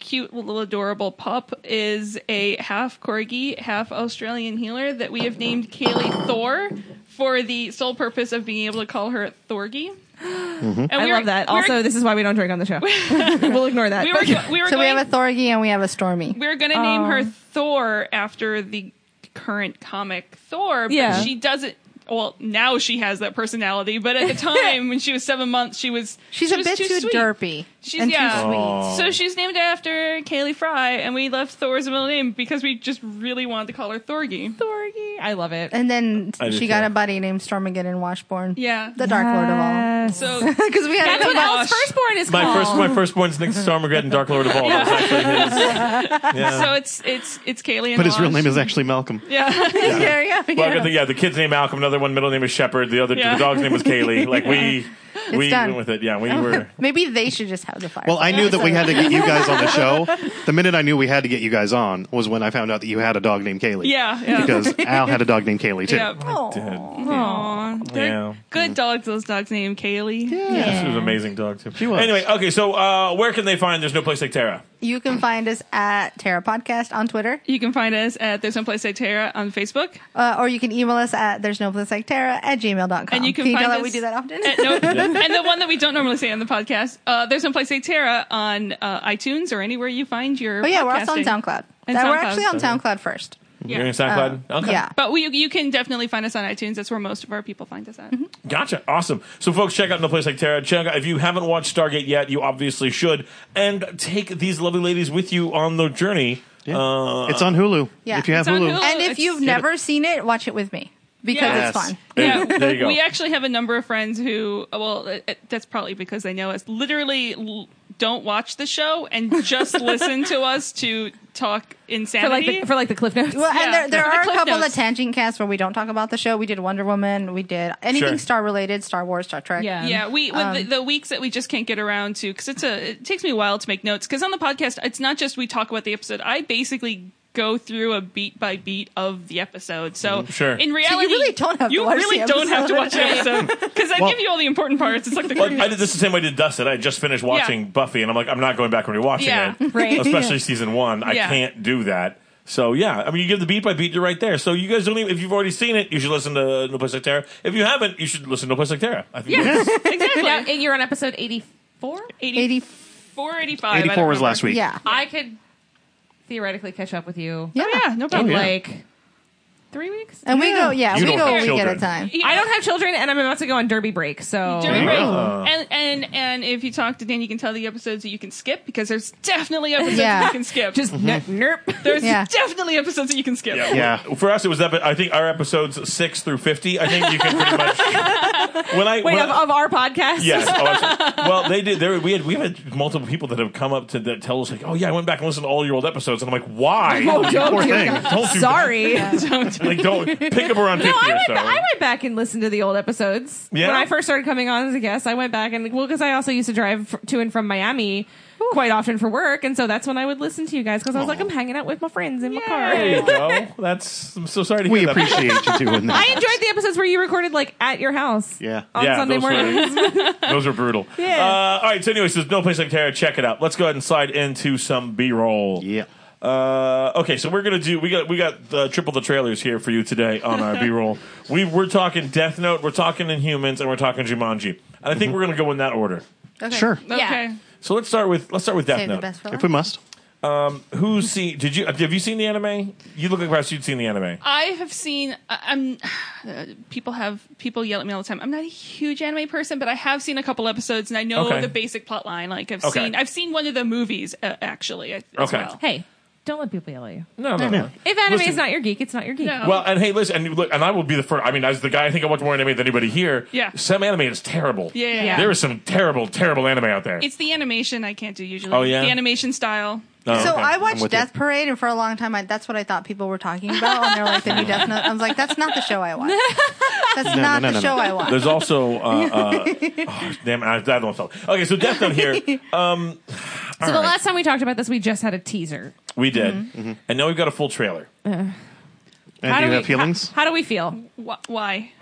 Speaker 5: cute little adorable pup is a half corgi, half Australian healer that we have named Kaylee Thor for the sole purpose of being able to call her Thorgy. And
Speaker 3: I
Speaker 5: we were-
Speaker 3: love that.
Speaker 5: we were-
Speaker 3: Also, this is why we don't drink on the show. we'll ignore that.
Speaker 5: we were,
Speaker 3: But-
Speaker 5: go- we were
Speaker 4: so we
Speaker 5: going,
Speaker 4: have a Oh. Thorgy and we have a Stormy.
Speaker 5: we were going to name her
Speaker 3: Um.
Speaker 5: Thor after the current comic Thor, but
Speaker 3: Yeah.
Speaker 5: she doesn't well, now she has that personality, but at the time when she was seven months, she was
Speaker 4: She's
Speaker 5: she
Speaker 4: a
Speaker 5: was
Speaker 4: bit too,
Speaker 5: sweet.
Speaker 4: derpy.
Speaker 5: She's
Speaker 4: and
Speaker 5: yeah.
Speaker 4: too sweet.
Speaker 1: Oh.
Speaker 2: Um,
Speaker 5: So she's named after Kaylee Fry, and we left Thor as a middle name because we just really wanted to call her Thorgy.
Speaker 3: Thorgy. I love it.
Speaker 4: And then
Speaker 1: I do
Speaker 4: she got
Speaker 1: too.
Speaker 4: a buddy named Stormageddon Washborn.
Speaker 5: Yeah.
Speaker 4: The Dark Lord of
Speaker 3: Uh,
Speaker 4: all.
Speaker 5: So
Speaker 4: Because we had
Speaker 3: That's
Speaker 5: That's
Speaker 4: no
Speaker 3: what
Speaker 5: what
Speaker 4: buddy.
Speaker 5: else
Speaker 3: Al's firstborn is
Speaker 1: My
Speaker 3: called.
Speaker 1: first, my firstborn's next to Armageddon, Dark Lord of All. That was actually his. Yeah.
Speaker 5: so it's it's it's Kaylee. And
Speaker 2: But his real
Speaker 5: Osh.
Speaker 2: name is actually Malcolm.
Speaker 5: yeah.
Speaker 4: Yeah, yeah,
Speaker 1: Well,
Speaker 4: yeah.
Speaker 1: I got the, yeah, the kid's name Malcolm. Another one, middle name is Shepard. The other,
Speaker 5: Yeah.
Speaker 1: the dog's name was Kaylee. Like we, we
Speaker 4: done. Oh.
Speaker 1: went with it. Yeah, we were.
Speaker 4: Maybe they should just have the fire.
Speaker 2: Well, I knew that we had to get you guys on the show. The minute I knew we had to get you guys on was when I found out that you had a dog named Kaylee.
Speaker 5: Yeah, yeah.
Speaker 2: Because Al had a dog named Kaylee too.
Speaker 5: yeah.
Speaker 4: Oh,
Speaker 1: Dead.
Speaker 5: Aw, they're
Speaker 1: Yeah.
Speaker 5: good dogs. Those dogs named Kaylee.
Speaker 1: This was an amazing dog too.
Speaker 2: was.
Speaker 1: Anyway, okay. So uh, where can they find? There's no place like Terra.
Speaker 4: You can find us at Terra Podcast on Twitter,
Speaker 5: You can find us at There's No Place Like Terra on Facebook.
Speaker 4: uh, or you can email us at there's no place like Terra at gmail.com.
Speaker 5: And you can,
Speaker 4: you
Speaker 5: find
Speaker 4: tell
Speaker 5: us
Speaker 4: that we do that often?
Speaker 5: at no- and the one that we don't normally say on the podcast, uh, There's No Place Like Terra on uh, iTunes or anywhere you find your.
Speaker 4: but Oh, yeah, we're also on
Speaker 5: podcasting.
Speaker 4: SoundCloud.
Speaker 5: And
Speaker 4: That- We're
Speaker 5: SoundCloud.
Speaker 4: actually on SoundCloud first.
Speaker 5: Yeah.
Speaker 1: You're in SoundCloud. okay.
Speaker 4: Um, Yeah.
Speaker 5: But we, you can definitely find us on iTunes. That's where most of our people find us at.
Speaker 4: Mm-hmm.
Speaker 1: Gotcha. Awesome. So, folks, check out No Place Like Terra. Check out, if you haven't watched Stargate yet, you obviously should. And take these lovely ladies with you on the journey.
Speaker 2: Yeah.
Speaker 1: Uh,
Speaker 2: it's on Hulu.
Speaker 4: Yeah.
Speaker 2: If you have
Speaker 5: It's on
Speaker 2: Hulu.
Speaker 5: Hulu.
Speaker 4: And
Speaker 5: Oh,
Speaker 4: if
Speaker 5: it's-
Speaker 4: you've never seen it, watch it with me because
Speaker 5: Yes.
Speaker 4: it's fun.
Speaker 1: Yeah, there you go.
Speaker 5: We actually have a number of friends who, uh, well, it, it- that's probably because they know us, literally l- don't watch the show and just listen to us to talk
Speaker 3: for
Speaker 5: insanity.
Speaker 3: like the, for like the cliff notes.
Speaker 4: Well,
Speaker 5: Yeah.
Speaker 4: and there, there
Speaker 5: Yeah.
Speaker 4: are a
Speaker 5: Cliff
Speaker 4: couple
Speaker 5: notes.
Speaker 4: of tangent casts where we don't talk about the show. We did Wonder Woman. We did anything
Speaker 1: Sure.
Speaker 4: Star related, Star Wars, Star Trek.
Speaker 3: Yeah.
Speaker 5: yeah, we with the, the weeks that we just can't get around to because it's a it takes me a while to make notes because on the podcast it's not just we talk about the episode. I basically go through a beat by beat of the episode. So
Speaker 1: Mm, sure.
Speaker 5: in reality,
Speaker 4: really don't have to
Speaker 5: you
Speaker 4: watch
Speaker 5: really
Speaker 4: the
Speaker 5: don't have to
Speaker 4: episode.
Speaker 5: watch an episode because I
Speaker 2: Well-
Speaker 5: give you all the important parts. It's like the
Speaker 1: Well, I did this the same way I did Dusted. I just finished watching
Speaker 5: Yeah.
Speaker 1: Buffy, and I'm like, I'm not going back and rewatching
Speaker 5: Yeah.
Speaker 1: it,
Speaker 3: Right.
Speaker 1: especially season one. I
Speaker 5: Yeah.
Speaker 1: can't do that. So yeah, I mean, you give the beat by beat, you're right there. So you guys don't even if you've already seen it, you should listen to No Place Like Terra. If you haven't, you should listen to No Place Like Terra. I think
Speaker 5: yeah, exactly.
Speaker 3: Yeah, and you're on episode eighty four.
Speaker 5: 80,
Speaker 4: 84
Speaker 5: 84, 85. I oh,
Speaker 2: 84
Speaker 5: don't
Speaker 2: was
Speaker 5: remember.
Speaker 2: last week.
Speaker 4: Yeah.
Speaker 3: I could theoretically catch up with you
Speaker 4: Yeah.
Speaker 5: Oh, yeah, no
Speaker 3: in
Speaker 5: problem.
Speaker 2: yeah.
Speaker 3: like three weeks.
Speaker 4: And we go, yeah,
Speaker 1: You
Speaker 4: we
Speaker 1: don't
Speaker 4: go
Speaker 1: have
Speaker 4: a week at
Speaker 1: children.
Speaker 4: a time.
Speaker 5: Yeah.
Speaker 3: I don't have children, and I'm about to go on Derby break. So
Speaker 1: Yeah.
Speaker 5: During break.
Speaker 1: Oh.
Speaker 5: And and and if you talk to Dan, you can tell the episodes that you can skip because there's definitely episodes that
Speaker 4: Yeah.
Speaker 5: you can skip.
Speaker 3: just
Speaker 1: Mm-hmm.
Speaker 3: n- nerp.
Speaker 5: there's
Speaker 4: Yeah.
Speaker 5: definitely episodes that you can skip.
Speaker 2: Yeah.
Speaker 1: well, For us, it was epi- I think our episodes six through fifty. I think you can pretty much. when I
Speaker 3: Wait,
Speaker 1: when
Speaker 3: of,
Speaker 1: I-
Speaker 3: of our podcast.
Speaker 1: Yes. Oh, absolutely. well, they did. There, we had we had multiple people that have come up to that tell us like, oh yeah, I went back and listened to all your old episodes, and I'm like, why?
Speaker 3: Oh, don't
Speaker 2: Poor
Speaker 3: do
Speaker 2: thing.
Speaker 3: that.
Speaker 1: Don't do
Speaker 3: Sorry.
Speaker 1: like, don't pick up around fifty
Speaker 3: No, I
Speaker 1: or
Speaker 3: went,
Speaker 1: so.
Speaker 3: ba- I went back and listened to the old episodes.
Speaker 1: Yeah?
Speaker 3: When I first started coming on as a guest, I went back and, well, because I also used to drive f- to and from Miami quite often for work. And so that's when I would listen to you guys because I was like, I'm hanging out with my friends in my car.
Speaker 1: There you go. That's. I'm so sorry to hear
Speaker 2: We
Speaker 1: that.
Speaker 2: appreciate you doing that.
Speaker 3: I enjoyed the episodes where you recorded like at your house.
Speaker 2: Yeah.
Speaker 3: On
Speaker 1: Yeah,
Speaker 3: Sunday
Speaker 1: those were-
Speaker 3: mornings.
Speaker 1: Those are brutal.
Speaker 3: Yeah.
Speaker 1: Uh, all right. So, anyways, there's no place like Terra. Check it out. Let's go ahead and slide into some B-roll.
Speaker 2: Yeah.
Speaker 1: Uh, okay, so we're gonna do we got we got the, triple the trailers here for you today on our B roll. We we're talking Death Note, we're talking Inhumans, and we're talking Jumanji. And I think we're gonna go in that order.
Speaker 4: Okay.
Speaker 2: Sure.
Speaker 5: Okay.
Speaker 4: Yeah.
Speaker 1: So let's start with let's start with Death
Speaker 4: Save the
Speaker 1: Note.
Speaker 4: best for
Speaker 2: If
Speaker 4: last.
Speaker 2: we must.
Speaker 1: Who see? Did you have you seen the anime? You look like perhaps you'd seen the anime.
Speaker 5: I have seen. I- I'm. Uh, people have people yell at me all the time. I'm not a huge anime person, but I have seen a couple episodes and I know
Speaker 1: Okay.
Speaker 5: the basic plot line. Like I've
Speaker 1: Okay.
Speaker 5: seen. I've seen one of the movies uh, actually. As
Speaker 1: Okay.
Speaker 5: Well.
Speaker 3: hey, don't let people yell at you.
Speaker 1: No, no, no.
Speaker 3: If anime
Speaker 1: Listen-
Speaker 3: is not your geek, it's not your geek.
Speaker 5: No.
Speaker 1: Well,
Speaker 4: Um,
Speaker 1: and hey, listen, and look, and I will be the first. I mean, as the guy, I think I watch more anime than anybody here.
Speaker 5: Yeah.
Speaker 1: Some anime is terrible.
Speaker 5: Yeah, yeah,
Speaker 3: Yeah.
Speaker 5: yeah.
Speaker 1: There is some terrible, terrible anime out there.
Speaker 5: It's the animation I can't do usually.
Speaker 1: Oh, yeah?
Speaker 5: The animation style.
Speaker 1: Oh,
Speaker 4: So
Speaker 1: okay.
Speaker 4: I
Speaker 2: I'm
Speaker 4: watched
Speaker 2: with you.
Speaker 4: Death Parade, and for a long time, I, that's what I thought people were talking about. And they're like, "The new Death Note." I was like, "That's not the show I watch. That's not
Speaker 2: no, no, no.
Speaker 4: the show I watch."
Speaker 1: There's also uh, uh, oh, damn, I, I don't know. Okay, so Death Note here. Um,
Speaker 3: so the last time we talked about this, we just had a teaser.
Speaker 1: we did,
Speaker 4: Mm-hmm.
Speaker 1: Mm-hmm. and now we've got a full trailer.
Speaker 2: And do you
Speaker 3: we,
Speaker 2: have feelings?
Speaker 3: How, how do we feel?
Speaker 5: Wh- why?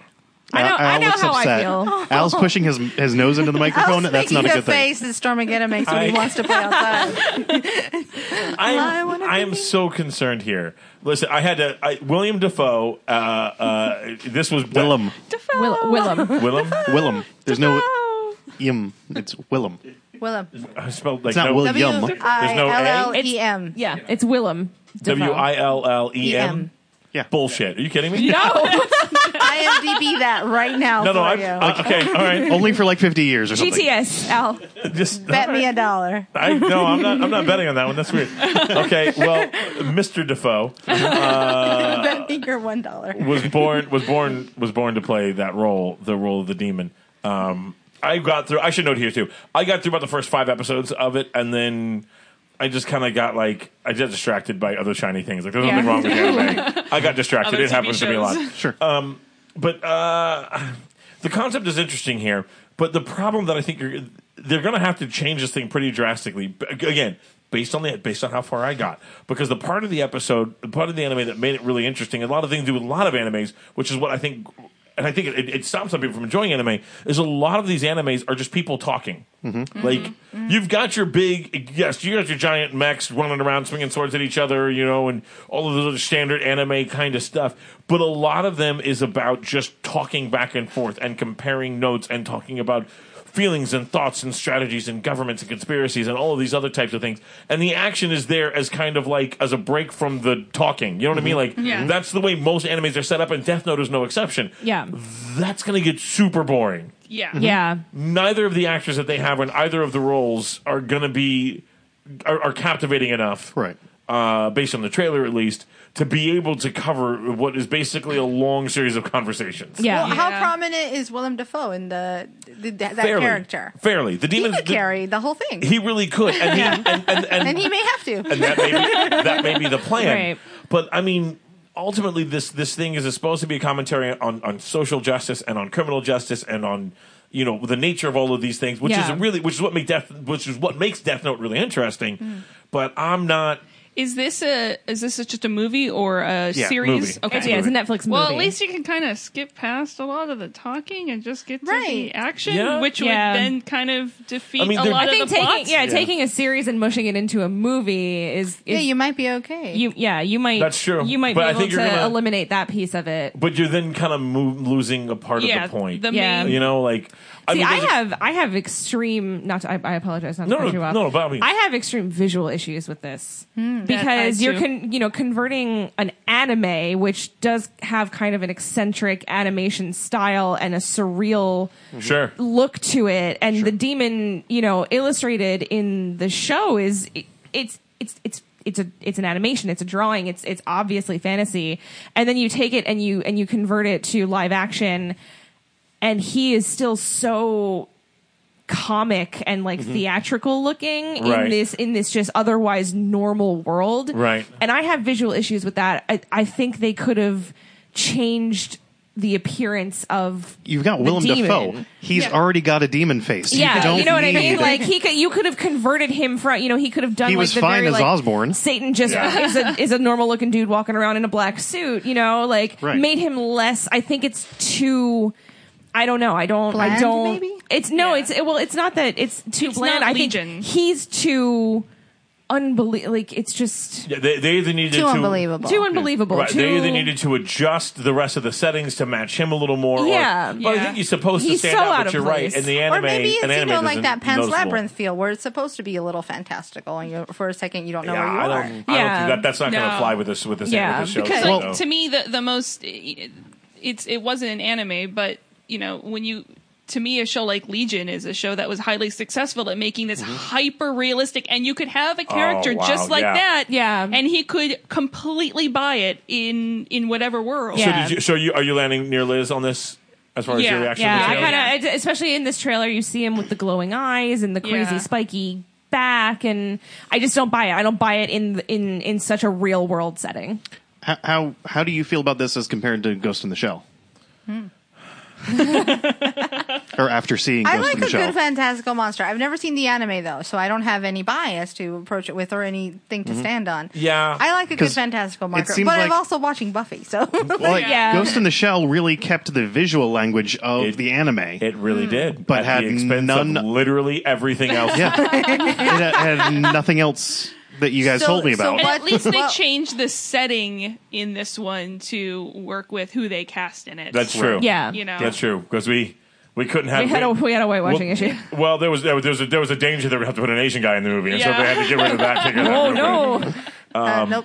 Speaker 3: I know,
Speaker 2: Al-
Speaker 3: I
Speaker 2: Al
Speaker 3: know
Speaker 2: looks
Speaker 3: how I
Speaker 2: upset.
Speaker 3: feel. Oh.
Speaker 2: Al's pushing his his nose into the
Speaker 4: I
Speaker 2: microphone.
Speaker 4: was
Speaker 2: That's not a
Speaker 4: making
Speaker 2: good thing.
Speaker 4: face that Stormageddon makes when
Speaker 1: I-
Speaker 4: he wants to play outside.
Speaker 1: I
Speaker 4: I
Speaker 1: am,
Speaker 4: wanna
Speaker 1: I am so concerned here. Listen, I had to. I, William Defoe. Uh, uh, this was
Speaker 2: Willem.
Speaker 3: Will, Willem.
Speaker 1: Willem.
Speaker 2: Willem. There's no im. It's Willem.
Speaker 4: Willem.
Speaker 1: I spelled like
Speaker 2: It's not
Speaker 1: no,
Speaker 2: William. Yum.
Speaker 4: W I
Speaker 1: no A?
Speaker 4: L L E M.
Speaker 3: Yeah, it's Willem. Defoe.
Speaker 1: W I L L E
Speaker 4: E
Speaker 1: M.
Speaker 4: M.
Speaker 2: Yeah.
Speaker 1: Bullshit. Are you kidding me?
Speaker 3: No,
Speaker 4: IMDb that right now.
Speaker 1: No,
Speaker 4: for
Speaker 1: no, I,
Speaker 4: you.
Speaker 1: uh, okay, all right.
Speaker 2: Only for like 50 years or something.
Speaker 3: GTS, Al.
Speaker 1: Just
Speaker 4: Bet me a dollar.
Speaker 1: I no, I'm not. I'm not betting on that one. That's weird. Okay, well, Mr. Defoe
Speaker 2: Uh,
Speaker 4: Bet me your one dollar.
Speaker 1: was born was born was born to play that role, the role of the demon. Um, I got through. I should note here too. I got through about the first five episodes of it, and then I just kind of got like I got distracted by other shiny things. Like there's nothing
Speaker 3: Yeah.
Speaker 1: wrong with anime. I got distracted.
Speaker 5: Other
Speaker 1: it happens
Speaker 5: TV
Speaker 1: to me a lot.
Speaker 5: shows.
Speaker 2: Sure.
Speaker 1: But uh, the concept is interesting here. But the problem that I think you're, they're going to have to change this thing pretty drastically. B- Again, based on the based on how far I got, because the part of the episode, the part of the anime that made it really interesting, a lot of things to do with a lot of animes, which is what I think, and I think it, it stops some people from enjoying anime. Is a lot of these animes are just people talking. Mm-hmm. Like you've got your big yes, you got your giant mechs running around swinging swords at each other, you know, and all of the other standard anime kind of stuff. But a lot of them is about just talking back and forth and comparing notes and talking about feelings and thoughts and strategies and governments and conspiracies and all of these other types of things. And the action is there as kind of like as a break from the talking. You know what I mean? Like
Speaker 5: Yeah.
Speaker 1: that's the way most animes are set up, and Death Note is no exception.
Speaker 3: Yeah.
Speaker 1: That's going to get super boring
Speaker 5: Yeah.
Speaker 3: Yeah.
Speaker 1: neither of the actors that they have in either of the roles are going to be are, are captivating enough,
Speaker 2: Right.
Speaker 1: Uh, based on the trailer, at least, to be able to cover what is basically a long series of conversations.
Speaker 3: Yeah.
Speaker 4: Well, how
Speaker 5: Yeah.
Speaker 4: prominent is Willem Dafoe in the, the, that
Speaker 1: fairly,
Speaker 4: character?
Speaker 1: fairly, the
Speaker 4: He
Speaker 1: demons
Speaker 4: could
Speaker 1: the-
Speaker 4: carry the whole thing,
Speaker 1: He really could, and he, and, and, and,
Speaker 4: and he may have to.
Speaker 1: and that may be, that may be the plan.
Speaker 3: Right.
Speaker 1: But I mean, ultimately, this this thing is supposed to be a commentary on on social justice and on criminal justice and on you know the nature of all of these things, which
Speaker 3: Yeah.
Speaker 1: is really which is what make death which is what makes Death Note really interesting.
Speaker 3: Mm.
Speaker 1: But I'm not.
Speaker 5: Is this a is this a- just a movie or a
Speaker 2: Yeah,
Speaker 5: series?
Speaker 1: movie.
Speaker 5: Okay.
Speaker 3: It's, yeah, it's a Netflix movie.
Speaker 5: Well, at least you can kind of skip past a lot of the talking and just get to
Speaker 4: Right.
Speaker 5: the action,
Speaker 1: Yeah.
Speaker 5: which
Speaker 3: Yeah.
Speaker 5: would then kind of defeat
Speaker 1: I mean,
Speaker 5: a
Speaker 1: they're-
Speaker 5: lot
Speaker 3: I
Speaker 5: of
Speaker 3: think
Speaker 5: the
Speaker 3: taking
Speaker 5: plots.
Speaker 3: yeah, taking a series and mushing it into a movie is, is
Speaker 4: yeah, you might be okay.
Speaker 3: you yeah you might
Speaker 1: That's true.
Speaker 3: you might
Speaker 1: But
Speaker 3: be
Speaker 1: I
Speaker 3: able
Speaker 1: think
Speaker 3: to
Speaker 1: you're gonna-
Speaker 3: eliminate that piece of it.
Speaker 1: But you're then kind of mo- losing a part
Speaker 5: yeah,
Speaker 1: of the point.
Speaker 3: Yeah.
Speaker 5: main
Speaker 1: you know, like I
Speaker 3: See,
Speaker 1: mean,
Speaker 3: I
Speaker 1: there's a-
Speaker 3: have I have extreme. Not to, I, I apologize. Not
Speaker 1: No,
Speaker 3: to cut
Speaker 1: no,
Speaker 3: you off.
Speaker 1: no, by all means.
Speaker 3: I have extreme visual issues with this
Speaker 5: I
Speaker 3: because you're
Speaker 5: too.
Speaker 3: con, you know converting an anime, which does have kind of an eccentric animation style and a surreal
Speaker 1: Mm-hmm. sure.
Speaker 3: look to it, and the demon you know illustrated in the show is it, it's it's it's. It's a it's an animation. It's a drawing. It's it's obviously fantasy, and then you take it and you and you convert it to live action, and he is still so comic and like
Speaker 2: Mm-hmm.
Speaker 3: theatrical looking
Speaker 1: Right.
Speaker 3: in this in this just otherwise normal world
Speaker 1: Right.
Speaker 3: and i have visual issues with that i, I think they could have changed the appearance of
Speaker 2: You've got Willem
Speaker 3: demon.
Speaker 2: Dafoe. He's
Speaker 5: Yeah.
Speaker 2: already got a demon face. you,
Speaker 3: yeah,
Speaker 2: don't
Speaker 3: you know what I mean.
Speaker 2: need-
Speaker 3: Like he could, you could have converted him from. You know, he could have done.
Speaker 2: He
Speaker 3: like,
Speaker 2: was
Speaker 3: the
Speaker 2: fine
Speaker 3: very,
Speaker 2: as
Speaker 3: like,
Speaker 2: Osborn.
Speaker 3: Satan just
Speaker 1: Yeah.
Speaker 3: is a is a normal looking dude walking around in a black suit. You know, like
Speaker 2: Right.
Speaker 3: made him less. I think it's too. I don't know. I don't. I
Speaker 4: Bland,
Speaker 3: don't.
Speaker 4: maybe?
Speaker 3: It's no.
Speaker 5: Yeah.
Speaker 3: It's it, well. It's not that it's too
Speaker 5: It's
Speaker 3: bland.
Speaker 5: not
Speaker 3: I think
Speaker 5: Legion.
Speaker 3: he's too unbelievable. Like it's just
Speaker 1: Yeah, they, they either needed
Speaker 4: Too
Speaker 1: to
Speaker 4: unbelievable.
Speaker 3: too unbelievable.
Speaker 1: Right,
Speaker 3: Too,
Speaker 1: they either needed to adjust the rest of the settings to match him a little more.
Speaker 3: Yeah.
Speaker 1: or, but I
Speaker 5: Yeah.
Speaker 1: think he's supposed
Speaker 3: He's
Speaker 1: to stand
Speaker 3: so
Speaker 1: out,
Speaker 3: out
Speaker 1: but
Speaker 3: of
Speaker 1: you're
Speaker 3: place.
Speaker 1: right. In the anime,
Speaker 4: or maybe it's
Speaker 1: an
Speaker 4: you
Speaker 1: anime
Speaker 4: know like
Speaker 1: doesn't
Speaker 4: that Pan's
Speaker 1: noticeable.
Speaker 4: Labyrinth feel where it's supposed to be a little fantastical, and you, for a second you don't know
Speaker 1: Yeah, I
Speaker 4: where you
Speaker 1: don't.
Speaker 4: are.
Speaker 1: I don't think
Speaker 3: Yeah.
Speaker 1: that that's not going to
Speaker 5: No.
Speaker 1: fly with this with this,
Speaker 3: Yeah,
Speaker 1: with this show.
Speaker 5: because
Speaker 1: so,
Speaker 5: like, to me the the most it's it wasn't an anime but you know when you to me a show like legion is a show that was highly successful at making this hyper realistic and you could have a character
Speaker 1: Mm-hmm. Oh, wow,
Speaker 5: just like
Speaker 1: yeah.
Speaker 5: that
Speaker 3: Yeah.
Speaker 5: and he could completely buy it in in whatever world
Speaker 3: Yeah.
Speaker 1: So did you, so you are you landing near Liz on this as far as your
Speaker 5: Yeah.
Speaker 1: reaction?
Speaker 3: Yeah,
Speaker 1: to the
Speaker 3: I
Speaker 1: trailer?
Speaker 3: kind of, especially in this trailer, you see him with the glowing eyes and the crazy
Speaker 5: Yeah.
Speaker 3: spiky back, and I just don't buy it. I don't buy it in in in such a real world setting.
Speaker 2: how, how how do you feel about this as compared to Ghost in the Shell?
Speaker 3: Hmm.
Speaker 2: or after seeing
Speaker 4: I
Speaker 2: Ghost
Speaker 4: like
Speaker 2: in
Speaker 4: a
Speaker 2: the Shell?
Speaker 4: good fantastical monster. I've never seen the anime though, so I don't have any bias to approach it with or anything to stand on.
Speaker 1: Mm-hmm. Yeah.
Speaker 4: I like a good
Speaker 2: 'Cause
Speaker 4: fantastical monster, but
Speaker 2: seems
Speaker 4: I'm
Speaker 2: like-
Speaker 4: also watching Buffy, so
Speaker 2: Well, like,
Speaker 3: Yeah.
Speaker 2: Ghost in the Shell really kept the visual language of
Speaker 1: It-
Speaker 2: the anime.
Speaker 1: It
Speaker 3: Mm.
Speaker 1: really did,
Speaker 2: But
Speaker 1: at
Speaker 2: had
Speaker 1: the expense of
Speaker 2: none-
Speaker 1: literally everything else.
Speaker 2: yeah, it had nothing else that you guys
Speaker 4: So-
Speaker 2: told me
Speaker 4: so
Speaker 2: about.
Speaker 5: and
Speaker 4: what-
Speaker 5: at least they
Speaker 4: well-
Speaker 5: changed the setting in this one to work with who they cast in it
Speaker 1: That's true.
Speaker 3: Yeah.
Speaker 5: you know
Speaker 1: that's true because we we couldn't have
Speaker 3: We had a we had a whitewashing
Speaker 1: well,
Speaker 3: issue.
Speaker 1: Well, there was there was a, there was a danger that we would have to put an Asian guy in the movie, and so
Speaker 5: Yeah.
Speaker 1: they had to get rid of that. Figure that
Speaker 3: Oh
Speaker 1: real quick.
Speaker 3: no!
Speaker 4: uh, nope. Yeah.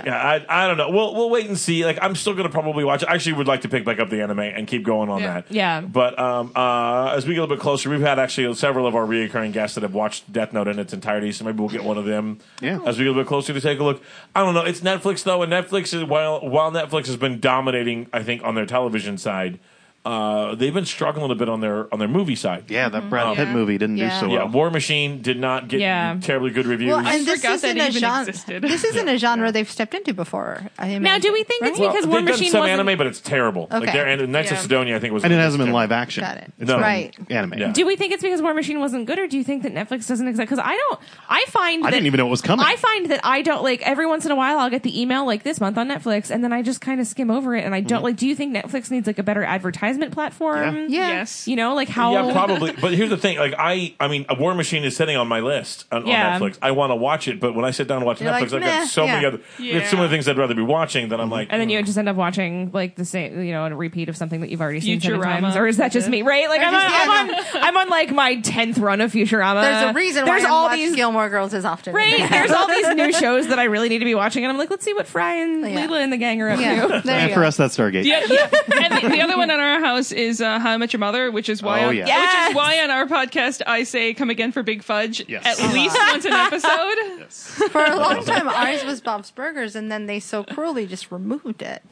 Speaker 1: Um, Yeah, I, I don't know. We'll we'll wait and see. Like I'm still gonna probably watch. I actually would like to pick back up the anime and keep going on
Speaker 5: Yeah.
Speaker 1: that.
Speaker 3: Yeah.
Speaker 1: But um, uh, as we get a little bit closer, we've had actually several of our reoccurring guests that have watched Death Note in its entirety. So maybe we'll get one of them.
Speaker 2: Yeah.
Speaker 1: As we get a little bit closer to take a look. I don't know. It's Netflix though, and Netflix is while while Netflix has been dominating, I think on their television side, uh, they've been struggling a bit on their on their movie side.
Speaker 2: Yeah, that Brad Pitt
Speaker 5: Yeah.
Speaker 2: Oh. movie didn't
Speaker 4: Yeah.
Speaker 2: do so
Speaker 1: Yeah,
Speaker 2: well.
Speaker 1: War Machine did not get
Speaker 3: Yeah.
Speaker 1: terribly good reviews.
Speaker 4: Well, and
Speaker 5: I
Speaker 4: this
Speaker 5: forgot
Speaker 4: isn't
Speaker 5: that
Speaker 4: a
Speaker 5: even
Speaker 4: genre.
Speaker 5: existed.
Speaker 4: This isn't a genre
Speaker 1: Yeah.
Speaker 4: they've stepped into before. I imagine.
Speaker 3: Now, do we think it's
Speaker 1: Well,
Speaker 3: because War
Speaker 1: they've
Speaker 3: Machine
Speaker 1: done some
Speaker 3: wasn't?
Speaker 1: anime, but it's terrible. Like
Speaker 4: Okay.
Speaker 1: they're, and Knights of
Speaker 5: Yeah.
Speaker 1: Sidonia, I think was,
Speaker 2: And it hasn't been
Speaker 1: terrible.
Speaker 2: live action.
Speaker 4: Got it.
Speaker 2: It's
Speaker 1: No.
Speaker 2: been
Speaker 4: Right.
Speaker 2: Anime.
Speaker 1: Yeah.
Speaker 3: Do we think it's because War Machine wasn't good, or do you think that Netflix doesn't exist? Because I don't. I find
Speaker 2: I
Speaker 3: that,
Speaker 2: didn't even know it was coming.
Speaker 3: I find that I don't like every once in a while I'll get the email like this month on Netflix, and then I just kind of skim over it, and I
Speaker 2: Mm-hmm.
Speaker 3: don't like. Do you think Netflix needs like a better advertisement platform?
Speaker 4: Yeah.
Speaker 5: Yes.
Speaker 3: You know, like how?
Speaker 1: Yeah, probably. But here's the thing: like I, I mean, a War Machine is sitting on my list on,
Speaker 3: Yeah.
Speaker 1: on Netflix. I want to watch it, but when I sit down and watch
Speaker 4: You're
Speaker 1: Netflix, I've
Speaker 4: like, "Nah,
Speaker 1: got so many
Speaker 4: yeah."
Speaker 1: other, there's so many
Speaker 5: Yeah.
Speaker 1: things I'd rather be watching that I'm like,
Speaker 3: And then you just end up watching like the same, you know, a repeat of something that you've already seen seven
Speaker 5: Futurama.
Speaker 3: times, or is that just me? Right? Like
Speaker 4: Or
Speaker 3: I'm,
Speaker 4: just-
Speaker 3: on,
Speaker 4: yeah,
Speaker 3: I'm, on, I'm on like my tenth run of Futurama.
Speaker 4: There's a reason
Speaker 3: Uh, There's
Speaker 4: why I
Speaker 3: all
Speaker 4: watch
Speaker 3: these
Speaker 4: Gilmore Girls as often.
Speaker 3: Right. There's all these new shows that I really need to be watching, and I'm like, let's see what Fry and
Speaker 4: Yeah.
Speaker 3: Leela and the gang are up
Speaker 4: Yeah.
Speaker 3: to.
Speaker 4: There
Speaker 2: and
Speaker 4: you
Speaker 2: for
Speaker 4: go.
Speaker 2: us, that's Stargate.
Speaker 5: Yeah, yeah. And the, the other one on our house is uh, How I Met Your Mother, which is why,
Speaker 2: Oh,
Speaker 5: on,
Speaker 2: yeah.
Speaker 3: Yes.
Speaker 5: which is why on our podcast I say "Come again for Big Fudge"
Speaker 2: Yes.
Speaker 5: at least once an episode.
Speaker 4: For a long time, ours was Bob's Burgers, and then they so cruelly just removed it.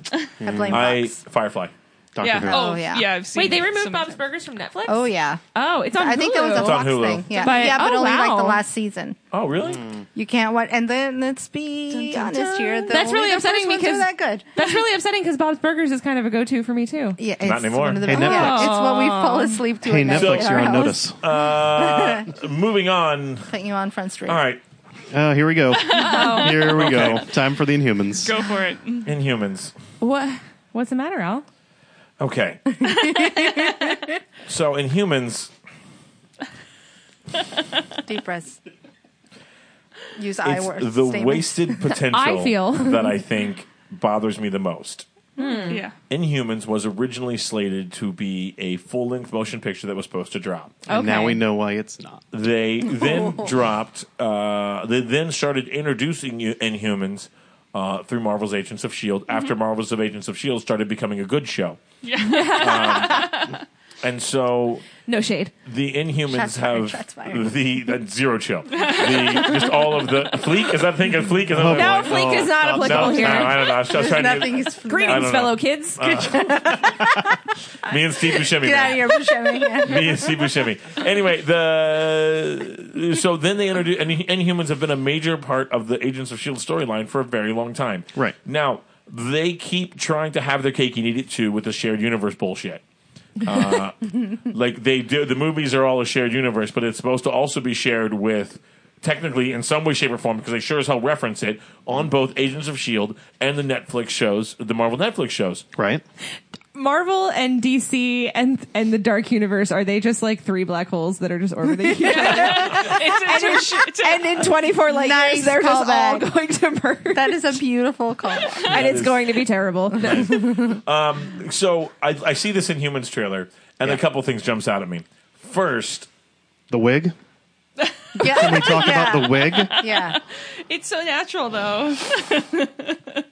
Speaker 4: I blame
Speaker 1: I
Speaker 4: Fox.
Speaker 1: Firefly.
Speaker 2: Doctor
Speaker 5: Yeah.
Speaker 2: Who.
Speaker 5: Oh,
Speaker 4: Oh, yeah.
Speaker 5: yeah. I've seen
Speaker 3: Wait, they
Speaker 5: it
Speaker 3: removed
Speaker 5: so many
Speaker 3: Bob's
Speaker 5: times.
Speaker 3: Burgers from Netflix?
Speaker 4: Oh yeah,
Speaker 3: Oh, it's on
Speaker 4: I think that was a
Speaker 3: Hulu.
Speaker 1: on
Speaker 4: Fox
Speaker 1: Hulu.
Speaker 4: thing. Yeah,
Speaker 3: But-
Speaker 4: yeah, but
Speaker 3: oh,
Speaker 4: only like the
Speaker 3: wow.
Speaker 4: last season.
Speaker 1: Oh, really?
Speaker 4: You can't watch. And then let's be honest here. The
Speaker 3: That's
Speaker 4: only
Speaker 3: really
Speaker 4: the
Speaker 3: upsetting
Speaker 4: first ones
Speaker 3: because-
Speaker 4: are that good.
Speaker 3: That's really upsetting because Bob's Burgers is kind of a go-to for me too.
Speaker 4: Yeah, it's
Speaker 1: Not anymore.
Speaker 4: One of the
Speaker 2: Hey,
Speaker 4: best. Yeah,
Speaker 2: Netflix.
Speaker 4: it's what we fall asleep to.
Speaker 2: Hey,
Speaker 4: at night
Speaker 2: Netflix,
Speaker 4: at
Speaker 2: you're
Speaker 4: our
Speaker 2: on
Speaker 4: house.
Speaker 2: notice.
Speaker 1: Uh, moving on.
Speaker 4: Putting you on front street.
Speaker 1: All right,
Speaker 2: Oh, here we go.
Speaker 4: Oh.
Speaker 2: Here we go. Time for the Inhumans.
Speaker 5: Go for it.
Speaker 3: Mm-hmm.
Speaker 1: Inhumans.
Speaker 3: What? What's the matter, Al?
Speaker 1: Okay. so Inhumans.
Speaker 4: Deep breaths. Use I
Speaker 1: It's
Speaker 4: words.
Speaker 1: the
Speaker 4: statements.
Speaker 1: wasted potential
Speaker 3: I feel.
Speaker 1: that I think bothers me the most.
Speaker 5: Yeah.
Speaker 1: Inhumans was originally slated to be a full length motion picture that was supposed to drop.
Speaker 2: And now
Speaker 3: Okay.
Speaker 2: we know why it's not.
Speaker 1: They then
Speaker 4: Oh.
Speaker 1: dropped, uh, they then started introducing you Inhumans uh, through Marvel's Agents of S.H.I.E.L.D. E
Speaker 4: Mm-hmm.
Speaker 1: after Marvel's of Agents of S.H.I.E.L.D. E started becoming a good show. Um, and so
Speaker 3: No shade.
Speaker 1: the Inhumans
Speaker 4: Shots fired,
Speaker 1: have
Speaker 4: shots fired.
Speaker 1: the that zero chill. The, just all of the Fleek is that thing of Fleek is that what-
Speaker 3: No, Fleek is not
Speaker 2: stop,
Speaker 1: no,
Speaker 3: applicable
Speaker 1: no,
Speaker 3: here.
Speaker 1: I don't know. I was just trying
Speaker 4: Nothing
Speaker 1: to
Speaker 4: is
Speaker 1: I
Speaker 3: Greetings,
Speaker 1: don't know.
Speaker 3: fellow kids.
Speaker 1: me and Steve Buscemi.
Speaker 4: Get
Speaker 1: man.
Speaker 4: out of here, Buscemi. Yeah.
Speaker 1: me and Steve Buscemi. Anyway, the so then they introduced and Inhumans have been a major part of the Agents of Shield E storyline for a very long time.
Speaker 2: Right.
Speaker 1: now, they keep trying to have their cake and eat it too with the shared universe bullshit. Uh, like they do, the movies are all a shared universe, but it's supposed to also be shared with. Technically, in some way, shape, or form, because they sure as hell reference it on both Agents of S.H.I.E.L.D. E and the Netflix shows, the Marvel Netflix shows.
Speaker 2: Right?
Speaker 3: Marvel and DC and and the Dark Universe are they just like three black holes that are just orbiting? each other?
Speaker 5: It's a, it's a- it's a-
Speaker 3: and in 24 light
Speaker 4: Nice
Speaker 3: years, they're just all
Speaker 4: callback.
Speaker 3: going to merge,
Speaker 4: That is a beautiful callback.
Speaker 3: and it's
Speaker 1: is-
Speaker 3: going to be terrible.
Speaker 1: Um, So I, I see this Inhumans trailer, and a couple things jumps out at me. First,
Speaker 2: The wig?
Speaker 4: Yeah.
Speaker 2: Can we talk
Speaker 4: yeah.
Speaker 2: about the wig?
Speaker 4: Yeah.
Speaker 5: it's so natural though.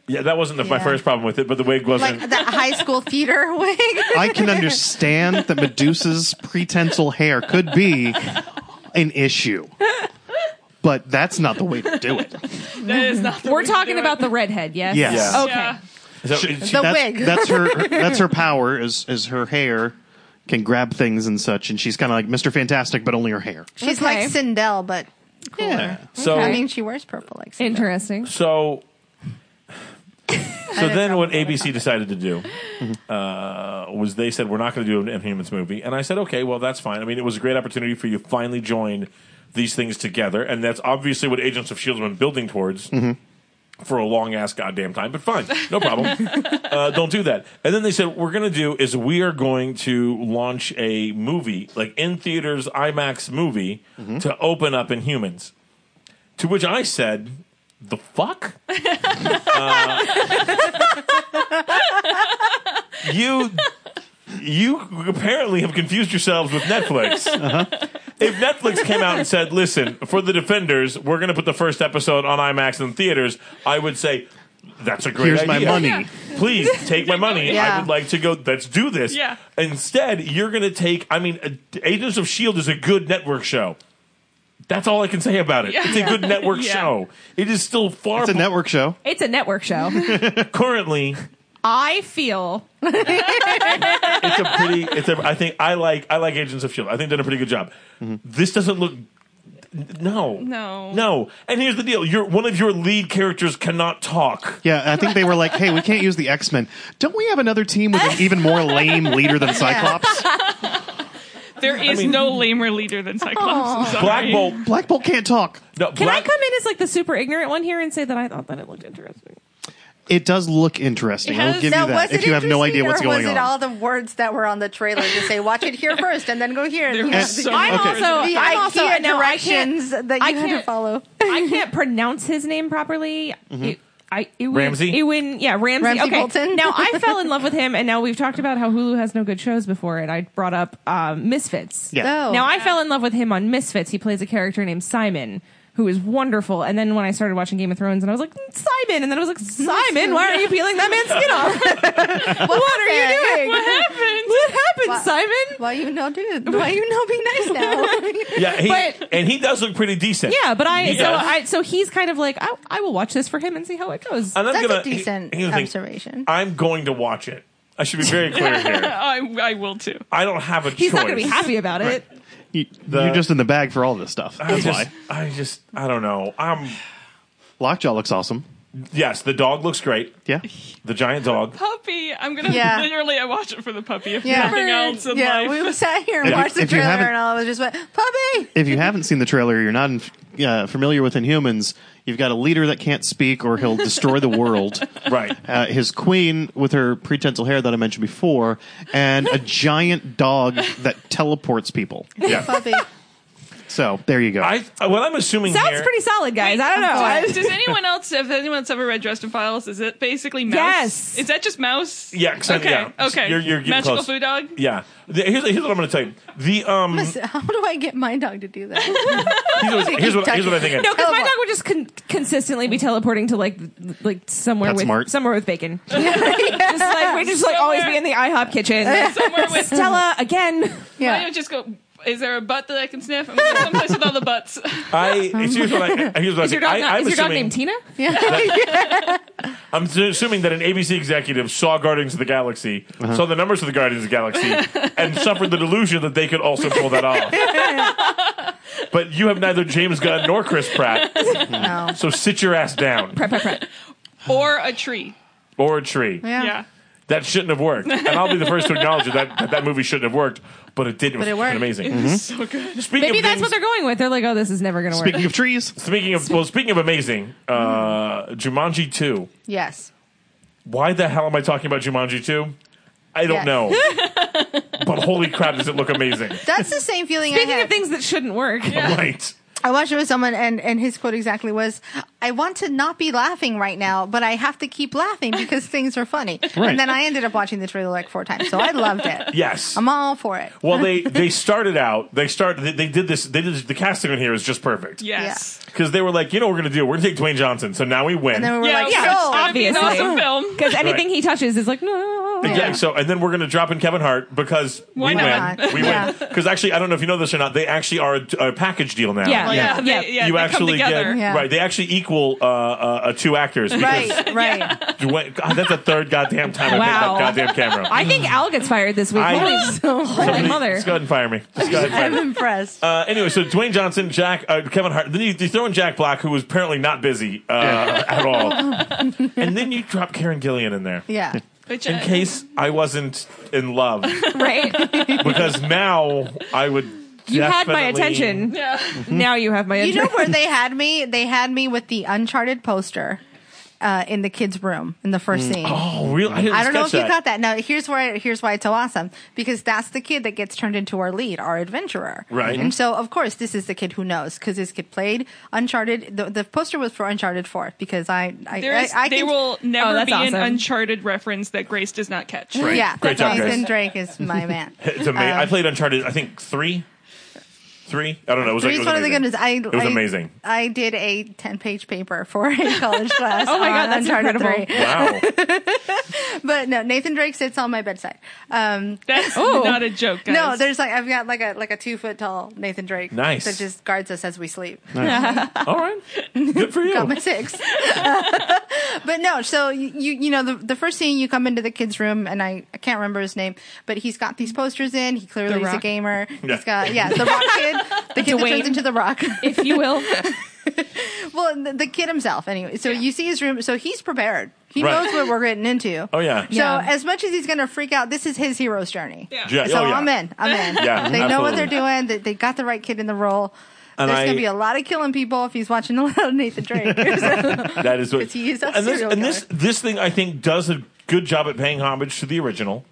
Speaker 1: yeah, that wasn't the, my
Speaker 4: Yeah.
Speaker 1: first problem with it, but the wig wasn't.
Speaker 4: Like that high school theater wig.
Speaker 2: I can understand that Medusa's pretensile hair could be an issue. But that's not the way to do it.
Speaker 5: That is not. The
Speaker 3: We're
Speaker 5: way to
Speaker 3: talking
Speaker 5: do
Speaker 3: about
Speaker 5: it.
Speaker 3: the redhead, yes?
Speaker 2: Yes.
Speaker 1: Yeah.
Speaker 3: Okay.
Speaker 5: Yeah.
Speaker 1: so it-
Speaker 4: The
Speaker 2: that's,
Speaker 4: wig.
Speaker 2: that's her that's her power is is her hair can grab things and such and she's kind of like Mr. Fantastic but only her hair.
Speaker 4: She's
Speaker 3: Okay.
Speaker 4: like Sindel, but cooler.
Speaker 2: Yeah.
Speaker 1: so
Speaker 4: I mean, she wears purple like Sindel.
Speaker 3: Interesting.
Speaker 1: so so
Speaker 4: don't
Speaker 1: then
Speaker 4: know
Speaker 1: what
Speaker 4: what I'm
Speaker 1: ABC decided to do uh, was they said we're not going to do an Inhumans movie, and I said okay, well that's fine. I mean, it was a great opportunity for you to finally join these things together, and that's obviously what Agents of Shield E has been building towards. For a long ass goddamn time, but fine, no problem. uh, don't do that. And then they said, what we're going to do is we are going to launch a movie, like in theaters, IMAX movie, to open up Inhumans. To which I said, the fuck? Uh, you you apparently have confused yourselves with Netflix.
Speaker 2: Uh-huh.
Speaker 1: If Netflix came out and said, "Listen, for the defenders, we're going to put the first episode on IMAX in theaters," I would say, that's a great
Speaker 2: Here's my
Speaker 1: idea.
Speaker 2: money.
Speaker 5: Yeah.
Speaker 1: Please take my money. I
Speaker 4: Yeah.
Speaker 1: would like to go. Let's do this.
Speaker 5: Yeah.
Speaker 1: Instead, you're going to take. I mean, uh, Agents of Shield is a good network show. That's all I can say about it.
Speaker 5: Yeah.
Speaker 1: It's a good network
Speaker 5: Yeah.
Speaker 1: show. It is still far
Speaker 2: It's a
Speaker 1: be-
Speaker 2: network show.
Speaker 3: It's a network show.
Speaker 1: currently.
Speaker 6: I feel
Speaker 1: It's a pretty. It's a. I think I like. I like Agents of Shield. I think they did a pretty good job.
Speaker 2: Mm-hmm.
Speaker 1: This doesn't look. n- No.
Speaker 5: No.
Speaker 1: No. And here's the deal. Your one of your lead characters cannot talk.
Speaker 2: Yeah, I think they were like, "Hey, we can't use the X Men. Don't we have another team with an even more lame leader than Cyclops?
Speaker 5: There is
Speaker 1: mean-
Speaker 5: no lamer leader than Cyclops. I'm sorry.
Speaker 1: Black Bolt.
Speaker 2: Black Bolt can't talk.
Speaker 1: No,
Speaker 3: Can
Speaker 1: Black,
Speaker 3: I come in as like the super ignorant one here and say that I thought that it looked interesting?
Speaker 2: It does look interesting.
Speaker 5: It
Speaker 2: I'll
Speaker 5: has-
Speaker 2: give
Speaker 4: Now,
Speaker 2: you that.
Speaker 4: was
Speaker 2: If
Speaker 4: it
Speaker 2: you have no
Speaker 4: interesting
Speaker 2: idea what's
Speaker 4: or
Speaker 2: going
Speaker 4: was
Speaker 2: on,
Speaker 4: it all the words that were on the trailer to say, watch it here first and then go here? And
Speaker 5: There
Speaker 4: you
Speaker 5: was
Speaker 4: have the-
Speaker 5: so
Speaker 3: I'm
Speaker 5: much
Speaker 3: also
Speaker 5: original-
Speaker 4: the
Speaker 3: I'm also
Speaker 4: IKEA
Speaker 3: no, I can't-
Speaker 4: directions that you
Speaker 3: I
Speaker 4: had to
Speaker 3: can't-
Speaker 4: follow.
Speaker 3: I can't pronounce his name properly. It- I, Ewan,
Speaker 1: Ramsey?
Speaker 3: Ewan, yeah, Ramsey.
Speaker 4: Ramsey
Speaker 3: okay.
Speaker 4: Bolton?
Speaker 3: now I fell in love with him, and now we've talked about how Hulu has no good shows before, and I brought up um, Misfits.
Speaker 2: Yeah.
Speaker 4: No.
Speaker 3: Now I fell in love with him on Misfits. He plays a character named Simon. Who is wonderful? And then when I started watching Game of Thrones, and I was like Simon, and then I was like Simon, why are you peeling that man's skin off? what are you doing? What happened? What happened,
Speaker 4: Why-
Speaker 3: Simon?
Speaker 4: Why you know, dude? Why you know? Be nice now.
Speaker 1: Yeah, he,
Speaker 3: But-
Speaker 1: and he does look pretty decent.
Speaker 3: Yeah, but I
Speaker 1: He
Speaker 3: so
Speaker 1: does.
Speaker 3: I so he's kind of like I, I will watch this for him and see how it goes.
Speaker 1: And I'm
Speaker 4: That's
Speaker 1: gonna,
Speaker 4: a decent
Speaker 1: he- here's the thing.
Speaker 4: observation.
Speaker 1: I'm going to watch it. I should be very clear here.
Speaker 5: I, I will too.
Speaker 1: I don't have a
Speaker 3: He's
Speaker 1: choice.
Speaker 3: not going to be happy about it.
Speaker 2: you,
Speaker 1: The-
Speaker 2: are just in the bag for all this stuff.
Speaker 1: I
Speaker 2: That's
Speaker 1: just,
Speaker 2: why.
Speaker 1: I just, I don't know. I'm
Speaker 2: Lockjaw looks awesome.
Speaker 1: yes. The dog looks great.
Speaker 2: Yeah,
Speaker 1: The giant dog.
Speaker 5: Puppy. I'm gonna
Speaker 4: Yeah.
Speaker 5: literally. I watch it for the puppy. If
Speaker 4: Yeah.
Speaker 5: nothing else in
Speaker 4: yeah,
Speaker 5: life.
Speaker 4: we sat here and
Speaker 2: If you-
Speaker 4: watched the
Speaker 2: if you
Speaker 4: trailer,
Speaker 2: haven't-
Speaker 4: and all of us just went, "Puppy."
Speaker 2: if you haven't seen the trailer, you're not in, uh, familiar with Inhumans. You've got a leader that can't speak, or he'll destroy the world.
Speaker 1: Right.
Speaker 2: Uh, his queen with her pretensile hair that I mentioned before, and a giant dog that teleports people.
Speaker 1: Yeah.
Speaker 4: Puppy.
Speaker 2: So there you go.
Speaker 1: I what I'm assuming
Speaker 3: Sounds
Speaker 1: here.
Speaker 3: pretty solid, guys. I don't know.
Speaker 4: I'm
Speaker 5: Does anyone else? If anyone's ever read Dresden Files, is it basically mouse?
Speaker 3: Yes.
Speaker 5: Is that just mouse?
Speaker 1: Yeah, 'cause I-
Speaker 5: Okay.
Speaker 1: yeah.
Speaker 5: Okay.
Speaker 1: You're- you're getting
Speaker 5: Magical
Speaker 1: close.
Speaker 5: food dog.
Speaker 1: Yeah. The- Here's, here's what I'm going to tell you. The um. Here's
Speaker 4: How do I get my dog to do that?
Speaker 1: what, here's what, here's what I think. of.
Speaker 3: no, because my
Speaker 4: Teleport.
Speaker 3: dog would just con- consistently be teleporting to like like somewhere
Speaker 2: PetSmart.
Speaker 3: with somewhere with bacon. Just like we just like always be in the IHOP kitchen.
Speaker 5: Somewhere with.
Speaker 3: Stella again.
Speaker 5: Why don't
Speaker 4: Yeah.
Speaker 5: you just go? Is there a butt that I can sniff? I'm going someplace with all the butts.
Speaker 1: I here's what I here's what I
Speaker 3: Is your
Speaker 1: think.
Speaker 3: dog,
Speaker 1: I,
Speaker 3: not,
Speaker 1: I'm
Speaker 3: is your dog
Speaker 1: assuming-
Speaker 3: named Tina?
Speaker 1: I'm su- assuming that an ABC executive saw Guardians of the Galaxy, saw the numbers of the Guardians of the Galaxy, and suffered the delusion that they could also pull that off. but you have neither James Gunn nor Chris Pratt,
Speaker 4: No.
Speaker 1: so sit your ass down
Speaker 3: Prep, prep, prep.
Speaker 5: or a tree.
Speaker 1: or a tree.
Speaker 4: Yeah.
Speaker 5: Yeah.
Speaker 1: That shouldn't have worked, and I'll be the first to acknowledge that that, that movie shouldn't have worked, but it did. But
Speaker 4: it worked.
Speaker 1: amazing.
Speaker 3: Mm-hmm.
Speaker 5: So good.
Speaker 1: Speaking
Speaker 3: Maybe
Speaker 1: of
Speaker 3: that's
Speaker 1: things-
Speaker 3: what they're going with. They're like, oh, this is never going to work.
Speaker 2: Speaking of trees,
Speaker 1: Speaking of well, speaking of amazing, uh, Jumanji Two.
Speaker 4: Yes.
Speaker 1: Why the hell am I talking about Jumanji Two? I don't
Speaker 4: Yes.
Speaker 1: know, but holy crap, does it look amazing!
Speaker 4: That's the same feeling I
Speaker 3: Speaking
Speaker 4: had.
Speaker 3: of things that shouldn't work.
Speaker 1: Right.
Speaker 4: I watched it with someone, and, and his quote exactly was, I want to not be laughing right now, but I have to keep laughing because things are funny.
Speaker 2: Right.
Speaker 4: And then I ended up watching the trailer like four times, so I loved it.
Speaker 1: Yes.
Speaker 4: I'm all for it.
Speaker 1: well, they they started out. They started. They, they did this. They did this, the casting on here is just perfect.
Speaker 5: Yes.
Speaker 1: Because they were like, you know, what we're gonna do. We're gonna take Dwayne Johnson. So now we win.
Speaker 4: And then we were like,
Speaker 5: yeah,
Speaker 4: so,
Speaker 5: it's obvious.
Speaker 3: obviously.
Speaker 5: Awesome film.
Speaker 3: Because anything
Speaker 1: Right.
Speaker 3: he touches is like, no.
Speaker 1: yeah.
Speaker 4: yeah.
Speaker 1: So and then we're gonna drop in Kevin Hart because we
Speaker 5: not?
Speaker 1: win. We
Speaker 4: Yeah.
Speaker 1: win. Because actually, I don't know if you know this or not. They actually are a, a package deal now.
Speaker 3: Yeah.
Speaker 5: Yeah,
Speaker 3: Yeah.
Speaker 5: they, yeah,
Speaker 1: You
Speaker 5: they
Speaker 1: actually
Speaker 5: come
Speaker 1: get
Speaker 5: together.
Speaker 4: Yeah.
Speaker 1: right. They actually equal uh, uh, uh, two actors. Because
Speaker 4: right, right.
Speaker 1: Dwayne, God, that's the third goddamn time
Speaker 3: Wow.
Speaker 1: I picked up goddamn camera.
Speaker 3: I think Al gets fired this week.
Speaker 1: I-
Speaker 3: Holy, holy
Speaker 1: Somebody-
Speaker 3: mother.
Speaker 1: Just go ahead and fire me. Just go ahead and fire
Speaker 4: I'm
Speaker 1: me.
Speaker 4: impressed.
Speaker 1: Uh, anyway, so Dwayne Johnson, Jack, uh, Kevin Hart. Then you, you throw in Jack Black, who was apparently not busy uh, at all, and then you drop Karen Gillian in there.
Speaker 4: yeah.
Speaker 5: Which,
Speaker 1: In
Speaker 5: uh,
Speaker 1: case I wasn't in love,
Speaker 3: Right.
Speaker 1: because now I would.
Speaker 3: You had my
Speaker 1: definitely-
Speaker 3: attention.
Speaker 5: yeah.
Speaker 3: Now you have my
Speaker 4: You
Speaker 3: attention.
Speaker 4: know where they had me? They had me with the Uncharted poster uh, in the kids' room in the first scene.
Speaker 1: Oh, really? I, didn't
Speaker 4: I don't know if
Speaker 1: sketch
Speaker 4: you got that. Now here's where here's why it's so awesome because that's the kid that gets turned into our lead, our adventurer.
Speaker 1: Right.
Speaker 4: And so of course this is the kid who knows because this kid played Uncharted. The, the poster was for Uncharted Four because I I,
Speaker 5: There is,
Speaker 4: I, I
Speaker 5: they
Speaker 4: can, Oh,
Speaker 5: will never
Speaker 3: that's
Speaker 5: be an
Speaker 3: awesome.
Speaker 5: Uncharted reference that Grace does not catch.
Speaker 1: Right.
Speaker 4: yeah.
Speaker 1: Great job,
Speaker 4: Nathan
Speaker 1: guys.
Speaker 4: Drake is my man.
Speaker 1: It's amazing. I played Uncharted. I think three. Three? I don't know. It was, like, it was
Speaker 4: Three's one of the
Speaker 1: amazing.
Speaker 4: goodness. I,
Speaker 1: It was
Speaker 4: I-
Speaker 1: amazing.
Speaker 4: I did a 10 page paper for a college class.
Speaker 7: Oh my
Speaker 4: on
Speaker 7: God, that's
Speaker 4: Uncharted
Speaker 7: incredible.
Speaker 4: 3.
Speaker 1: Wow.
Speaker 4: But no, Nathan Drake sits on my bedside. Um,
Speaker 5: That's not a joke, guys.
Speaker 4: no, there's like, I've got like a, like a two foot tall Nathan Drake.
Speaker 1: Nice.
Speaker 4: That just guards us as we sleep.
Speaker 1: All right. Good for you.
Speaker 4: got my six. but no, so you you know the the first scene you come into the kid's room and I, I can't remember his name, but he's got these posters in. He
Speaker 5: The
Speaker 4: clearly is a
Speaker 5: Rock.
Speaker 4: gamer.
Speaker 1: Yeah.
Speaker 4: He's got yeah the rock kid, the kid that
Speaker 7: Dwayne.
Speaker 4: turns into the rock.
Speaker 7: if you will.
Speaker 4: well, the, the kid himself anyway. So you see his room. So he's prepared. He
Speaker 1: Right.
Speaker 4: knows what we're getting into.
Speaker 1: Oh, yeah.
Speaker 4: So as much as he's gonna freak out, this is his hero's journey.
Speaker 5: Yeah.
Speaker 1: Yeah,
Speaker 4: So
Speaker 1: oh, yeah.
Speaker 4: I'm in. I'm in.
Speaker 1: Yeah,
Speaker 4: they know what
Speaker 1: absolutely.
Speaker 4: they're doing. They, they got the right kid in the role.
Speaker 1: And
Speaker 4: There's
Speaker 1: I-
Speaker 4: gonna be a lot of killing people if he's watching a lot of Nathan Drake.
Speaker 1: That is what.
Speaker 4: 'Cause he is a
Speaker 1: and this,
Speaker 4: serial
Speaker 1: and this, this thing, I think, does a good job at paying homage to the original.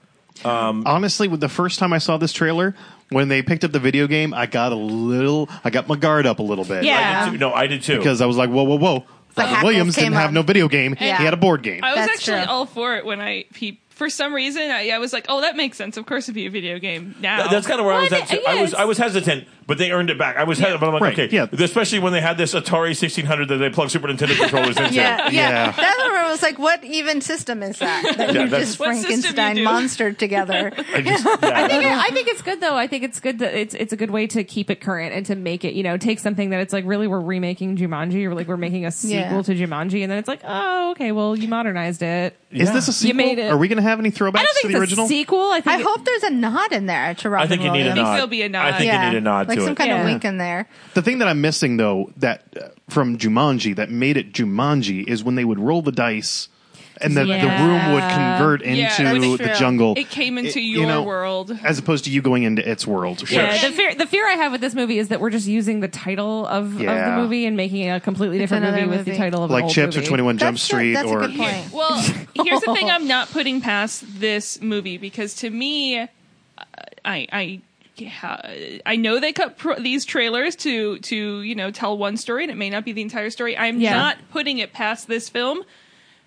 Speaker 2: honestly with the first time i saw this trailer when they picked up the video game i got a little i got my guard up a little bit
Speaker 1: I
Speaker 3: Yeah.
Speaker 1: did too. No, I did too.
Speaker 2: because i was like whoa whoa whoa
Speaker 4: The
Speaker 2: Robin
Speaker 4: hackles
Speaker 2: williams didn't
Speaker 4: came
Speaker 2: have
Speaker 4: on.
Speaker 2: no video game
Speaker 4: Yeah.
Speaker 2: he had a board game
Speaker 5: I was
Speaker 4: That's
Speaker 5: actually
Speaker 4: true.
Speaker 5: all for it when I he, for some reason I, I was like, oh, that makes sense. Of course, it'd be a video game now.
Speaker 1: Th- That's kind of where I was
Speaker 7: Well,
Speaker 1: at.
Speaker 7: I
Speaker 1: Too.
Speaker 7: mean,
Speaker 1: I was
Speaker 7: yes.
Speaker 1: I was hesitant, but they earned it back. I was hesitant, but I'm like,
Speaker 2: Right,
Speaker 1: okay,
Speaker 2: yeah.
Speaker 1: Especially when they had this Atari 1600 that they plug Super Nintendo controllers into.
Speaker 4: Yeah, yeah.
Speaker 2: Yeah.
Speaker 4: That's where I was like, what even system is that? That
Speaker 1: Yeah,
Speaker 4: you
Speaker 1: that's-
Speaker 4: just
Speaker 5: What system you
Speaker 4: Frankenstein
Speaker 5: do?
Speaker 4: monster together.
Speaker 1: I just- yeah,
Speaker 7: I think I think it's good though. I think it's good that it's it's a good way to keep it current and to make it you know take something that it's like really we're remaking Jumanji or like we're making a sequel
Speaker 4: Yeah.
Speaker 7: to Jumanji and then it's like oh okay well you modernized it.
Speaker 2: is this a sequel
Speaker 7: made it.
Speaker 2: are we going to have any throwbacks
Speaker 7: I don't
Speaker 2: to
Speaker 7: think
Speaker 2: the
Speaker 7: it's
Speaker 2: original
Speaker 7: a sequel. I think
Speaker 4: I
Speaker 7: it-
Speaker 4: hope there's a nod in there to Robin
Speaker 1: I think you need a
Speaker 4: Williams.
Speaker 1: nod.
Speaker 5: there'll be a nod.
Speaker 1: I think
Speaker 4: Yeah,
Speaker 1: you need a nod
Speaker 4: like
Speaker 1: to
Speaker 4: some
Speaker 1: it.
Speaker 4: kind
Speaker 7: Yeah.
Speaker 4: of wink in there.
Speaker 2: the thing that i'm missing though that uh, from jumanji that made it jumanji is when they would roll the dice and the, the
Speaker 7: Yeah.
Speaker 2: room would convert
Speaker 5: Yeah, that's
Speaker 2: into the
Speaker 4: true.
Speaker 2: jungle
Speaker 5: it came into
Speaker 2: It-
Speaker 5: your
Speaker 2: you know,
Speaker 5: world.
Speaker 2: as opposed to you going into its world
Speaker 7: Yeah,
Speaker 1: Sure.
Speaker 7: the fear the fear I have with this movie is that we're just using the title of,
Speaker 2: Yeah.
Speaker 7: of the movie and making it a completely different
Speaker 4: another
Speaker 7: movie, with the
Speaker 4: movie.
Speaker 7: title of an
Speaker 2: like
Speaker 7: old
Speaker 2: chips
Speaker 7: movie.
Speaker 2: or 21 jump
Speaker 4: That's a-
Speaker 2: street
Speaker 4: that's a
Speaker 2: or
Speaker 4: good point.
Speaker 5: Well, here's the thing I'm not putting past this movie because to me, I I yeah, I know they cut pro- these trailers to to you know tell one story and it may not be the entire story. I'm
Speaker 7: Yeah.
Speaker 5: not putting it past this film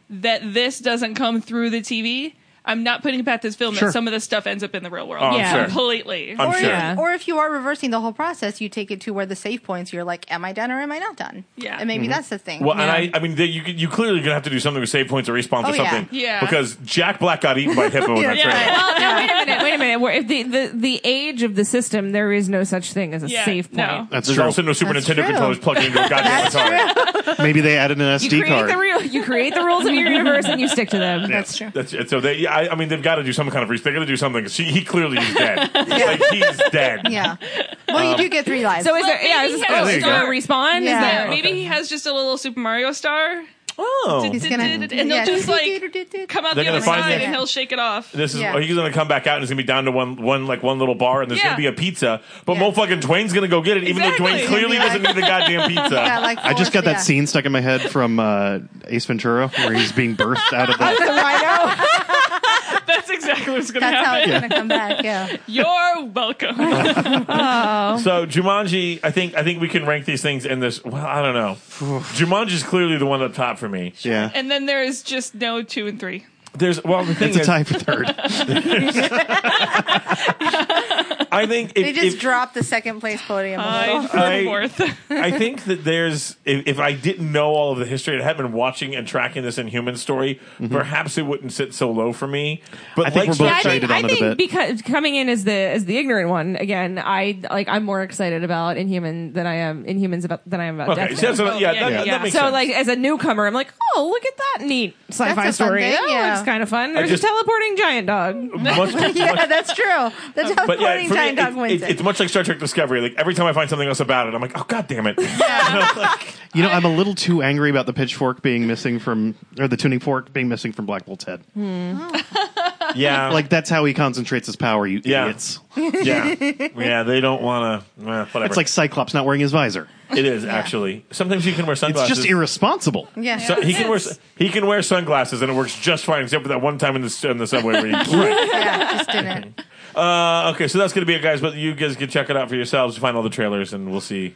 Speaker 5: that this doesn't come through the TV. I'm not putting it past this film
Speaker 2: Sure.
Speaker 5: that some of this stuff ends up in the real world.
Speaker 1: Oh, I'm
Speaker 7: Yeah. sure.
Speaker 5: completely.
Speaker 1: I'm
Speaker 4: or,
Speaker 1: sure.
Speaker 7: yeah.
Speaker 4: or if you are reversing the whole process, you take it to where the save points, you're like, am I done or am I not done?
Speaker 5: Yeah.
Speaker 4: And maybe that's the thing.
Speaker 1: Mm-hmm. Well, and I, I mean, they, you you clearly gonna have to do something with save points or respawns
Speaker 4: Oh,
Speaker 1: or
Speaker 4: yeah.
Speaker 1: something,
Speaker 5: Yeah.
Speaker 1: Because Jack Black got eaten by a hippo in that
Speaker 5: Yeah.
Speaker 1: trailer.
Speaker 7: Well, no, wait a minute, wait a minute. We're, if the, the the age of the system, there is no such thing as a
Speaker 5: Yeah,
Speaker 7: save point.
Speaker 5: no.
Speaker 2: that's
Speaker 1: There's
Speaker 2: true
Speaker 1: also no Super
Speaker 4: That's
Speaker 1: Nintendo
Speaker 4: true.
Speaker 1: controllers plugged into a goddamn
Speaker 4: that's
Speaker 1: Atari.
Speaker 4: true.
Speaker 2: maybe they added an
Speaker 7: You
Speaker 2: sd
Speaker 7: create
Speaker 2: card
Speaker 7: the real, you create the rules of your universe and you stick to them.
Speaker 4: That's true.
Speaker 1: That's it. So they, yeah, I, I mean, they've got to do some kind of. They got to do something. She, he clearly is dead. Like he's dead.
Speaker 4: Yeah. Well, you do get three lives.
Speaker 7: So is there?
Speaker 5: maybe
Speaker 7: Yeah, is this,
Speaker 5: he has
Speaker 7: oh,
Speaker 5: a
Speaker 7: is there a respawn? Is
Speaker 4: Yeah.
Speaker 5: Yeah,
Speaker 7: there?
Speaker 5: maybe he has just a little Super Mario star.
Speaker 1: Oh,
Speaker 5: Did-
Speaker 4: He's
Speaker 5: did-
Speaker 4: gonna-
Speaker 5: did- and they'll
Speaker 4: yeah.
Speaker 5: just like come out
Speaker 1: They're
Speaker 5: the other
Speaker 1: gonna find
Speaker 5: side
Speaker 1: the-
Speaker 5: and he'll shake it off.
Speaker 1: This is oh,
Speaker 4: Yeah.
Speaker 1: he's gonna come back out and it's gonna be down to one one like one little bar and there's
Speaker 5: Yeah.
Speaker 1: gonna be a pizza. But
Speaker 4: Yeah.
Speaker 1: Mo fucking Dwayne's gonna go get it, even though
Speaker 5: Exactly.
Speaker 1: Dwayne clearly
Speaker 4: Yeah.
Speaker 1: doesn't need the goddamn pizza.
Speaker 4: Yeah, like
Speaker 2: I just
Speaker 4: four-
Speaker 2: got that
Speaker 4: oh, yeah.
Speaker 2: scene stuck in my head from uh, Ace Ventura where he's being birthed out of the.
Speaker 5: That's exactly what's going to
Speaker 4: That's how
Speaker 5: happen.
Speaker 4: it's gonna come back. Yeah.
Speaker 5: You're welcome.
Speaker 1: So Jumanji, I think I think we can rank these things in this well, I don't know. Jumanji's clearly the one up top for me.
Speaker 2: Yeah.
Speaker 5: and then there is just no two and three.
Speaker 1: There's well the thing
Speaker 2: It's a
Speaker 1: is
Speaker 2: tie for third.
Speaker 1: I think if,
Speaker 4: They just
Speaker 1: if-
Speaker 4: dropped the second place podium.
Speaker 5: I,
Speaker 1: I-
Speaker 5: fourth.
Speaker 1: I think that there's if, if I didn't know all of the history and had been watching and tracking this Inhuman story, perhaps it wouldn't sit so low for me. But
Speaker 2: Mm-hmm. I
Speaker 1: like
Speaker 2: think we're both
Speaker 7: I
Speaker 2: traded
Speaker 7: think,
Speaker 2: on
Speaker 7: I
Speaker 2: it a
Speaker 7: think
Speaker 2: bit.
Speaker 7: because coming in as the as the ignorant one again, I like I'm more excited about Inhuman than I am Inhumans about than I am about
Speaker 1: okay,
Speaker 7: Death.
Speaker 1: so that's what- yeah,
Speaker 5: Yeah,
Speaker 1: that,
Speaker 5: yeah,
Speaker 1: that
Speaker 5: yeah.
Speaker 1: makes
Speaker 7: so
Speaker 1: sense.
Speaker 7: like as a newcomer, I'm like, oh look at that neat sci-fi
Speaker 4: That's a fun
Speaker 7: story.
Speaker 4: thing,
Speaker 7: oh,
Speaker 4: yeah.
Speaker 7: looks kind of fun. There's
Speaker 1: just-
Speaker 7: a teleporting giant dog.
Speaker 1: Much-
Speaker 4: yeah, that's true. The
Speaker 1: But yeah,
Speaker 4: teleporting
Speaker 1: for me,
Speaker 4: giant
Speaker 1: it-
Speaker 4: dog wins
Speaker 1: it-
Speaker 4: it.
Speaker 1: it's much like Star Trek Discovery. Like every time I find something else about it, I'm like, oh god damn it!
Speaker 2: You know, I'm a little too angry about the pitchfork being missing from, or the tuning fork being missing from Black Bolt's head.
Speaker 1: yeah,
Speaker 2: Like, that's how he concentrates his power, you
Speaker 1: Yeah.
Speaker 2: idiots.
Speaker 1: yeah, yeah. They don't want to. whatever.
Speaker 2: It's like Cyclops not wearing his visor.
Speaker 1: it is actually. Sometimes you can wear
Speaker 2: It's
Speaker 1: sunglasses.
Speaker 2: just irresponsible.
Speaker 4: Yeah.
Speaker 1: So he can wear he can wear sunglasses and it works just fine, except for that one time in the in the subway where he.
Speaker 4: yeah, just didn't.
Speaker 1: Uh, okay, so that's gonna be it, guys. But you guys can check it out for yourselves. Find all the trailers, and we'll see.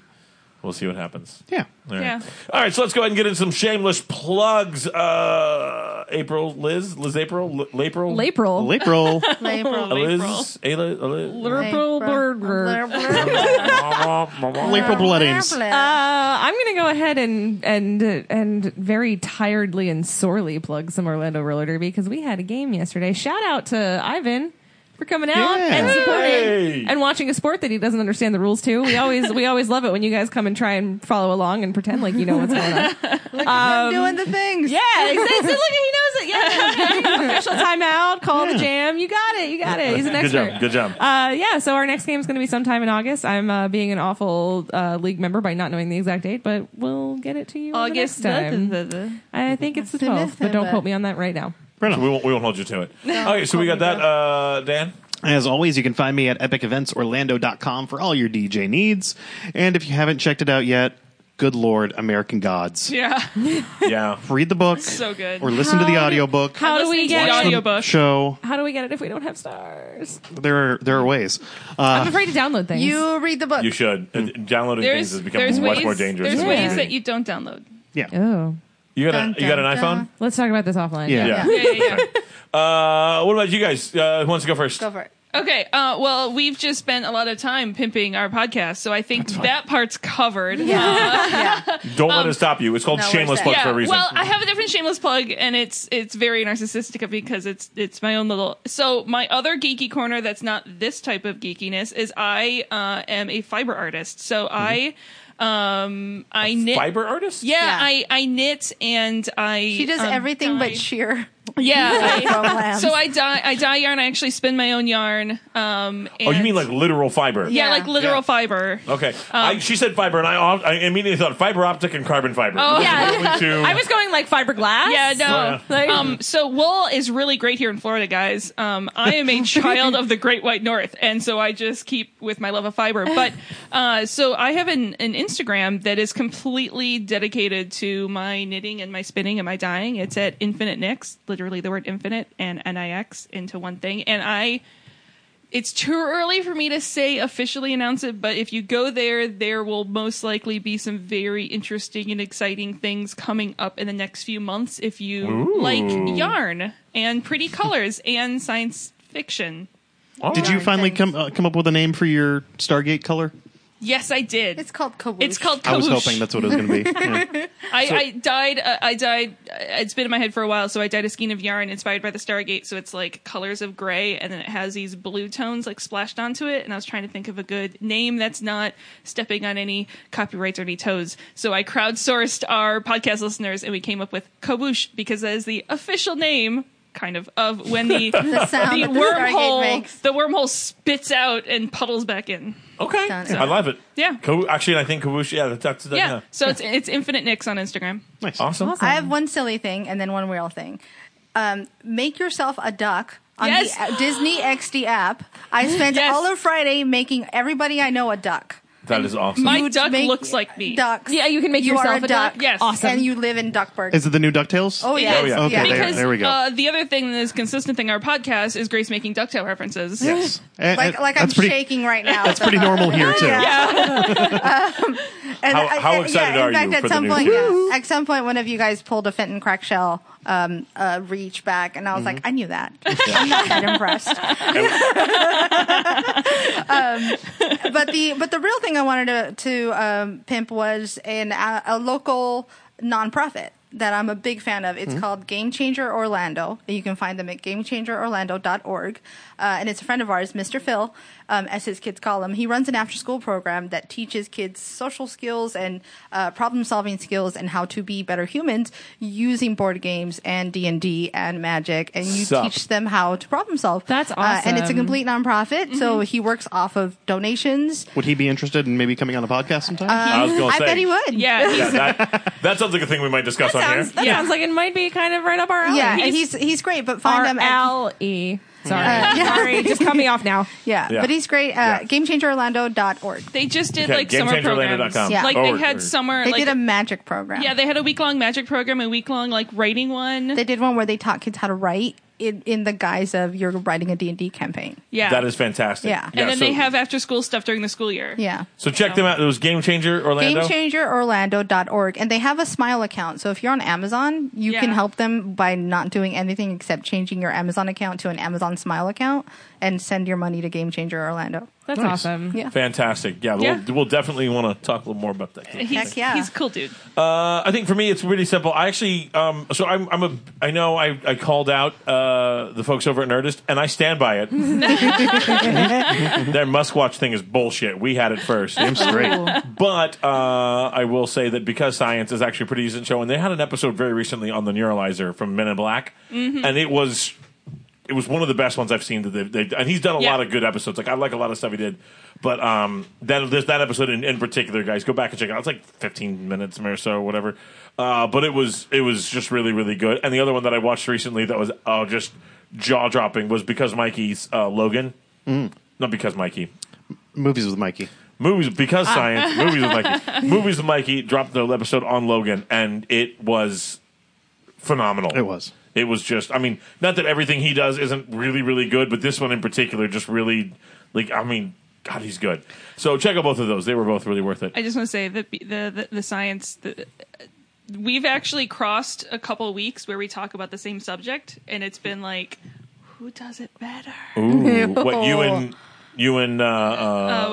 Speaker 1: We'll see what happens.
Speaker 2: Yeah.
Speaker 1: All right.
Speaker 5: Yeah.
Speaker 1: All right. So let's go ahead and get in some shameless plugs. Uh, April, Liz, Liz, April, L- April,
Speaker 7: April.
Speaker 2: April.
Speaker 4: April.
Speaker 1: Liz, Ayla- Liz.
Speaker 7: Liberal
Speaker 4: April.
Speaker 7: burger.
Speaker 4: Liberal.
Speaker 2: April Blood Aims.
Speaker 7: Uh, I'm gonna go ahead and and uh, and very tiredly and sorely plug some Orlando roller derby because we had a game yesterday. Shout out to Ivan for coming out
Speaker 2: Yeah.
Speaker 7: and supporting
Speaker 1: Hey.
Speaker 7: and watching a sport that he doesn't understand the rules to. We always we always love it when you guys come and try and follow along and pretend like you know what's going on. Um,
Speaker 4: I'm doing the things.
Speaker 7: Yeah, exactly. Look, he knows it. Yeah, official timeout. Call the jam. You got it. You got it. He's an
Speaker 1: Good
Speaker 7: expert.
Speaker 1: job. Good job.
Speaker 7: Uh, yeah, so our next game is going to be sometime in August. I'm uh, being an awful uh, league member by not knowing the exact date, but we'll get it to you the
Speaker 5: August
Speaker 7: next time.
Speaker 5: the- the- the-
Speaker 7: I think it's the 12th, but don't quote me on that right now.
Speaker 1: So we won't we won't hold you to it. okay, so we got that, uh, Dan.
Speaker 2: As always, you can find me at epiceventorlando.com for all your DJ needs. And if you haven't checked it out yet, good lord, American Gods.
Speaker 5: yeah.
Speaker 1: Yeah.
Speaker 2: Read the book
Speaker 5: So good.
Speaker 2: or listen to the audiobook.
Speaker 7: How do
Speaker 5: Listening
Speaker 7: we
Speaker 5: to
Speaker 7: get
Speaker 5: the
Speaker 7: it?
Speaker 5: audiobook?
Speaker 2: Show
Speaker 7: How do we get it if we don't have stars?
Speaker 2: there are there are ways. Uh,
Speaker 7: I'm afraid to download things.
Speaker 4: You read the book.
Speaker 1: You should. Uh, downloading things
Speaker 5: There's
Speaker 1: has become
Speaker 5: there's
Speaker 1: much
Speaker 5: ways,
Speaker 1: more dangerous.
Speaker 5: There's
Speaker 1: than it
Speaker 5: ways
Speaker 1: used to
Speaker 5: that
Speaker 1: be.
Speaker 5: you don't download.
Speaker 2: yeah,
Speaker 7: oh,
Speaker 1: you got
Speaker 4: Dun,
Speaker 1: a, you got an
Speaker 4: dun,
Speaker 1: iPhone.
Speaker 4: dun.
Speaker 7: let's talk about this offline.
Speaker 2: yeah.
Speaker 1: Yeah.
Speaker 5: Yeah, yeah, yeah.
Speaker 1: Uh, what about you guys? Uh, who wants to go first?
Speaker 4: Go for it.
Speaker 5: Okay, uh, well, we've just spent a lot of time pimping our podcast, so I think that part's covered.
Speaker 4: yeah.
Speaker 1: Don't let it stop you. It's called
Speaker 4: no, we're
Speaker 1: shameless
Speaker 4: set.
Speaker 1: plug
Speaker 5: Yeah,
Speaker 1: for a reason.
Speaker 5: Well, I have a different shameless plug, and it's it's very narcissistic of me because it's it's my own little. So my other geeky corner that's not this type of geekiness is I uh, am a fiber artist. So I um I knit.
Speaker 1: Mm-hmm. Fiber artist.
Speaker 5: Yeah,
Speaker 4: Yeah.
Speaker 5: I I knit and I.
Speaker 4: She does
Speaker 5: um,
Speaker 4: everything
Speaker 5: dye.
Speaker 4: but cheer.
Speaker 5: Yeah. I-
Speaker 4: From lambs.
Speaker 5: so I dye I dye yarn. I actually spin my own yarn. Um.
Speaker 1: Oh, you
Speaker 5: and-
Speaker 1: mean like literal fiber?
Speaker 5: yeah,
Speaker 4: Yeah.
Speaker 5: like literal
Speaker 2: Yeah.
Speaker 5: fiber.
Speaker 1: Okay. I, she said fiber, and I, I immediately thought fiber optic and carbon fiber.
Speaker 5: Oh, yeah.
Speaker 7: I was going like fiberglass.
Speaker 5: Yeah,
Speaker 3: Oh,
Speaker 5: no.
Speaker 7: Like,
Speaker 5: Um, so wool is really great here in Florida, guys. Um, I am a child of the Great White North, and so I just keep with my love of fiber. But uh, so I have an, an Instagram that is completely dedicated to my knitting and my spinning and my dyeing. It's at Infinite Nix, literally the word infinite and nix into one thing, and I. It's too early for me to say officially announce it, but if you go there, there will most likely be some very interesting and exciting things coming up in the next few months if you like yarn and pretty colors and science fiction.
Speaker 2: Did you
Speaker 4: Right,
Speaker 2: finally
Speaker 4: thanks.
Speaker 2: come uh, come up with a name for your Stargate color?
Speaker 5: Yes, I did.
Speaker 4: It's called Kawoosh.
Speaker 5: It's called
Speaker 2: I was
Speaker 5: Kawoosh.
Speaker 2: hoping that's what it was going to be. Yeah.
Speaker 5: I, I dyed. Uh, I dyed. Uh, it's been in my head for a while, so I dyed a skein of yarn inspired by the Stargate. So it's like colors of gray, and then it has these blue tones like splashed onto it. And I was trying to think of a good name that's not stepping on any copyrights or any toes. So I crowdsourced our podcast listeners, and we came up with Koboosh because that is the official name, kind of, of when the
Speaker 4: the sound
Speaker 5: the
Speaker 4: that the Stargate
Speaker 5: wormhole
Speaker 4: makes.
Speaker 5: the wormhole spits out and puddles back in.
Speaker 1: Okay.
Speaker 4: Done.
Speaker 1: I love it.
Speaker 5: Yeah.
Speaker 1: Kawo- actually, and I think Kawoosh. Yeah, that- that's that,
Speaker 5: Yeah. So it's it's Infinite Nix on Instagram.
Speaker 2: nice.
Speaker 1: Awesome.
Speaker 4: I have one silly thing and then one real thing. Um, make yourself a duck on
Speaker 5: Yes.
Speaker 4: the uh, Disney XD app. I spent
Speaker 5: Yes.
Speaker 4: all of Friday making everybody I know a duck.
Speaker 1: That is awesome.
Speaker 5: My
Speaker 4: You
Speaker 5: duck
Speaker 4: make
Speaker 5: looks like me.
Speaker 4: Ducks.
Speaker 7: yeah, you can make
Speaker 4: You
Speaker 7: yourself
Speaker 4: are a
Speaker 7: a duck.
Speaker 4: duck.
Speaker 5: Yes.
Speaker 7: awesome.
Speaker 4: And you live in Duckburg.
Speaker 2: Is it the new Ducktales?
Speaker 4: oh, yes.
Speaker 1: yeah.
Speaker 2: Okay,
Speaker 4: yeah.
Speaker 2: there-
Speaker 5: because
Speaker 2: we go.
Speaker 5: Uh, the other thing that is consistent thing in our podcast is Grace making Ducktale references.
Speaker 2: yes. Eh,
Speaker 4: Like,
Speaker 2: eh,
Speaker 4: like I'm
Speaker 2: that's pretty,
Speaker 4: shaking right now. Um,
Speaker 2: That's pretty normal here too.
Speaker 4: And
Speaker 1: How-
Speaker 4: I-
Speaker 1: how
Speaker 4: I-
Speaker 1: excited
Speaker 4: yeah,
Speaker 1: are
Speaker 4: in fact,
Speaker 1: you
Speaker 4: at
Speaker 1: for the
Speaker 4: some
Speaker 1: new
Speaker 4: point,
Speaker 1: series?
Speaker 4: yeah, at some point, one of you guys pulled a Fenton crack shell um, uh, reach back, and I was like, I knew that. I'm not that impressed. um, but the but the real thing I wanted to to um, pimp was an a, a local nonprofit. That I'm a big fan of. It's called Game Changer Orlando. You can find them at gamechangerorlando.org. Uh, and it's a friend of ours, Mr. Phil, um, as his kids call him. He runs an after school program that teaches kids social skills and uh, problem solving skills and how to be better humans using board games and D&D and magic. And you
Speaker 1: Sup.
Speaker 4: teach them how to problem solve.
Speaker 7: That's
Speaker 4: Uh, and it's a
Speaker 7: awesome.
Speaker 4: complete nonprofit.
Speaker 5: Mm-hmm.
Speaker 4: So he works off of donations.
Speaker 2: Would he be interested in maybe coming on the podcast sometime?
Speaker 1: I was gonna
Speaker 4: I
Speaker 1: say.
Speaker 4: bet he would.
Speaker 5: Yeah, he's-
Speaker 1: Yeah, that, that sounds like a thing we might discuss on
Speaker 7: sounds,
Speaker 1: here.
Speaker 7: that
Speaker 5: Yeah.
Speaker 7: sounds like it might be kind of right up our alley.
Speaker 4: Yeah, and he's he's great, but find
Speaker 7: R
Speaker 4: him at
Speaker 7: L E. Sorry,
Speaker 4: yeah.
Speaker 7: sorry. Just cut me off now.
Speaker 4: yeah,
Speaker 1: Yeah.
Speaker 4: but he's great.
Speaker 1: Yeah.
Speaker 4: Uh, GameChangerOrlando.org.
Speaker 5: They just did
Speaker 1: Okay,
Speaker 5: like summer
Speaker 1: GameChangerLander.com.
Speaker 5: programs.
Speaker 4: Yeah.
Speaker 5: Like
Speaker 1: Forward.
Speaker 5: they had summer.
Speaker 4: They
Speaker 5: like,
Speaker 4: did a magic program.
Speaker 5: yeah, they had a week long magic program, a week long like writing one.
Speaker 4: they did one where they taught kids how to write in, in the guise of you're writing a D&D campaign.
Speaker 5: yeah,
Speaker 1: That is fantastic.
Speaker 4: Yeah.
Speaker 5: And then
Speaker 1: so,
Speaker 5: they have after school stuff during the school year.
Speaker 4: Yeah.
Speaker 1: So check them out. It was Game Changer Orlando.
Speaker 4: GameChangerOrlando.org. And they have a smile account. So if you're on Amazon, you
Speaker 5: Yeah.
Speaker 4: can help them by not doing anything except changing your Amazon account to an Amazon smile account and send your money to Game Changer Orlando.
Speaker 7: That's
Speaker 2: Nice.
Speaker 7: awesome.
Speaker 4: Yeah.
Speaker 1: Fantastic. Yeah,
Speaker 5: Yeah.
Speaker 1: We'll, we'll definitely want to talk a little more about that.
Speaker 5: He's,
Speaker 4: Heck yeah.
Speaker 5: he's a cool dude.
Speaker 1: Uh, I think for me, it's really simple. I actually, um, so I'm, I'm a, I know I, I called out uh, the folks over at Nerdist, and I stand by it. Their must watch thing is bullshit. We had it first.
Speaker 2: I'm straight.
Speaker 1: But uh, I will say that because science is actually a pretty decent show, and they had an episode very recently on the Neuralizer from Men in Black, and it was it was one of the best ones I've seen that they've, they've and he's done a
Speaker 5: Yeah.
Speaker 1: lot of good episodes. Like I like a lot of stuff he did, but um, that this, that episode in, in particular, guys, go back and check it out. It's like 15 minutes or so, whatever. Uh, but it was it was just really really good. And the other one that I watched recently that was uh, just jaw dropping was because Mikey's uh, Logan, not because Mikey.
Speaker 2: Movies with Mikey.
Speaker 1: Movies because
Speaker 5: Ah.
Speaker 1: science. movies with Mikey. Movies with Mikey dropped the episode on Logan, and it was phenomenal.
Speaker 2: It was.
Speaker 1: It was just. I mean, not that everything he does isn't really, really good, but this one in particular just really, like, I mean, God, he's good. So check out both of those. They were both really worth it.
Speaker 5: I just want to say that the the, the science. The, we've actually crossed a couple weeks where we talk about the same subject, and it's been like, who does it better?
Speaker 1: Ooh, what you and you and uh, uh,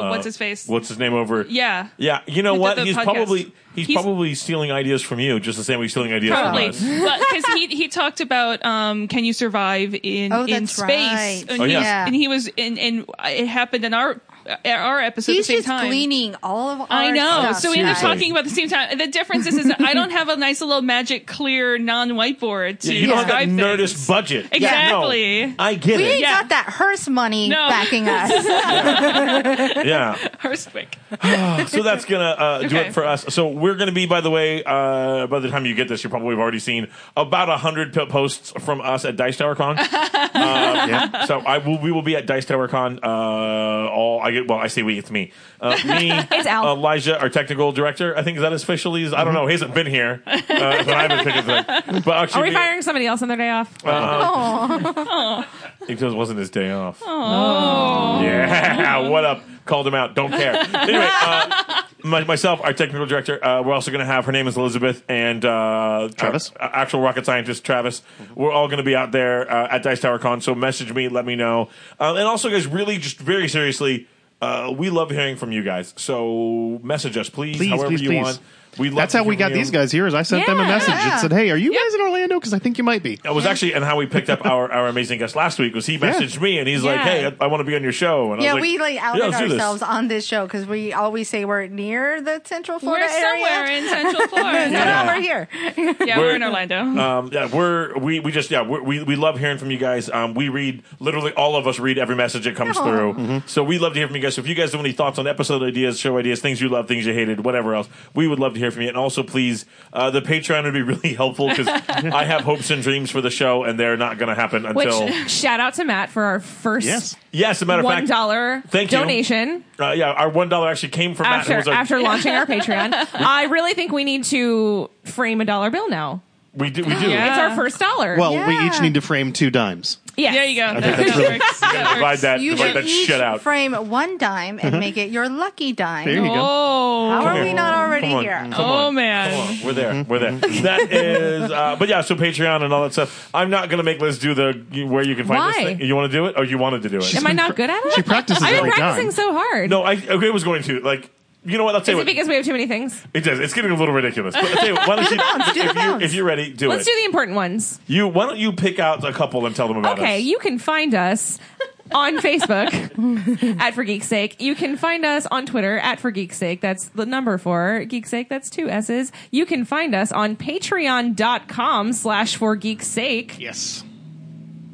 Speaker 5: Uh, what's his face?
Speaker 1: What's his name over?
Speaker 5: Yeah,
Speaker 1: Yeah, you know
Speaker 5: Who did
Speaker 1: what?
Speaker 5: the
Speaker 1: He's
Speaker 5: podcast?
Speaker 1: probably he's,
Speaker 5: He's-
Speaker 1: probably stealing ideas from you, just the same way he's stealing ideas
Speaker 5: probably.
Speaker 1: from us.
Speaker 5: Because he he talked about um, can you survive in
Speaker 4: Oh,
Speaker 5: in
Speaker 4: that's
Speaker 5: space?
Speaker 4: right.
Speaker 5: And,
Speaker 1: Oh,
Speaker 5: he,
Speaker 1: yeah.
Speaker 4: Yeah.
Speaker 5: and he was and and it happened in our at our episode
Speaker 4: He's
Speaker 5: at the same
Speaker 4: just
Speaker 5: time.
Speaker 4: gleaning all of our
Speaker 5: I know.
Speaker 4: stuff,
Speaker 5: so we end up
Speaker 4: guys.
Speaker 5: talking about the same time. The difference is, is I don't have a nice little magic clear non whiteboard to
Speaker 1: Yeah, you don't have that
Speaker 5: describe things.
Speaker 1: nerdist budget. Yeah, no,
Speaker 5: Exactly.
Speaker 1: I get
Speaker 4: We
Speaker 1: it.
Speaker 4: ain't
Speaker 5: Yeah.
Speaker 4: got that hearse money
Speaker 5: No.
Speaker 4: backing us.
Speaker 1: yeah.
Speaker 5: Hurstwick.
Speaker 1: So that's gonna uh, do
Speaker 5: Okay.
Speaker 1: it for us. So we're gonna be, by the way, uh, by the time you get this, you probably have already seen about a hundred p- posts from us at Dice Tower Con. Uh,
Speaker 2: Yeah.
Speaker 1: so I will, we will be at Dice Tower Con. Uh, all I get, well, I say we, it's me, uh, me, it's
Speaker 7: Al.
Speaker 1: Elijah, our technical director. I think is that officially. Is, I don't know. He hasn't been here, uh, but I've been picking things. But actually,
Speaker 7: Are we
Speaker 1: me-
Speaker 7: firing somebody else on their day off?
Speaker 1: It just wasn't his day off. Oh. Yeah. What up? Called him out. Don't care. Anyway, uh, my, myself, our technical director, uh, we're also going to have her name is Elizabeth and uh,
Speaker 2: Travis. Mm-hmm.
Speaker 1: our, uh, actual rocket scientist Travis. We're all going to be out there uh, at Dice Tower Con. So message me, let me know. Um, and also, guys, really, just very seriously, uh, we love hearing from you guys. So message us, please,
Speaker 2: Please,
Speaker 1: however
Speaker 2: please,
Speaker 1: you
Speaker 2: please.
Speaker 1: want. We love
Speaker 2: That's
Speaker 1: to
Speaker 2: how
Speaker 1: hear
Speaker 2: we
Speaker 1: from
Speaker 2: got
Speaker 1: you.
Speaker 2: these guys here. Is I sent them a
Speaker 7: Yeah.
Speaker 2: message and
Speaker 4: Yeah.
Speaker 2: said, "Hey, are you guys in Orlando? Because I think you might be."
Speaker 1: It was actually, and how we picked up our, our amazing guest last week was he messaged me and he's like,
Speaker 7: Yeah.
Speaker 1: "Hey, I, I want to be on your show." And I
Speaker 4: yeah,
Speaker 1: was like,
Speaker 4: we like outed
Speaker 1: "Yeah, let's do this."
Speaker 4: ourselves on this show because we always say we're near the Central Florida
Speaker 5: We're somewhere
Speaker 4: area.
Speaker 5: in Central Florida.
Speaker 4: No,
Speaker 5: yeah,
Speaker 4: no, we're here.
Speaker 5: we're,
Speaker 1: We're-
Speaker 5: in Orlando.
Speaker 1: Um, yeah, we're we we just yeah we're, we we love hearing from you guys. Um, we read literally all of us read every message that
Speaker 7: Oh.
Speaker 1: comes
Speaker 4: Aw.
Speaker 1: through. So we love to hear from you guys. So if you guys have any thoughts on episode ideas, show ideas, things you love, things you hated, whatever else, we would love to hear from you. And also, please, uh, the Patreon would be really helpful because I have hopes and dreams for the show, and they're not going to happen
Speaker 7: Which
Speaker 1: until
Speaker 7: shout out to Matt for our first
Speaker 2: Yes.
Speaker 1: yes. As a matter of
Speaker 7: one
Speaker 1: fact,
Speaker 7: dollar
Speaker 1: Thank you.
Speaker 7: donation.
Speaker 1: uh, yeah, our one dollar actually came from Matt. who was
Speaker 7: after
Speaker 1: our-
Speaker 7: after launching our Patreon. I really think we need to frame a dollar bill now.
Speaker 1: we do we do.
Speaker 5: Yeah.
Speaker 7: It's our first dollar.
Speaker 2: Well, we
Speaker 4: Yeah.
Speaker 2: each need to frame two dimes.
Speaker 7: yes.
Speaker 5: There you go. That,
Speaker 2: that's
Speaker 5: that
Speaker 2: really-
Speaker 5: works. That
Speaker 1: Divide
Speaker 5: works.
Speaker 1: that,
Speaker 4: You
Speaker 1: divide
Speaker 4: should
Speaker 1: that
Speaker 4: each
Speaker 1: shit out. Mm-hmm.
Speaker 4: frame one dime and make it your lucky
Speaker 2: There
Speaker 4: dime.
Speaker 2: you go.
Speaker 5: Oh,
Speaker 4: How are we not already
Speaker 1: Come on.
Speaker 4: here?
Speaker 1: Come
Speaker 5: Oh,
Speaker 1: on.
Speaker 5: man.
Speaker 1: Come on. we're there, we're there. That is, uh, but yeah. So Patreon and all that stuff. I'm not gonna make Liz do the you- where you can find
Speaker 7: Why?
Speaker 1: this thing. You want to do it? Oh, you wanted to do it?
Speaker 7: Am I not good at it?
Speaker 2: She practices
Speaker 7: I've been
Speaker 2: every
Speaker 7: practicing
Speaker 2: dime.
Speaker 7: so hard.
Speaker 1: No, I okay. I was going to like. You know what? I'll tell
Speaker 7: Is
Speaker 1: you
Speaker 7: it
Speaker 1: what.
Speaker 7: because we have too many things?
Speaker 1: it does. It's getting a little ridiculous. But I'll tell you what, why don't you,
Speaker 4: do the
Speaker 1: if, you,
Speaker 4: bounce.
Speaker 1: if you're ready, do
Speaker 7: Let's
Speaker 1: it.
Speaker 7: do the important ones.
Speaker 1: you why don't you pick out a couple and tell them about
Speaker 7: Okay,
Speaker 1: us?
Speaker 7: you can find us on Facebook at For Geek's Sake. You can find us on Twitter at For Geek's Sake. That's the number for Geek's Sake. That's two S's. You can find us on patreon.com slash For Geek's Sake,
Speaker 2: Yes.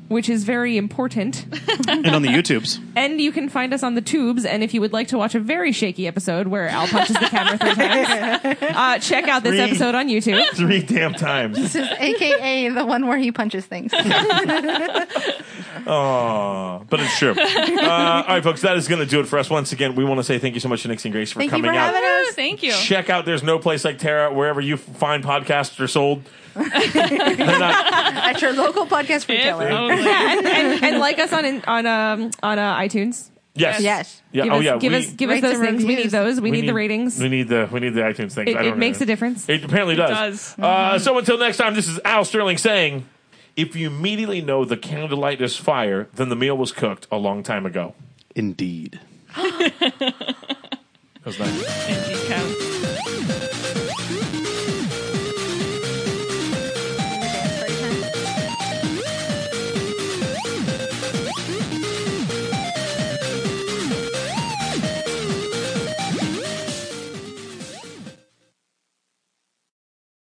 Speaker 7: which is very important.
Speaker 2: And on the YouTubes.
Speaker 7: And you can find us on the tubes. And if you would like to watch a very shaky episode where Al punches the camera three times, uh, check out this
Speaker 1: Three.
Speaker 7: episode on YouTube.
Speaker 1: Three damn times.
Speaker 4: This is AKA the one where he punches things.
Speaker 1: Aw, but it's true. Uh, all right, folks, that is going to do it for us. Once again, we want to say thank you so much to Nixie and Grace for
Speaker 4: Thank you
Speaker 1: coming
Speaker 4: for
Speaker 1: out.
Speaker 4: having
Speaker 5: Yes, uh, Thank you.
Speaker 1: Check out There's No Place Like Terra wherever you find podcasts are sold. They're not-
Speaker 4: At your local podcast
Speaker 5: Yeah,
Speaker 4: retailer.
Speaker 5: totally.
Speaker 7: Yeah, and, and, and like us on on um, on uh, iTunes.
Speaker 1: yes.
Speaker 4: Yes.
Speaker 1: Yeah.
Speaker 7: Give
Speaker 1: oh
Speaker 7: us,
Speaker 1: yeah.
Speaker 7: give
Speaker 1: we,
Speaker 7: us give us
Speaker 4: Rates
Speaker 7: those
Speaker 4: and
Speaker 7: things. We need
Speaker 4: reviews.
Speaker 7: those. We, need, the ratings.
Speaker 1: We
Speaker 7: It,
Speaker 1: need the we need the iTunes things. I
Speaker 7: it
Speaker 1: don't
Speaker 7: makes
Speaker 1: know.
Speaker 7: a difference. Mm-hmm.
Speaker 1: It apparently does.
Speaker 5: does.
Speaker 1: Uh, so until next time, this is Al Sterling saying, if you immediately know the candlelight is fire, then the meal was cooked a long time ago.
Speaker 2: Indeed.
Speaker 1: That was nice.
Speaker 5: and geek out.